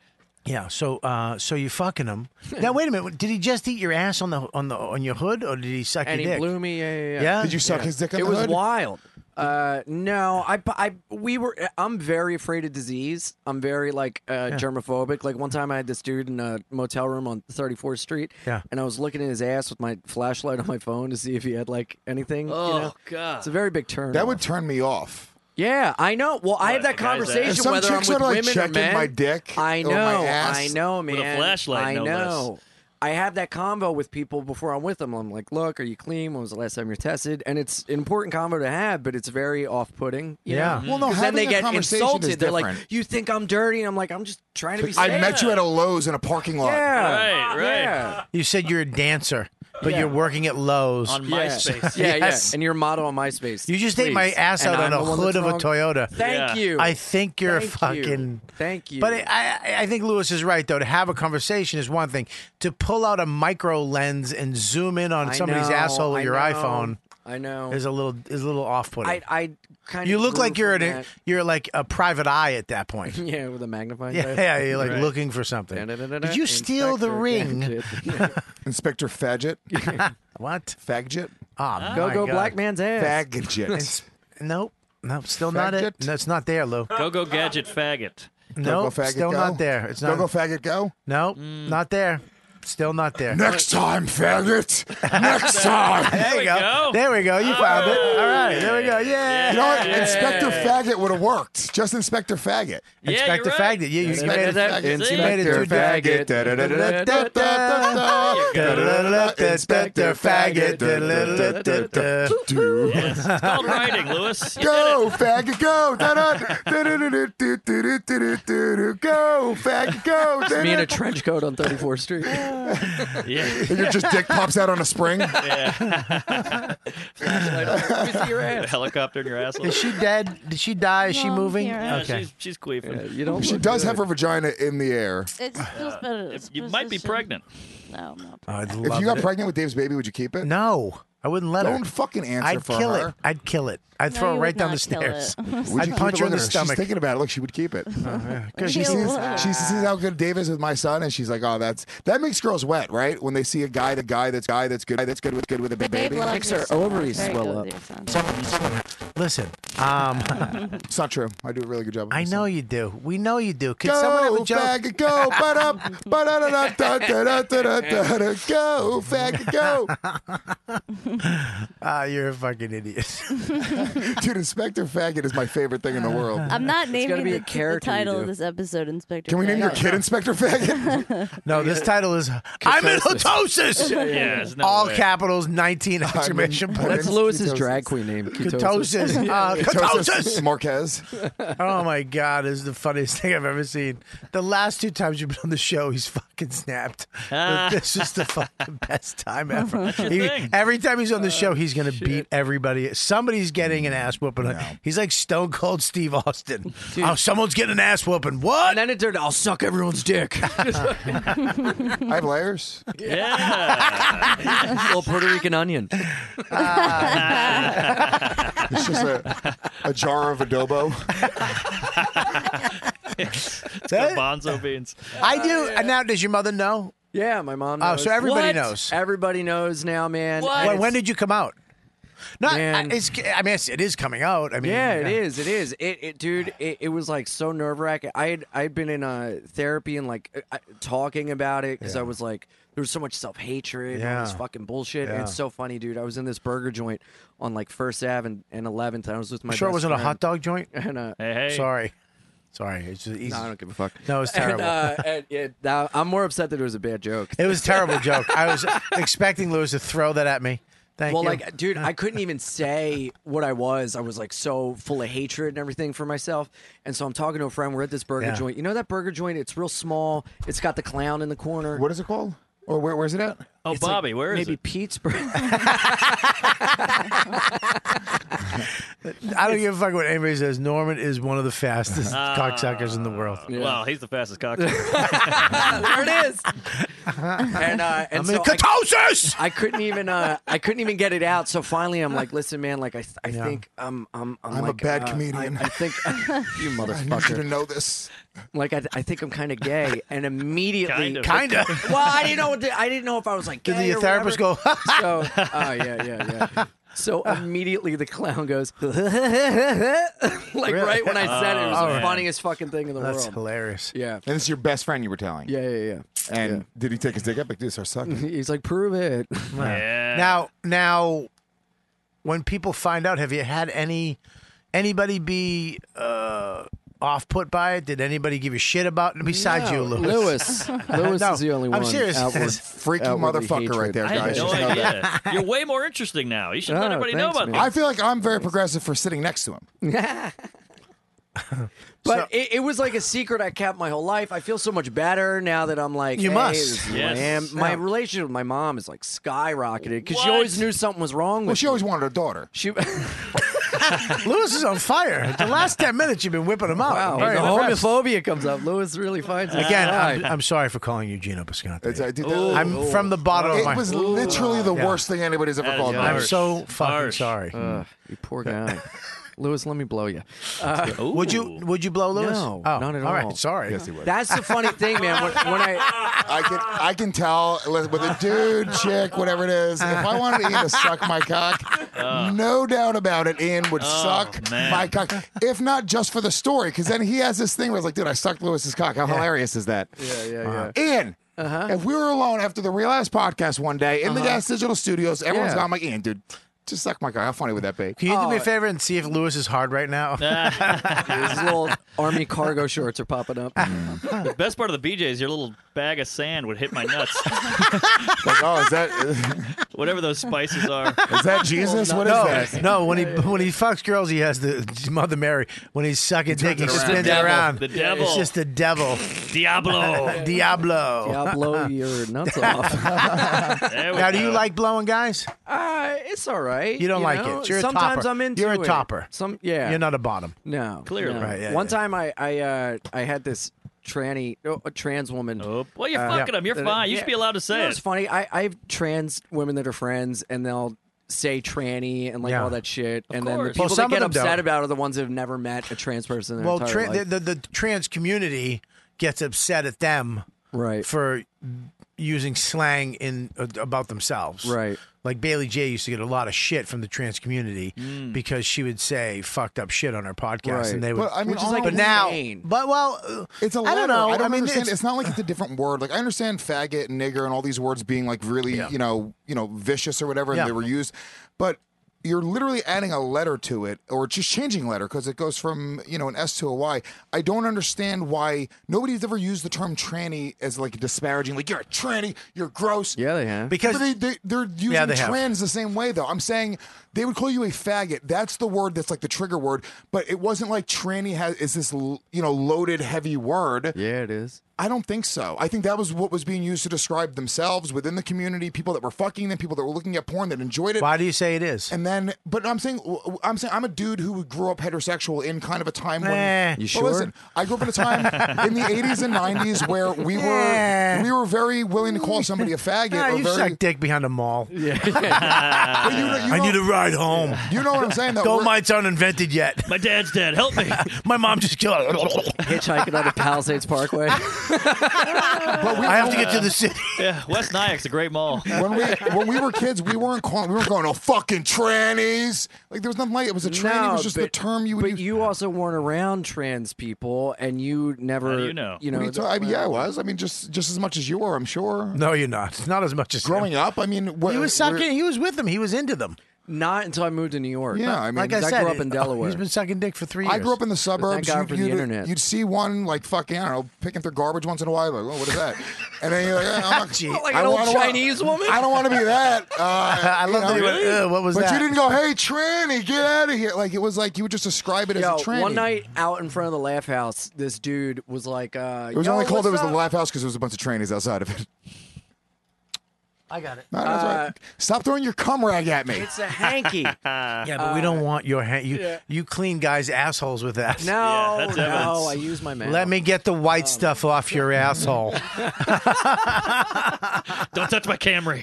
Yeah, so uh, so you fucking him. Now wait a minute. Did he just eat your ass on the on the on your hood, or did he suck And he your dick? blew me. Yeah, yeah. yeah. Yeah? Did you suck his dick on It the was hood? wild. Uh, no, I, I, we were. I'm very afraid of disease. I'm very like uh, germophobic. Like one time, I had this dude in a motel room on 34th Street, Yeah. and I was looking at his ass with my flashlight on my phone to see if he had like anything. Oh, you know? God. it's a very big turn. That would turn me off. Yeah, I know. Well, I have that the guy's uh, ass? conversation If some whether I'm chicks with are, like, women or checking men. my dick I or know. my ass I know, with man. a flashlight, I no know. I have that convo with people before I'm with them. I'm like, "Look, are you clean? When was the last time you're tested?" And it's an important convo to have, but it's very off-putting. you Mm. Yeah. know? Well, no, 'Cause then having they a get conversation is insulted. They're like, different. "You think I'm dirty?" And I'm like, "I'm just trying to be." I safe." met you at a Lowe's in a parking lot. Yeah. Right, right. Yeah. You said you're a dancer, but Yeah. you're working at Lowe's On MySpace. Yeah, yeah. Yes. And you're a model on MySpace. You just ate my Please. ass out And on I'm a the one hood of that's a wrong. Toyota. Thank you. I think you're Thank a you. fucking. Thank you. But I, I, I think Lewis is right though. To have a conversation is one thing. To pull out a micro lens and zoom in on I somebody's know, asshole with I your know, iPhone I know. is a little is a little off putting. I, I kind of. you look grew like you're from an, you're like a private eye at that point. that. yeah, with a magnifying. Yeah, glass. yeah, you're like looking for something. Did you steal the ring? Inspector Fadget. what? Fagjet? Ah, Go my go God. black man's ass. Faggot. It's- Nope, nope, still not it. Faggot? No, it's not there, Lou. Go go gadget faggot. No, go, faggot, still go. not there. It's Go, not. go, faggot, go. No, not there. Still not there. Next time, faggot. Next time. There we go. There we go. You found it. All right. There we go. Yeah. You know what? Inspector Faggot would have worked. Just Inspector Faggot. Yeah, Inspector you're right. Faggot. Yeah, you- you made it- you made it too Inspector dark. Faggot. Inspector Faggot. Yes, it's called writing, Lewis. You did it. Go, faggot, go! Da-da, da-da-da-da-da-da-da-da-da-da. Go, faggot, go! Just me in da-da. a trench coat on 34th Street. Yeah. And your just dick pops out on a spring. Yeah. Flashlight on Let me see your ass. Helicopter in your asshole. Is she dead? Did she die? Is she No, I'm moving? here. Yeah, Okay. she's- she's queefing. you don't She does have her vagina in the air. It just feels better. You might be pregnant. No, I'm not. I'd If you got pregnant with Dave's baby, would you keep it? No. I wouldn't let her. Don't fucking answer I'd for kill her. It. I'd kill it. I'd No, throw you her would right down the not kill stairs. it. Would you I'd keep punch it? her in Look the at stomach. She's thinking about it. Look, she would keep it. Because she she's- sees, she sees how good Dave is with my son, and she's like, "Oh, that's that makes girls wet, right? When they see a guy, the guy that's guy that's good, that's good with good with a big Dave baby, loves makes your her son. ovaries Very swell good with up." Listen, um, it's not true. I do a really good job. I know you do. We know you do. Could go someone have a joke? faggot, go, ba-da, ba-da-da-da-da-da-da-da-da, go, faggot, go. Ah, you're a fucking idiot. Dude, Inspector Faggot is my favorite thing in the world. I'm not It's gotta naming be the, a the character you title do. of this episode Inspector. Can we name your Faggot. kid Inspector Faggot? No, this title is I'm in Ketosis. Hotosis. Yeah, yeah, there's no All way. capitals, 19 exclamation points. That's Lewis's drag queen name. Ketosis. Uh, ketosis. Marquez. oh my god, this is the funniest thing I've ever seen. The last two times you've been on the show, he's fucking snapped. Ah. But this is the fucking best time ever. That's your He- thing. every time he's on the show, he's gonna beat everybody. Somebody's getting an ass whooping. He's like Stone Cold Steve Austin. Oh, someone's getting an ass whooping. What? And then it turned. I'll suck everyone's dick. I have layers. Yeah. Little Puerto Rican onion. It's just a, a jar of adobo. it's got bonzo beans. I do. And now, does your mother know? Yeah, my mom. Oh, Knows. so everybody What? knows. Everybody knows now, man. What? When- when did you come out? Not. It's. I mean, it's, it is coming out. I mean, yeah, it is. It is. It, it dude. It, it was like so nerve wracking. I had I'd been in uh, therapy and like uh, uh, talking about it because I was like, there was so much self hatred and all this Yeah. fucking bullshit. Yeah. And it's so funny, dude. I was in this burger joint on like First Ave and, and 11th. And I was with my. I'm sure it best wasn't a friend. hot dog joint. And, uh, Sorry. Sorry. It's just easy. No, I don't give a fuck. No, it's terrible. And, uh, and, yeah, now I'm more upset that it was a bad joke. it was a terrible joke. I was expecting Lewis to throw that at me. Thank well, you. like, dude, I couldn't even say what I was. I was like so full of hatred and everything for myself. And so I'm talking to a friend. We're at this burger Yeah. joint. You know that burger joint? It's real small. It's got the clown in the corner. What is it called? Or where, where's it at? Oh, It's like Bobby, where is maybe it? Pittsburgh. I don't give a fuck what anybody says. Norman is one of the fastest Ah. cocksuckers in the world. Well, he's the fastest cocktail. there it is. and uh, and I'm so in ketosis. I, I couldn't even uh, I couldn't even get it out. So finally, I'm like, listen, man, like I I Yeah. think I'm I'm I'm, I'm a like, bad uh, comedian. I, I think you I motherfucker. need you to know this. Like I, I think I'm kind of gay, and immediately, Kinda. Kinda. Well, I didn't know. What the, I didn't know if I was like gay. Did your or therapist whatever. go? so, oh yeah, yeah, yeah. So immediately the clown goes like Really? right when I said it, it was Oh, the man. funniest fucking thing in the world. hilarious. Yeah. And it's your best friend you were telling. Yeah, yeah, yeah. And did he take his dick up? Like, dude, start sucking. He's like, prove it. Now, now, when people find out, have you had any anybody be uh, off put by it? Did anybody give a shit about it besides No, you, Lewis? Lewis. Lewis No, is the only I'm one. serious. outward- Freaky outwardly motherfucker hatred. right there, I had guys. no Just know idea. that. You're way more interesting now. You should let everybody know about I this. feel like I'm very progressive for sitting next to him. But it, it was like a secret I kept my whole life. I feel so much better now that I'm like, You hey, must. this is who Yes. I am. My Yeah. relationship with my mom is like skyrocketed because she What? always knew something was wrong. Well, with she always wanted a daughter. She. Lewis is on fire. The last ten minutes, you've been whipping him out. Wow, Very the impressed. homophobia comes up. Lewis really finds it. Again, I'm, I'm sorry for calling you Gino Piscante. I uh, did that- I'm from the bottom It of my was literally the worst thing anybody's ever called me. I'm so fucking sorry. Ugh, you poor guy. Lewis, let me blow you. would you would you blow Lewis? No, Oh, not at all. All right, sorry. Yes, he would. That's the funny thing, man. When, when I I can I can tell with a dude, chick, whatever it is. If I wanted Ian to suck my cock, no doubt about it, Ian would Uh. Oh, suck man. my cock. If not just for the story, because then he has this thing where it's like, dude, I sucked Lewis's cock. How hilarious is that? yeah, Uh-huh. yeah, yeah. Ian. If we were alone after the Real Ass podcast one day in the Gas Digital Studios, everyone's Yeah. gone. I'm like, Ian, dude, just suck my cock. How funny would that be? Can you do Oh. me a favor and see if Lewis is hard right now? His little army cargo shorts are popping up. The best part of the BJ is your little bag of sand would hit my nuts. like, oh, is that Whatever those spices are. is that Jesus? What is no, that? No, when he when he fucks girls, he has the Mother Mary. When he's sucking dick, he it around. spins The it devil. around. The devil. Oh. It's just the devil. Diablo. Diablo. Diablo, your nuts off. There we Now, do you go. like blowing guys? Uh, it's all right. You don't like know? it. You're a Sometimes topper. I'm into You're a it. topper. Some yeah. You're not a bottom. No, Clearly. no. Right, yeah, One yeah. time, I I uh, I had this tranny, oh, a trans woman. Oh, Well, you're fucking 'em. You're fine. You should be allowed to say you know it. It's funny. I I have trans women that are friends, and they'll say tranny and like Yeah. all that shit. and then the course. people Well, that some of get them upset don't. about it are the ones that have never met a trans person. In their Well, entire tra- life. the, the the trans community gets upset at them, right, for using slang in uh, about themselves, Right. Like Bailey J used to get a lot of shit from the trans community Mm. because she would say fucked up shit on her podcast, Right. and they would. But, I mean, but all- now, Insane. but well, It's a I letter. don't know. I don't I mean, understand. it's- It's, not like it's a different word. Like I understand faggot and nigger and all these words being like really, you know, you know, vicious or whatever, Yeah. and they were used. But you're literally adding a letter to it, or just changing letter because it goes from you know an S to a Y. I don't understand why nobody's ever used the term tranny as like disparaging. Like you're a tranny, you're gross. Yeah, they have Because- they, they they're using they have. trans the same way though. I'm saying they would call you a faggot. That's the word that's like the trigger word. But it wasn't like tranny has is this l- you know loaded heavy word. Yeah, it is. I don't think so. I think that was what was being used to describe themselves within the community, people that were fucking them, people that were looking at porn that enjoyed it. Why do you say it is? And then, but I'm saying, I'm saying, I'm a dude who grew up heterosexual in kind of a time when. Eh. You Well, listen, I grew up in a time in the 80s and 90s where we were Eh. we were very willing to call somebody a faggot. Nah, or you very, suck dick behind a mall. But you know- you I know- need a ride home. You know what I'm saying? Though Domites aren't invented yet. My dad's dead. Help me. My mom just killed. hitchhiking on the Palisades Parkway. I have to get to the city. Yeah, West Nyack's a great mall. when we when we were kids, we weren't calling we weren't going, oh fucking trannies. Like there was nothing like it. It was a tranny. it was just the term you would But use. you also weren't around trans people, and you never. you know? You What know. are you ta- I mean, yeah, I was. I mean, just just as much as you were, I'm sure. No, you're not. Not as much as growing up. I mean, what, He was we're- sucking. He was with them. He was into them. Not until I moved to New York. Yeah, I mean, like I I said, grew up in uh, Delaware. He's been sucking dick for three years. I grew up in the suburbs. God for the you'd, internet. you'd see one like fucking, I don't know, picking through garbage once in a while. Like, oh, what is that? And then you're like, eh, I'm not, Gee. Like an I old wanna- Chinese woman? I don't want to be that. Uh, I you love that know. he went, "Ugh, what was but that?" you didn't go, hey, tranny, get out of here. Like it was like you would just describe it Yo, as a tranny. one night out in front of the Laugh House, this dude was like, uh, it was "Yo, only called it what's was the up?" Laugh House because there was a bunch of trannies outside of it. I got it. No, that's right. Stop throwing your cum rag at me. Uh, It's a hanky. Yeah, but we don't want your hand. You you clean guys' assholes with that. No, Yeah, that's no, evidence. I use my mouth. Let me get the white Oh. stuff off your asshole. Don't touch my Camry.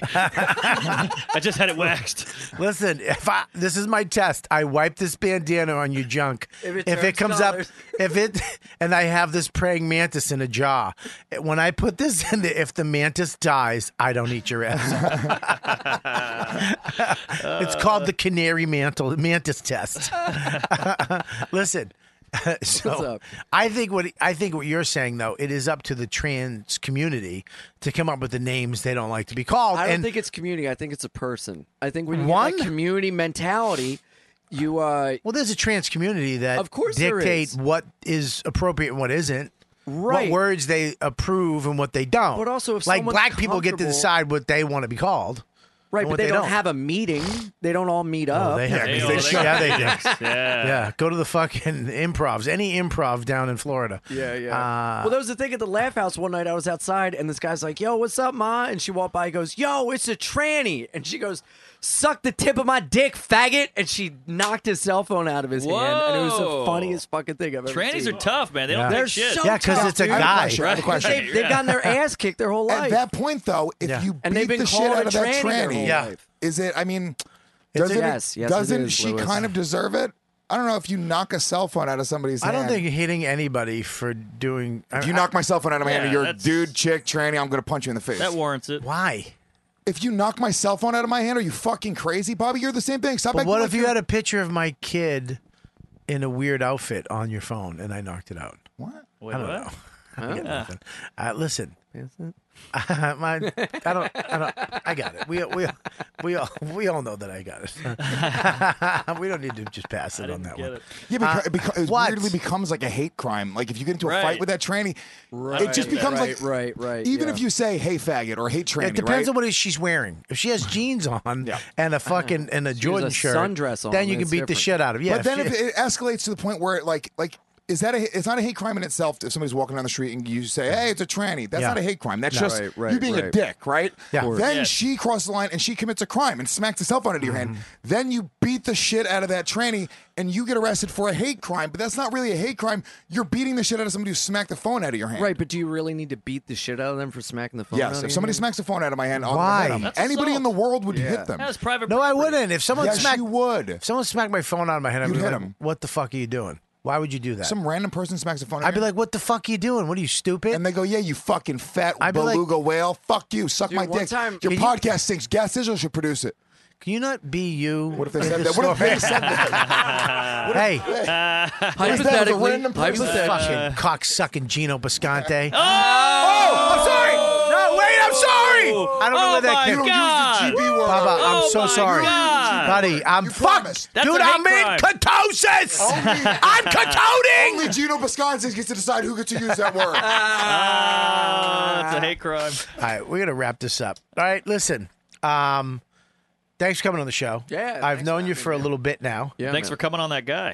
I just had it waxed. Listen, if I this is my test, I wipe this bandana on your junk. If it turns comes colors. up, if it, and I have this praying mantis in a jar. When I put this in, the, if the mantis dies, I don't eat your ass. it's called the canary mantle mantis test. Listen. so up? I think what I think what you're saying though it is up to the trans community to come up with the names they don't like to be called I don't and think it's community. I think it's a person. I think when you One? get that community mentality, you uh, Well, there's a trans community that Of course there dictate is. what is appropriate and what isn't. Right. What words they approve and what they don't. But also if like someone's black people get to comfortable- decide what they want to be called. right, and but what they, they don't, don't. have a meeting. They don't all meet Oh, up. they have yeah, they should- yeah, they do. Yeah. Yeah, go to the fucking improvs. Any improv down in Florida. yeah. Uh, well, there was a thing at the Laugh House one night. I was outside, and this guy's like, "Yo, what's up, ma?" And she walked by, and goes, "Yo, it's a tranny," and she goes, "Suck the tip of my dick, faggot!" And she knocked his cell phone out of his hand, and it was the Whoa. funniest fucking thing I've ever Trannies seen. are tough, man. They Yeah. don't They're think shit. so Yeah, 'cause tough, it's a dude. I have a guy. question, I have a Right. question. They've, they've gotten their ass kicked their whole life. At that point, though, if Yeah. you And they've beat been the shit called out a of that tranny their whole tranny, Yeah. life. is it? I mean, doesn't it, Yes, yes, it doesn't is, she Louis. kind of deserve it? I don't know if you knock a cell phone out of somebody's I hand. don't think hitting anybody for doing. I- If you I- knock my cell phone out of my hand, Yeah, you're a that's- dude, chick, tranny. I'm gonna punch you in the face. That warrants it. why? if you knock my cell phone out of my hand, are you fucking crazy, Bobby? You're the same thing. Stop But acting what like if you you're- had a picture of my kid in a weird outfit on your phone and I knocked it out? What? Wait, I don't what? know. I got nothing. Uh, listen, my, I don't, I don't, I got it. We, we, we all, we all know that I got it. we don't need to just pass it on that Get one. it. Yeah, because it, beco- it what? weirdly becomes like a hate crime. Like if you get into a fight Right. with that tranny, it Right, just becomes right, like right, right. Even yeah. if you say "Hey, faggot" or "Hey, tranny," It depends right? on what it is she's wearing. If she has jeans on and a fucking and a Jordan a shirt, sundress on, then you then can it's beat the different. shit out of. Yeah, but then she- if it escalates to the point where it like like is that a? It's not a hate crime in itself if somebody's walking down the street and you say, "Hey, it's a tranny." That's Yeah. not a hate crime. That's No. just Right, right, you being a right. dick, right? Yeah. Of course. Then Yeah. she crosses the line and she commits a crime and smacks herself under your Mm-hmm. hand. Then you beat the shit out of that tranny and you get arrested for a hate crime. But that's not really a hate crime. You're beating the shit out of somebody who smacked the phone out of your hand. Right, but do you really need to beat the shit out of them for smacking the phone? Yes. out If of somebody you? smacks the phone out of my hand, I'll Why? hit 'em. That's anybody assault. in the world would hit them. That was private. No, I wouldn't. If someone Yes, smacked, you would. If someone smacked my phone out of my head, I'd You'd be hit like, 'em. "What the fuck are you doing? Why would you do that?" Some random person smacks a phone. I'd be like, "What the fuck are you doing? What are you stupid?" And they go, "Yeah, you fucking fat I'd be like, beluga whale. Fuck you. Suck Dude, my one dick. time- Can Your you- podcast stinks. Gas Digital should produce it. "Can you not be you?" What if they said that? What if they said that? hey, What if that was a random person? Uh, fucking cocksucking Gino Bisconte. Oh, I'm sorry. No, wait, I'm sorry. I don't know where that my came from. God. You don't use the GB word. Baba, Oh I'm so my sorry. God. Buddy, I'm fucked. That's Dude, a hate I'm in crime. ketosis. I'm ketoting. Only Gino Bisconti gets to decide who gets to use that word. Ah, that's a hate crime. All right, we're gonna wrap this up. All right, listen. Um, thanks for coming on the show. Yeah, I've known you for a little bit now. Yeah, Thanks for coming on that guy.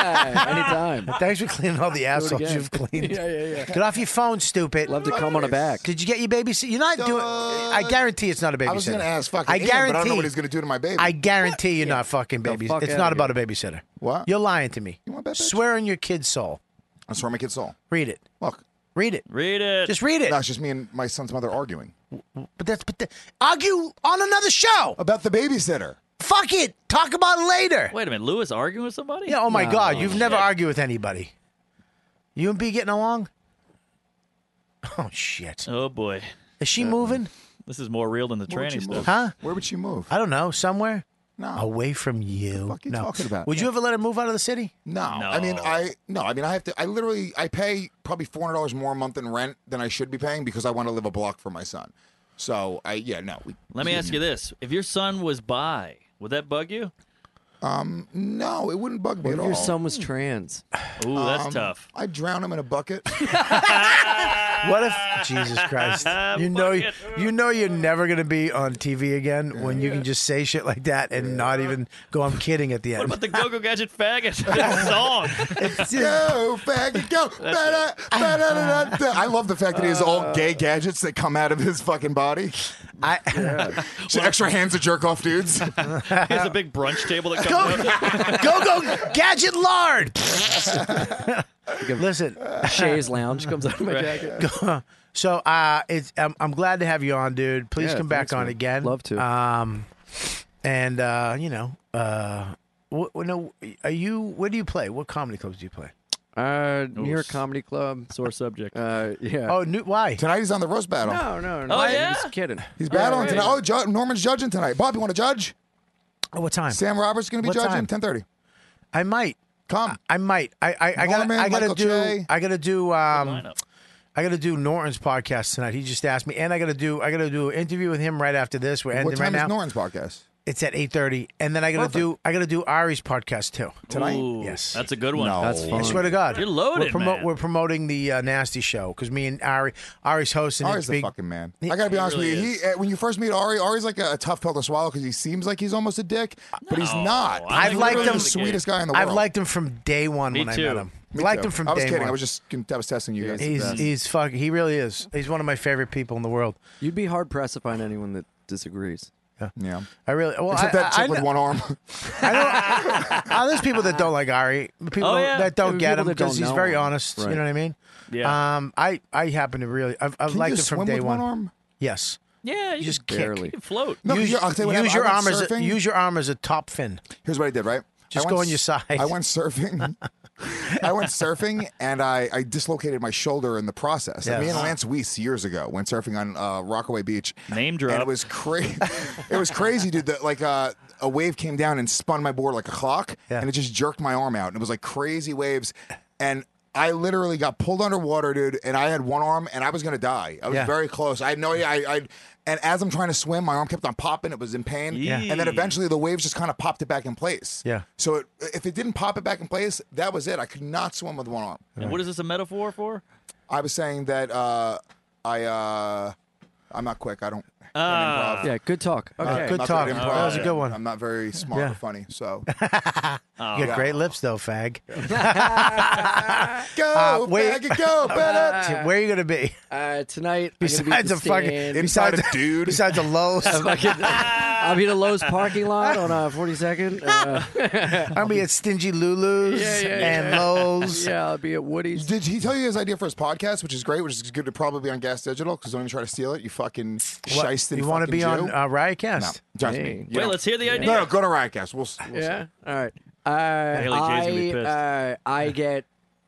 anytime. thanks for cleaning all the assholes again. you've cleaned. Yeah, yeah, yeah. Get off your phone, stupid. Love to come on a back. Did you get your babysit? You're not doing. I guarantee it's not a babysitter. I was gonna ask fucking I Ian, but I guarantee. don't know what he's gonna do to my baby. I guarantee you're not fucking baby. fuck it's outta not here. about a babysitter. What? You're lying to me. You want that bitch? Swear on your kid's soul. I swear my kid's soul. Read it. Look. Read it. Read it. Just read it. No, it's just me and my son's mother arguing But that's but that, argue on another show. about the babysitter. Fuck it. Talk about it later. Wait a minute, Lewis arguing with somebody? Yeah, oh my God, Oh, you've shit. never argued with anybody. You and B getting along? Oh shit. Oh boy, Is Uh, she moving? this is more real than the Where would tranny you stuff. move? Huh? Where would she move? I don't know. Somewhere? No. Away from you. fuck you no. talking about? Would you ever let her move out of the city? No. I mean, I no. I mean, I have to. I literally, I pay probably four hundred dollars more a month in rent than I should be paying because I want to live a block from my son. So I, yeah, no. We, Let me ask you this: If your son was bi, would that bug you? Um, no, it wouldn't bug me What at if all. your son was trans? Ooh, that's Um, tough. I'd drown him in a bucket. What if Jesus Christ? You know you, you know you're never gonna be on TV again when you can just say shit like that and not even go I'm kidding at the What end. about the Go Go Gadget faggot That song? go, faggot, go. Ba-da, ba-da-da-da-da. I love the fact that he has all gay gadgets that come out of his fucking body. I so extra hands to jerk off dudes. He has a big brunch table that comes up. go go gadget lard. Listen, Shay's Lounge comes out of my jacket. so uh, it's I'm, I'm glad to have you on, dude. Please Yeah, come back thanks, on man. again. Love to. Um, and uh, you know, uh, what, what, no, are you? Where do you play? What comedy clubs do you play? Uh, New York Comedy Club. Sore subject. Uh, yeah. Oh, new, why? Tonight he's on the roast battle. no, no, no. Oh, I'm yeah? just kidding. He's battling Alright. tonight. Oh, ju- Norman's judging tonight. Bob, you want to judge? Oh, what time? Sam Roberts going to be What judging time? ten thirty. I might. Come. I might. I I, I gotta Norman, I gotta Michael do Che. I gotta do um lineup. I gotta do Norton's podcast tonight. He just asked me, and I gotta do I gotta do an interview with him right after this. We're What ending time right now. is Norman's podcast? It's at eight thirty, and then I gotta do I gotta do Ari's podcast too. Tonight? Ooh, Yes. that's a good one. No. That's I fun. swear to God, You're loaded, We're, promo- man. we're promoting the uh, nasty show because me and Ari, Ari's hosting. Ari's it's the big. fucking man. I gotta be honest really with you. He, uh, when you first meet Ari, Ari's like a, a tough pill to swallow because he seems like he's almost a dick, but he's No, not. I He's I've liked literally him- the sweetest guy in the world. I've liked him from day one Me when too. I met him. Me liked too. him from I was day kidding. one. I was just I was testing you guys. he's he's fucking. He really is. He's one of my favorite people in the world. You'd be hard pressed to find anyone that disagrees. yeah. I really well. Except I, that I, chick I, with one arm. Uh, there's people that don't like Ari. People Oh, yeah. that don't People get him that don't because he's know very him. honest. You Right. know what I mean? Yeah. Um, I I happen to really I've, I've Can liked you him from swim day with one arm? Yes. Yeah, you Just just kick. Barely. can float. No, use, yeah, I'll tell you what use happened. your I arm went as a, surfing. use your arm as a top fin. Here's what I did, right? Just I go went on your s- side. I went surfing. I went surfing and I, I dislocated my shoulder in the process. And me Yes. and Lance Weiss years ago went surfing on uh, Rockaway Beach. Name And drop. it was crazy. it was crazy, dude. That like uh, a wave came down and spun my board like a clock, Yeah. and it just jerked my arm out. And it was like crazy waves, and I literally got pulled underwater, dude. And I had one arm, and I was gonna die. I was Yeah. very close. I had no idea. I, I and as I'm trying to swim, my arm kept on popping. It was in pain, Yeah. and then eventually the waves just kind of popped it back in place. Yeah. So it, if it didn't pop it back in place, that was it. I could not swim with one arm. And what is this a metaphor for? I was saying that uh, I uh, I'm not quick. I don't. Uh, yeah, good talk. I'm Okay, not- I'm not good at improv. I'm I'm not very smart Yeah. or funny, so. You Yeah. got great lips though, fag. Go, Uh, faggot, go, better. Where are you gonna be? Uh, tonight, besides a fucking inside besides dude, besides a Lowe's, I'll be at a Lowe's parking lot on uh, 42nd. Uh, I'll be at Stingy Lulu's and Lowe's. Yeah, I'll be at Woody's. Did he tell you his idea for his podcast, which is great, which is good to probably be on Gas Digital? Because don't even try to steal it. You fucking What, shiesty. you wanna want to be on, uh, Riotcast? No, just me. You Wait, don't- let's hear the idea. No, no, go to Riotcast. We'll, s- we'll yeah. see. All right. Uh, Haley J's gonna be I, pissed. uh, I get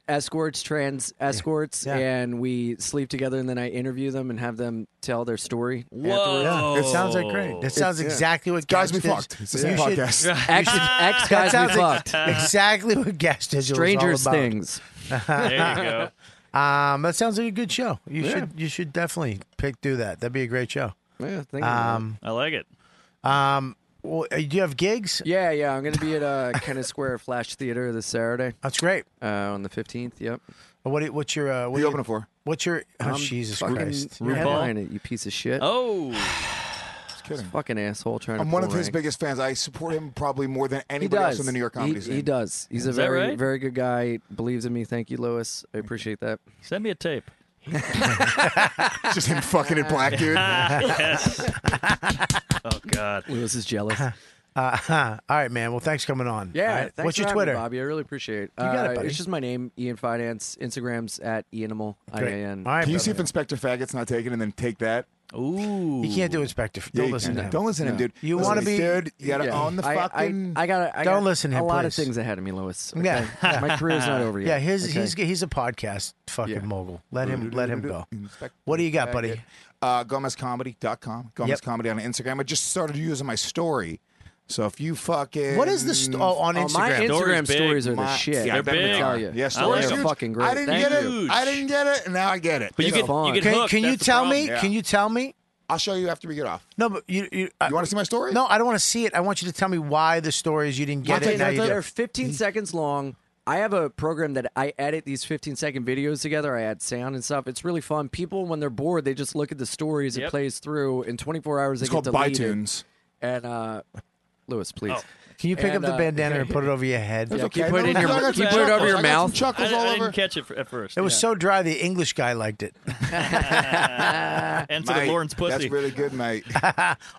escorts, trans escorts, and we sleep together, and then I interview them and have them tell their story. afterwards. Yeah, it sounds like great. That sounds yeah. exactly what Guys Gas Be Dig- Fucked. It's the You same should- podcast. you should- Ex- ex Guys Be That sounds like- Fucked. Exactly what Gas Digital Stranger is all about. Stings. There you go. Um, that sounds like a good show. You Yeah. should you should definitely pick do that. That'd be a great show. Yeah, thank you. Um, I like it. Um, well, uh, do you have gigs? Yeah, yeah. I'm going to be at uh, Kenneth Square Flash Theater this Saturday. That's great. Uh, on the 15th. Yep. What? What's your? Uh, what you are opening for? What's your? Oh, I'm Jesus fucking Christ! You're RuPaul. headlining it, you piece of shit. Oh. Just kidding. Fucking asshole trying to. I'm one of pull his rank. biggest fans. I support him probably more than He anybody does. else in the New York He- he, comedy scene. does. He's a Is that very, right? very good guy. Believes in me. Thank you, Lewis. I appreciate that. Send me a tape. Just him fucking it black, dude. Yes. oh God. Lewis is jealous. Uh, huh. All right, man. Well, thanks for coming on. Yeah. All right. thanks What's your for having me, Twitter? Bobby? I really appreciate. it. You got it, Uh, buddy. It's just my name, Ian Finance. Instagram's at Ianimal. I A N. Can you see if Inspector Faggot's not taken and then take that? Ooh. You can't do Inspector. F- Yeah, Don't you listen to can. him. Don't listen to him, dude. You Listen want to be? me, dude. You gotta own the I- I- fucking. I, got. I Don't got listen to A him, lot of please. things ahead of me, Lewis. Okay? Yeah. yeah. my career's not over yet. Yeah, his okay? he's he's a podcast fucking mogul. Let him let him go. What do you got, buddy? Uh, GomezComedy.com. Gomez Yep. Comedy on Instagram. I just started using my story. So if you fucking. What is the sto- oh, on Oh, my Instagram? Instagram Stories stories are the My- shit. Yeah, They're I bet they big. are. Tell you. Yeah, I stories like are them. huge. Fucking great. I didn't Thank get you. it. I didn't get it, and now I get it. But you It's get- you fun. get Can, hooked, can you that's the tell problem. me? Yeah. Can you tell me? I'll show you after we get off. No, but you you, I- You want to see my story? no. I don't want to see it. I want you to tell me why the stories you didn't get I'll it. tell Now you, you they're, do. 15 seconds long. I have a program that I edit these 15 second videos together. I add sound and stuff. It's really fun. People, when they're bored, they just look at the stories. It Yep. plays through in 24 hours. It's they called get deleted. ByTunes. And uh, Lewis, please. Can you pick And, up the uh, bandana and put it over your head? Yeah, can you put it in your can you put it over your mouth? I, I didn't catch it f- at first. It was so dry. The English guy liked it. and to the Mate, Lawrence pussy. That's really good, mate. I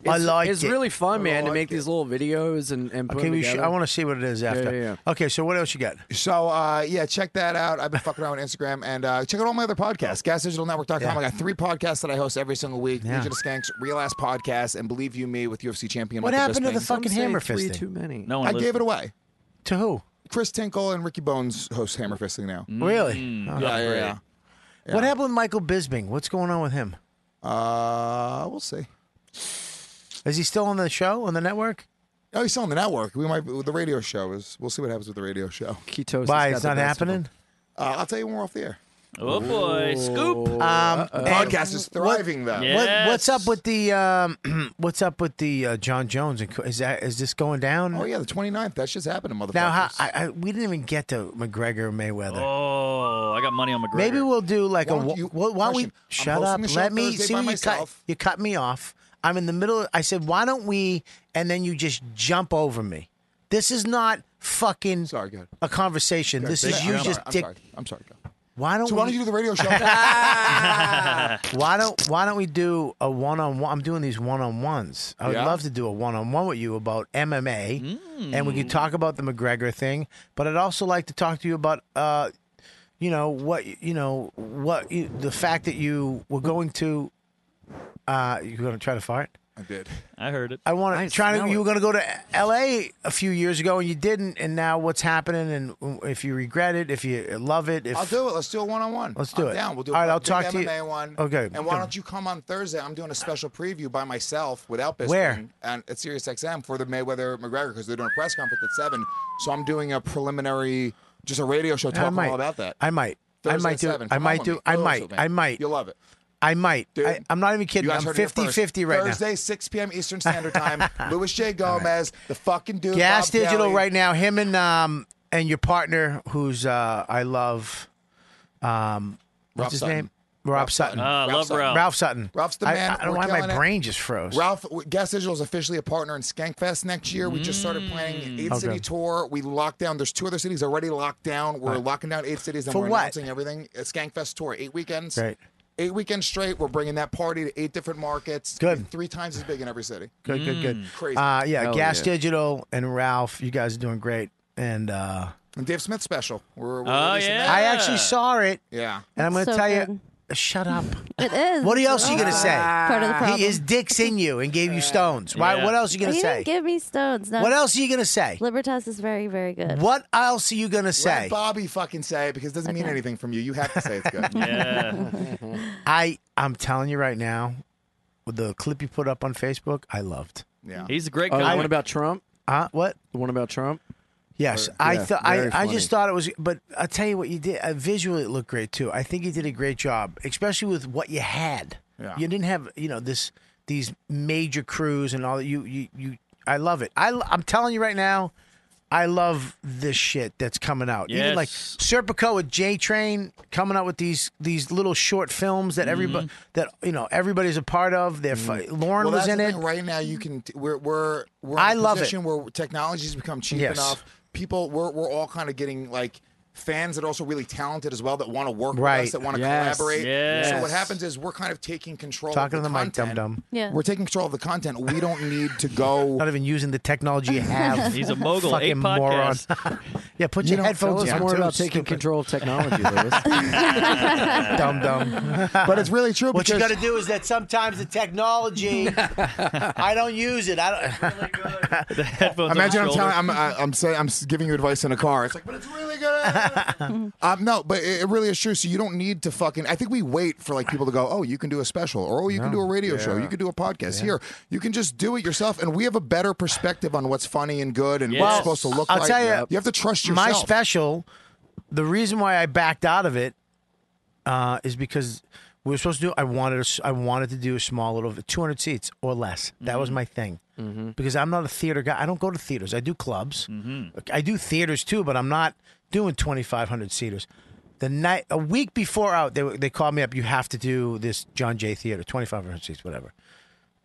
It's- liked It's it. really fun, man, to liked make these little videos and and put Okay, them we should, together. I want to see what it is after. yeah, yeah. Okay, so what else you got? So uh, yeah, check that out. I've been fucking around with Instagram and uh, check out all my other podcasts. GasDigitalNetwork.com. Yeah. I got three podcasts that I host every single week. Yeah. Legion of Skanks, Real Ass Podcast, and Believe You Me with UFC champion. What Michael happened to the Bisping. fucking Some say hammer three fisting? too many. No one I listened. gave it away. To who? Chris Tinkle and Ricky Bones host Hammer Fisting now. Really? Mm. Oh. Yeah, yeah, yeah. What happened with Michael Bisbing? What's going on with him? Uh, we'll see. Is he still on the show on the network? Oh, he's still on the network. We might the radio show is. We'll see what happens with the radio show. Ketosis. Why it's not happening? Uh, I'll tell you when we're off the air. Oh boy, scoop. Um, The and podcast is thriving though. What, what's up with the um, What's up with the uh, John Jones? and co- Is that is this going down? Oh yeah, the 29th. That shit's happening, motherfuckers. Now how, I, I, we didn't even get to McGregor Mayweather. Oh, I got money on McGregor. Maybe we'll do like Why a. don't wa- you- why don't we Question. I'm shut hosting up? the show Let me Thursday see. by what You cut, myself. you cut me off. I'm in the middle. I said, why don't we? And then you just jump over me. This is not fucking sorry, good. a conversation. This is you I'm just sorry, dick. I'm sorry. I'm sorry. go. Why don't So we, why don't you do the radio show? Why don't Why don't we do a one on one? I'm doing these one on ones. I would Yeah. love to do a one on one with you about MMA, and Mm. we could talk about the McGregor thing. But I'd also like to talk to you about, uh, you know what, you know what, you, the fact that you were going to, uh, you're going to try to fart. I did. I heard it. I want I to try smell to. You it. were going to go to L.A. a few years ago, and you didn't. And now, what's happening? And if you regret it, if you love it, if I'll do it. Let's do a one on one. Let's do it. Down. We'll do All right, a I'll big talk to you- MMA one. Okay. And why don't you come on Thursday? I'm doing a special preview by myself without Bisping Where? and at Sirius XM for the Mayweather McGregor because they're doing a press conference at seven. So I'm doing a preliminary, just a radio show I talking might. all about that. I might. I Thursday might at do. seven. I Come on might with do. me. I Little might. Sylvan. I might. You'll love it. I might. Dude, I, I'm not even kidding. You guys I'm heard it here 50 first. 50 right Thursday, 6 p.m. Eastern Standard Time. Louis J. Gomez, the fucking now. dude. Gas Bob Digital Kelly. right now. Him and um and your partner, who's uh I love, um, what's Rob his Sutton. name? Uh, Rob Sutton. Ah, love Ralph. Ralph Sutton. Ralph's the I- man. I, don't know We're why my killing it. brain just froze. Ralph w- Gas Digital is officially a partner in Skankfest next year. We just started Mm. planning eight Okay. city tour. We locked down. There's two other cities already locked down. We're Right. locking down eight cities and For we're what? announcing everything. A Skankfest tour, eight weekends. Great. Eight weekends straight. We're bringing that party to eight different markets. Good. Three times as big in every city. Good, good, good. Mm, Crazy. Uh, yeah, Gas Digital and Ralph, you guys are doing great. And uh, And Dave Smith special. We're, we're Oh, releasing yeah. that. I actually saw it, Yeah. and I'm going to So tell good. you. Shut up. It is. What else are you going to say? Part of the problem. He is dicks in you and gave you stones. Why? Yeah. What else are you going to You say? didn't give me stones. No. what else are you going to say? Libertas is very, very good. What else are you going to Let say? Bobby fucking say it because it doesn't mean anything from you. You have to say it's good. Yeah. I I'm telling you right now, with the clip you put up on Facebook, I loved. yeah. He's a great Oh, the guy. one about Trump? Uh, what? The one about Trump? Yes, Or- I yeah, thought very I, I funny. just thought it was, but I'll tell you what you did. Uh, visually, it looked great too. I think you did a great job, especially with what you had. Yeah. You didn't have you know this these major crews and all that. You you you. I love it. I I'm telling you right now, I love this shit that's coming out. Even like Yes. Serpico with J Train coming out with these these little short films that everybody that you know everybody's a part of. They're fi- Lauren Mm-hmm. Well, was that's in the it. thing. Right now, you can. T- we're we're we're in I a love it. position where technology's become cheap Yes. enough. People, we're we're all kind of getting like fans that are also really talented as well that want to work with Right. us, that want to Yes. collaborate. So what Yes. happens is we're kind of taking control. Talking of to the, the mic, dum content. dum. Yeah. We're taking control of the content. We don't need to go. Not even using the technology you have. He's a mogul. eh, Fucking Eight moron. podcasts. yeah, put You your know, headphones Tell us on. more too, about taking stupid. control of technology, Lewis. Dumb dumb. but it's really true. What you because- got to do is that sometimes the technology, I don't use it. I don't. The headphones. on Imagine his I'm shoulder. telling I'm I- I'm saying I'm s- giving you advice in a car. It's like, but it's really good. um, no, but it, it really is true. So you don't need to fucking. I think we wait for like people to go, oh, you can do a special, or oh, you can do a radio show, you can do a podcast. Here, you can just do it yourself, and we have a better perspective on what's funny and good and what's Well, supposed to look I'll like. tell you, have to trust yourself. My special, the reason why I backed out of it, uh, is because we were supposed to do. I wanted. A, s- I wanted to do a small little, 200 seats or less. That was my thing. Because I'm not a theater guy. I don't go to theaters. I do clubs. I do theaters too, but I'm not doing 2,500 seaters. The night, a week before out, they were- they called me up. You have to do this John Jay Theater, 2,500 seats, whatever.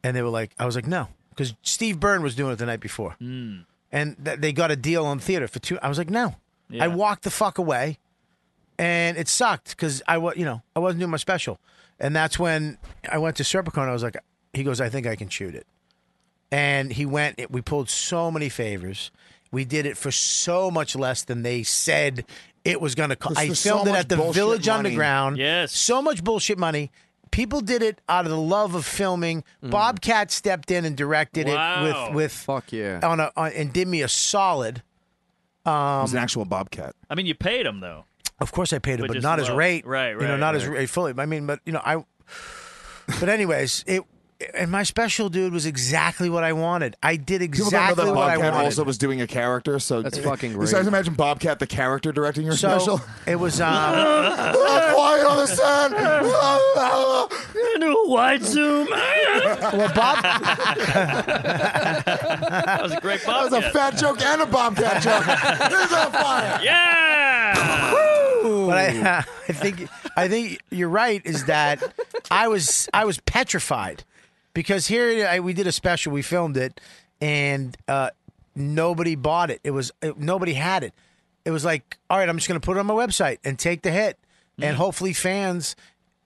And they were like, I was like, no, because Steve Byrne was doing it the night before, and th- they got a deal on theater for two. I was like, no, Yeah. I walked the fuck away, and it sucked because I was, you know, I wasn't doing my special, and that's when I went to Serpico and I was like, he goes, I think I can shoot it, and he went. It, we pulled so many favors. We did it for so much less than they said it was going to cost. There's- I there's so filmed it much at the bullshit Village money. Underground. Yes. So much bullshit money. People did it out of the love of filming. Mm. Bobcat stepped in and directed it Wow. with with Fuck yeah. on a on, and did me a solid. He's an actual bobcat. I mean, you paid him though. Of course, I paid it, But but just not as low. rate. Right, You know, right, not as right. rate fully. I mean, but you know, I. But anyways, it and my special dude was exactly what I wanted. I did People don't know exactly that what I Bobcat wanted. also was doing a character, so That's fucking You guys great. imagine Bobcat the character directing your so special? it was. Um, Quiet on the set. Wide zoom. well, Bob. that was a great That was a podcast. fat joke and a bobcat joke. This is on fire. yeah. But I, I think I think you're right. Is that I was I was petrified because here I, we did a special, we filmed it, and uh, nobody bought it. It was it, nobody had it. It was like, all right, I'm just going to put it on my website and take the hit, and hopefully fans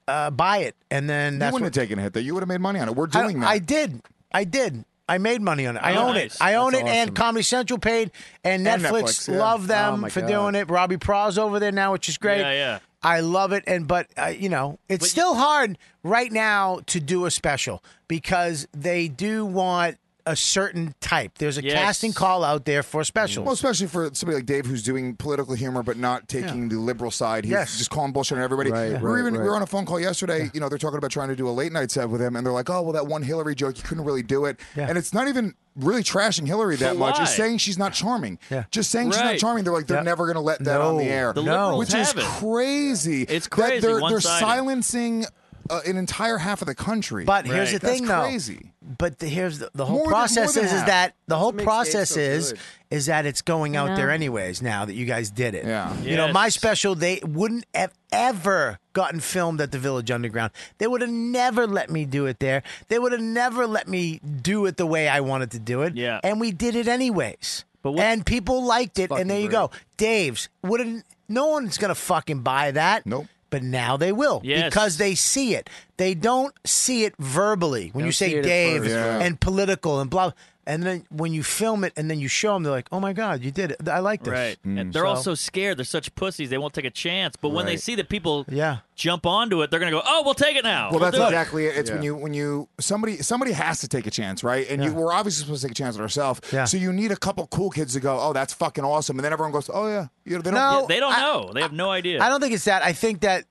uh, buy it, and then You that's wouldn't what have taken a hit though. You would have made money on it. We're I- doing that. I, did. I did. I made money on it. I Oh, own nice. it. I own That's it, and awesome. Comedy Central paid, and And Netflix, Netflix, yeah. love Oh, them my for God. doing it. Robbie Praw's over there now, which is great. Yeah, yeah. I love it, and but uh, you know, it's still hard right now to do a special because they do want a certain type. There's a Yes. casting call out there for specials. well, especially for somebody like Dave who's doing political humor but not taking the liberal side. He's Yes. just calling bullshit on everybody. Right, we were right, even we right. were on a phone call yesterday. You know, they're talking about trying to do a late night set with him, and they're like, "Oh, well, that one Hillary joke, you couldn't really do it." Yeah. And it's not even really trashing Hillary that much. It's why? saying she's not charming. Yeah. Just saying she's not Right. charming. They're like, they're Yeah. never going to let that on No. the air. The No. liberals which is have it. crazy. It's that crazy, they're, they're one-sided. silencing uh, an entire half of the country. But here's the That's thing, though. crazy. But the, here's the, the whole More than- process more than is, is half. that the That's whole what makes Dave process so is good. is that it's going I out there know. anyways now that you guys did it. Yeah. You know, Yes. my special they wouldn't have ever gotten filmed at the Village Underground. They would have never let me do it there. They would have never let me do it the way I wanted to do it. Yeah. And we did it anyways. But and people liked it, and there you go. Dave's wouldn't. No one's gonna fucking buy that. Nope. But now they will Yes. because they see it. They don't see it verbally when Don't you see say it at Dave first. Yeah. and political and blah. And then when you film it and then you show them, they're like, "Oh my god, you did it! I like this." Right. And they're Mm, So- all so scared. They're such pussies. They won't take a chance. But when they Right. see that people yeah. jump onto it, they're going to go, oh, we'll take it now. Well, that's do exactly it. It's when you when you somebody somebody has to take a chance, right? And you, we're obviously supposed to take a chance on ourselves. Yeah. So you need a couple cool kids to go, oh, that's fucking awesome, and then everyone goes, oh yeah, you know, they don't. No, Yeah, they don't I- know. They have no idea. I don't think it's that. I think that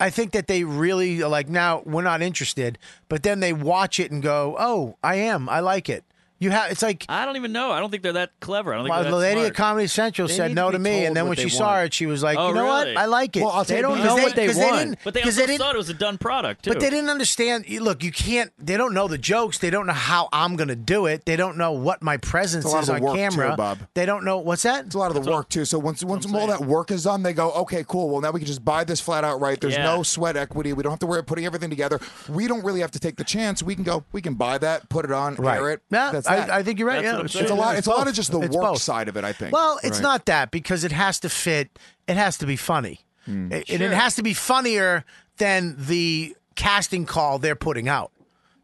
I think that they really are like now we're not interested, but then they watch it and go, "Oh, I am. I like it." You have it's like I don't even know. I don't think they're that clever. I don't think well, they're the that lady smart. at Comedy Central They said need no to to be me, told and then what when she they saw want. it, she was like, Oh, "You know really? what? I like it." Well, I'll they take don't it. know Because what they- they 'cause they want, didn't- but they 'Cause also thought it was a done product, But they too. didn't understand. you- Look, you can't. They don't know the jokes. They don't know how I'm going to do it. They don't know what my presence It's a lot is of on work, too, camera. Bob. They don't know what's that. It's a lot of the work too. So once once all that work is done, they go, okay, cool. Well, now we can just buy this flat out right. There's Yeah. no sweat equity. We don't have to worry about putting everything together. We don't really have to take the chance. We can go. We can buy that, put it on, air it. Yeah, that's I- that. I think you're right. That's Yeah, what I'm it's saying. a lot. It's, It's a lot both. of just the It's work both. side of it. I think. Well, it's Right. not that because it has to fit. It has to be funny, Hmm. and and Sure. it has to be funnier than the casting call they're putting out.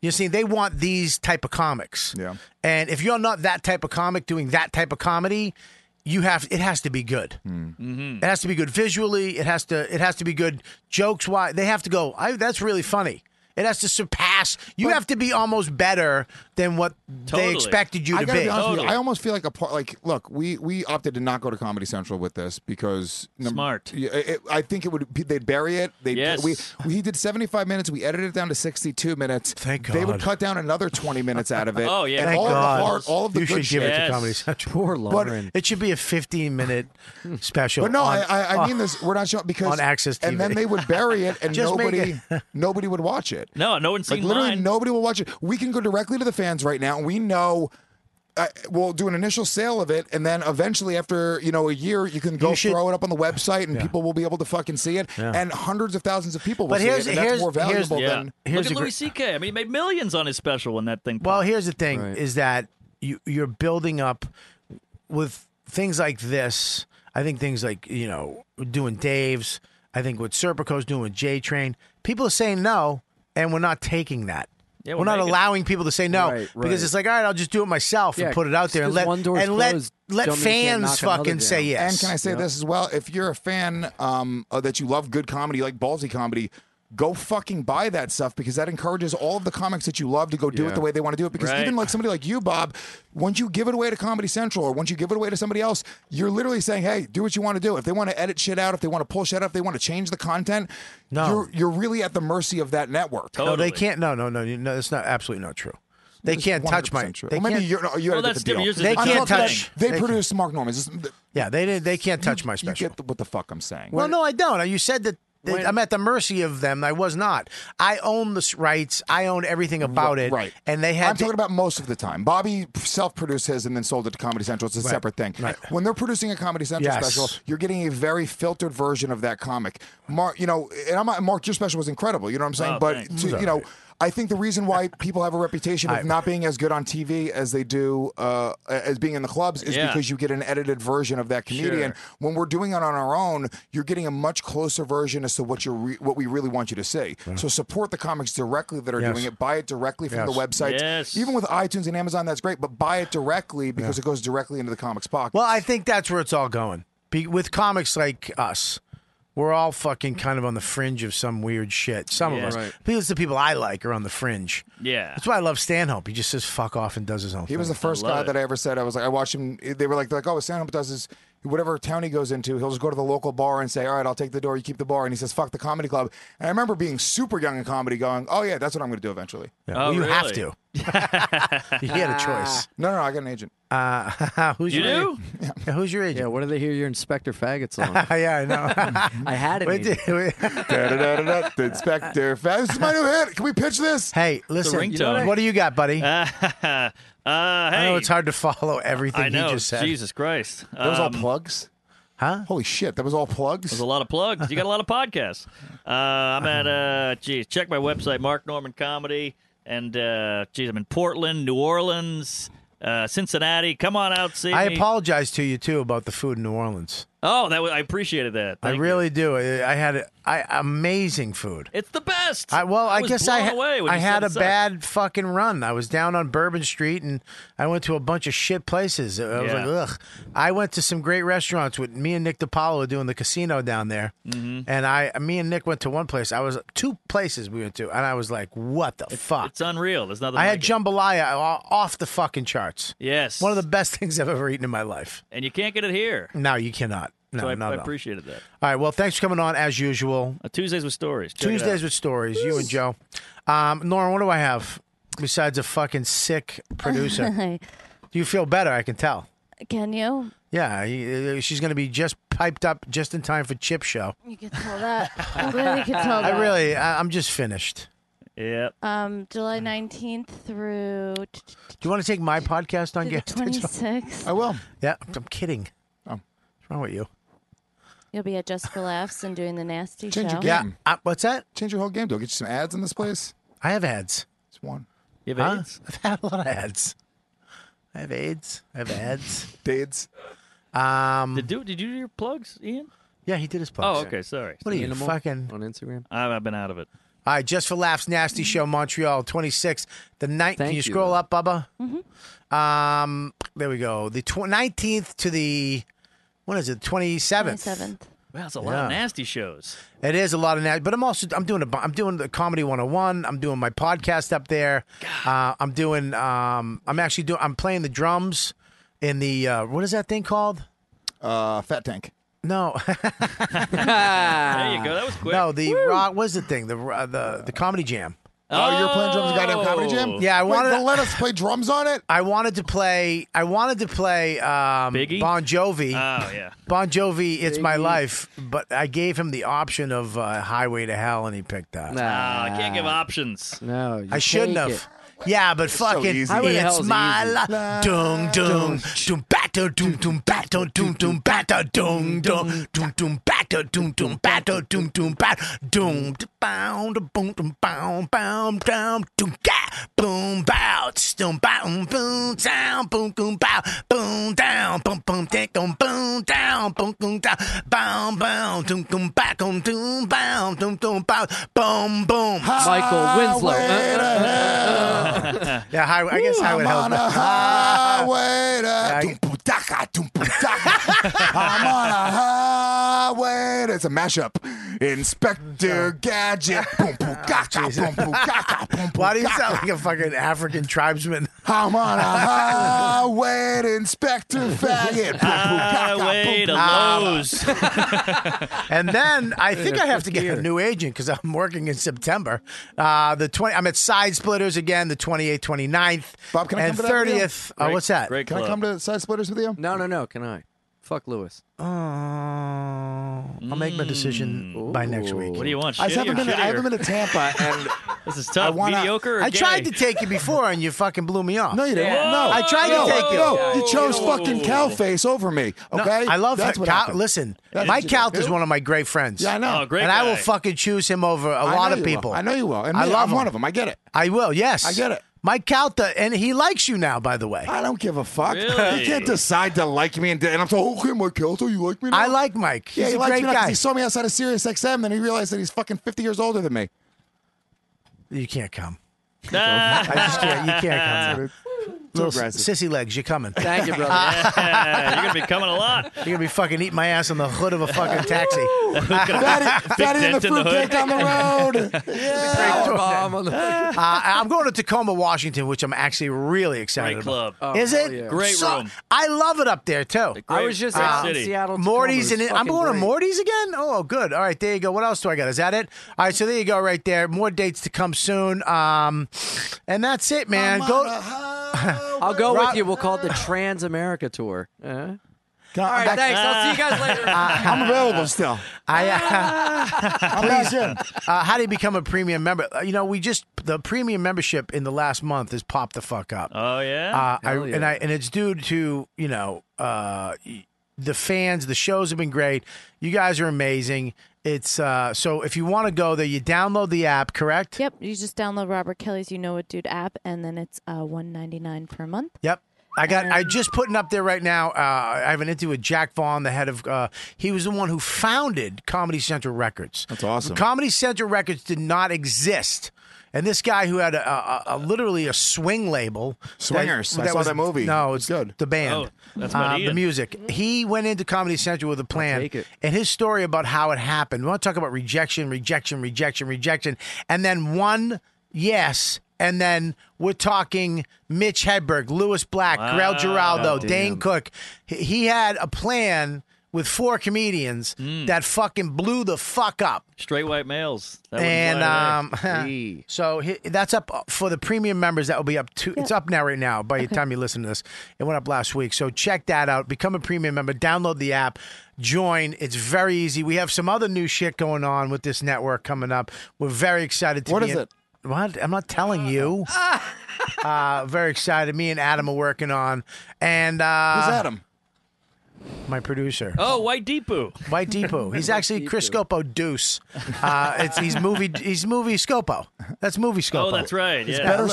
You see, they want these type of comics. Yeah. And if you're not that type of comic doing that type of comedy, you have it has to be good. It has to be good visually. It has to it has to be good jokes. Why they have to go? I, that's really funny. It has to surpass. You have to be almost better than what they expected you I to gotta be. honest with you, I almost feel like a part. Like, look, we we opted to not go to Comedy Central with this because smart. I think it would. be- They'd bury it. They Yes. we, we he did seventy five minutes. We edited it down to sixty two minutes. Thank They would God. cut down another twenty minutes out of it. Oh, yeah. And Thank all God. of the heart, all of the You good should give shit. it to Comedy Central. Poor Lauren. But it should be a 15 minute special. But no, on- I, I I mean this. We're not showing because on Access and then TV. they would bury it, and Just make nobody nobody would watch it. No, no one's Like seen literally, mine. nobody will watch it. We can go directly to the fans right now. and We know. Uh, we'll do an initial sale of it, and then eventually, after you know a year, you can go throw it up on the website, and people will be able to fucking see it, Yeah. and hundreds of thousands of people will But see here's- it. And here's- that's more here's- valuable yeah. than Here's Look a at gr- Louis C.K. I mean, he made millions on his special when that thing. Well, here's the thing: is that you you're building up with things like this. I think things like you know doing Dave's. I think what Serpico's doing with J Train. People are saying no, and we're not taking that. Yeah, we're, we're not making- allowing people to say no Right, because right. it's like, all right, I'll just do it myself Yeah, and put it out there and just let 'cause one door's and let closed let don't mean you can't fans knock another fucking down. say yes. And can I say this as well? If you're a fan um, uh, that you love good comedy, like ballsy comedy, go fucking buy that stuff because that encourages all of the comics that you love to go do it Yeah. the way they want to do it. Because Right. even like somebody like you, Bob, once you give it away to Comedy Central or once you give it away to somebody else, you're literally saying, "Hey, do what you want to do. If they want to edit shit out, if they want to pull shit out, if they want to change the content, No. you're you're really at the mercy of that network. No, they can't. No, no, no, you- no. That's not absolutely not true. They It's can't touch my. 100% true. They Well, maybe can't- you're, no, you had a different deal. They can't touch. They, they produced Mark Norman. Yeah, they didn't. They can't touch my special. You get the, what the fuck I'm saying? Well, no, I don't. You said that. that I'm at the mercy of them. I was not. I own the s- rights. I own everything about it. Right. And they had. I'm talking about most of the time. Bobby self-produced his and then sold it to Comedy Central. It's a Right. separate thing. Right. When they're producing a Comedy Central Yes. special, you're getting a very filtered version of that comic. Mark, you know, and I'm not, Mark, your special was incredible. You know what I'm saying? Oh, but thanks. to, It's you all know, I think the reason why people have a reputation of I- not being as good on TV as they do uh, as being in the clubs is Yeah. because you get an edited version of that comedian. Sure. When we're doing it on our own, you're getting a much closer version as to what you're re- what we really want you to see. So support the comics directly that are Yes. doing it. Buy it directly from Yes. the websites. Yes. Even with iTunes and Amazon, that's great, but buy it directly because Yeah. it goes directly into the comics pocket. well, I think that's where it's all going. Be, with comics like us, we're all fucking kind of on the fringe of some weird shit. Some Yeah. of us. Right. Because the people I like are on the fringe. Yeah. That's why I love Stanhope. He just says fuck off and does his own thing. He was the first guy that I ever said I was like I watched him. They were like, they're like oh, Stanhope does this. whatever town he goes into, he'll just go to the local bar and say, "All right, I'll take the door. You keep the bar." And he says, "Fuck the comedy club." And I remember being super young in comedy, going, "Oh yeah, that's what I'm going to do eventually." Yeah. Well, Oh, you have really? to. you had a choice. No, no, I got an agent. Uh, who's You your Who's your agent? Yeah, what do they hear your Inspector Faggots on? yeah, I know. I had it. Wait, Da-da-da-da-da, the Inspector Faggots. This is my new hit. Can we pitch this? Hey, listen. ringtone. what, do you got, buddy? uh, I know hey. it's hard to follow everything I know. he just said. Jesus Christ. Um, That was all plugs? Um, Huh? Holy shit, that was all plugs? There's a lot of plugs. You got a lot of podcasts. Uh, I'm at, uh, geez, check my website, Mark Norman Comedy. And, uh, geez, I'm in Portland, New Orleans, uh, Cincinnati. Come on out, see I me. apologize to you too about the food in New Orleans. Oh, that was, I appreciated that. I really do. I, I had a, I, amazing food. It's the best. I, well, I, was guess I blown ha- away when I you had said a it sucked. bad fucking run. I was down on Bourbon Street and I went to a bunch of shit places. I was Yeah. like, ugh. I went to some great restaurants with me and Nick DiPaolo were doing the casino down there. Mhm. And I, me and Nick went to one place. I was two places we went to, and I was like, what the fuck? It's unreal. There's nothing I like had it. jambalaya o- off the fucking charts. Yes. One of the best things I've ever eaten in my life. And you can't get it here. No, you cannot. No, so I, not I at all. appreciated that. Uh, All right. Well, thanks for coming on as usual. Tuesdays with stories. Check it Tuesdays out. with stories. You and Joe. Um, Norm, what do I have besides a fucking sick producer? you feel better, I can tell. Can you? Yeah, y- uh, she's going to be just piped up just in time for Chip Show. You could tell that. I really could tell that. I really, I, I'm just finished. Yeah. Um, July 19th through t- t- Do you want to take my podcast on To the Gas Station? 26th. Oh. I will. Yeah, I'm kidding. Oh. What's wrong with you? you'll be at Jessica Laughs and doing the nasty Change show. your game. Yeah. Uh, what's that? Change your whole game. Do I get you some ads in this place? I have ads. It's one. You Huh? I've had a lot of ads. I have AIDS. I have ads. Dades. Um, Did, do, did you do your plugs, Ian? yeah, he did his plugs. Oh, okay. Sorry. What are you, fucking... On Instagram? I've, I've been out of it. All right, just for laughs, nasty show, Montreal, twenty sixth. The ninth. Can Thank you, you, scroll though. up, Bubba? Mm-hmm. Um, there we go. The nineteenth to the what is it? Twenty seventh. Wow, that's a lot of Yeah. nasty shows. It is a lot of that, but I'm also I'm doing a bu- I'm doing the comedy 101. I'm doing my podcast up there. Uh, I'm doing um I'm actually doing I'm playing the drums in the uh, what is that thing called? Uh, Fat Tank. No. there you go. That was quick. Ah, No, the rock was the thing the uh, the the comedy jam. Oh, you're playing drums at Goddamn Comedy Jam? Yeah, I Wait, wanted they'll let us play drums on it. I wanted to play. I wanted to play um, Biggie? Bon Jovi. Oh, yeah. Bon Jovi. It's my Biggie. life. But I gave him the option of uh, Highway to Hell, and he picked that. Ah, I can't give options. No, you I shouldn't take have. it. Yeah, but It's so fucking, easy. Highway to it's Hell's my easy. La- life. Doom, doom, doom, batter, doom, doom, batter, doom, doom, batter, doom, doom, doom, doom, batter, doom, doom, batter, doom, doom, batter, doom, da- bow, da- boom, doom, bow, bow, down, doom, ga, boom, bow, tss, doom, bow, boom, boom, down, boom, boom, bow, boom, down, boom, boom, tick, boom, boom, down, boom, boom, down, bow, bow, doom, doom, back, doom, doom, bow, doom, doom, bow, boom, boom. Ah, Michael Winslow. Uh, uh, Yeah, high, I guess highway to hell's I'm on a highway to Tumputaka, Tumputaka. I'm on a highway. to- It's a mashup. Inspector Gadget. Boom, boom, kaka, boom, boom, kaka, boom, boom, Why do you kaka. sound like a fucking African tribesman? I'm on a highway, to Inspector Faggot. Boom, boom, kaka, boom, Highway to boom, Ah, kaka. Lowe's. And then I think I have to get a new agent because I'm working in September. Uh, the 20, I'm at Side Splitters again, the 28th, 29th, Bob, can I and come to that with you? 30th. Uh, what's that? Can I come to Side Splitters with you? no, no, no. Can I? Fuck Lewis. Oh, I'll make my decision by next week. Mm. What do you want? I just Shittier, haven't been. To, I shittier. haven't been to Tampa, and This is I tough. wanna- Mediocre. Or I gay? tried to take you before and you fucking blew me off. no, you didn't. Yeah. No, I tried to no, take you. No, you chose fucking Cowface over me. Okay, No, I love That's her. what Cal- happened. listen, That's Mike what you Calth did. is one of my great friends. Yeah, I know. Oh, great and I will guy. fucking choose him over a I lot know of you will. people. I know you will. And I me, love I'm him. one of them. I get it. I will. Yes, I get it. Mike Calta, and he likes you now. By the way, I don't give a fuck. Really? You can't decide to like me and, and I'm so okay, Mike Kelso, you like me now? I like Mike. yeah, He's he a likes great me now 'cause guy. he saw me outside of Sirius XM, then he realized that he's fucking 50 years older than me. You can't come. Ah. I just can't. You can't come. Little s- aggressive. sissy legs, you're coming. Thank you, brother. Yeah, you're gonna be coming a lot. You're gonna be fucking eating my ass on the hood of a fucking taxi. Fatty- fatty Big in the dent in the hood. fruitcake on the road. Sour bomb on the- Uh, I'm going to Tacoma, Washington, which I'm actually really excited Great about. club. Oh, Is hell it yeah. Great So- room. I love it up there too. great- I was just great out in city. Seattle, Tacoma. Morty's It was and I'm fucking going to great. Morty's again. Oh, good. All right, there you go. What else do I got? Is that it? All right, so there you go, right there. More dates to come soon. Um, and that's it, man. go. I'll go Rob- with you. We'll call it the Trans America Tour. Uh-huh. Ah, All right, thanks. I'll see you guys later. I'm available still. I, uh, please, uh, how do you become a premium member? Uh, You know, we just the premium membership in the last month has popped the fuck up. Oh yeah. Uh, I, and I and it's due to you know uh, y- the fans. The shows have been great. You guys are amazing. It's uh, so if you want to go there, you download the app. Correct. Yep, you just download Robert Kelly's You Know What Dude app, and then it's uh, one ninety nine per month. Yep. I got. Um, I just putting up there right now. Uh, I have an interview with Jack Vaughn, the head of. Uh, he was the one who founded Comedy Central Records. That's awesome. Comedy Central Records did not exist, and this guy who had a, a, a literally a swing label. that- Swingers. I saw that movie. No, it's good. The band. Oh, that's about Um, the Ian. music. He went into Comedy Central with a plan, and his story about how it happened. We want to talk about rejection, rejection, rejection, rejection, and then one yes. And then we're talking Mitch Hedberg, Lewis Black, Black, Grell Wow. Giraldo, Dane Cook. He- He had a plan with four comedians Hmm. that fucking blew the fuck up. Straight white males. That would And fly um, away. so hi- that's up for the premium members. That will be up to. It's up now, right now. By the time you listen to this, it went up last week. So check that out. Become a premium member. Download the app. Join. It's very easy. We have some other new shit going on with this network coming up. We're very excited to. What be is in- it? What? I'm not telling you. uh, very excited. Me and Adam are working on. And uh, Who's Adam? My producer. oh, White Deepu. White Deepu. He's actually Chris Scopo Deuce. Uh, it's, he's movie. He's movie Scopo. That's movie Scopo. Oh, that's right. He's yeah.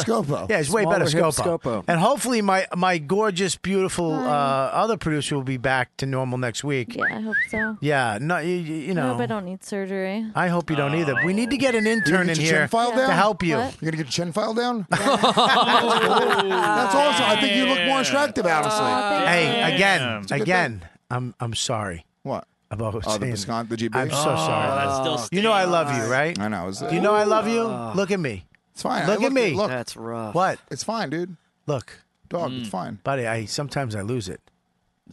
Yeah, he's way better Smaller hip Scopo. Scopo. And hopefully, my my gorgeous, beautiful uh, other producer will be back to normal next week. Yeah, I hope so. Yeah, no, you, you you I know. hope I don't need surgery. I hope you don't either. We need to get an intern in get your here Chin file down? to Oh, help you. What? You're gonna get your chin file down. That's awesome. I think you look more attractive, honestly. Uh, Hey, again, It's a good again. I'm I'm sorry. What? About Oh, the saying- Viscon, the GB? I'm so Oh, sorry. that still you know I love you, right? I know. It's- Do you know I love you? Ooh. Look at me. It's fine. I Look at looked me. Look, That's rough. What? it's fine, dude. Look, Dog, mm, it's fine. buddy. I sometimes I lose it.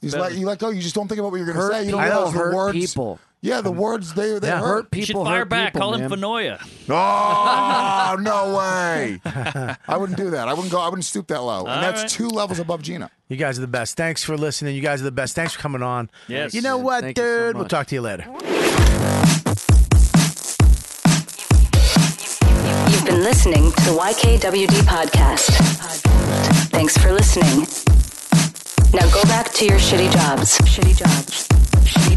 You let, you let go. "Oh, You just don't think about what you're gonna Hurt say. You don't people realize the hurt words. people. Yeah, the words they they Yeah, hurt. hurt You should people Fire back. Call him Fenoya. Oh no way! I wouldn't do that. I wouldn't go. I wouldn't stoop that low. And All that's right. two levels above Gina. You guys are the best. Thanks for listening. You guys are the best. Thanks for coming on. Yes. You know what, Thank you so dude? we'll much. talk to you later. You've been listening to the YKWD podcast. Thanks for listening. Now go back to your shitty jobs. Shitty jobs. Shitty,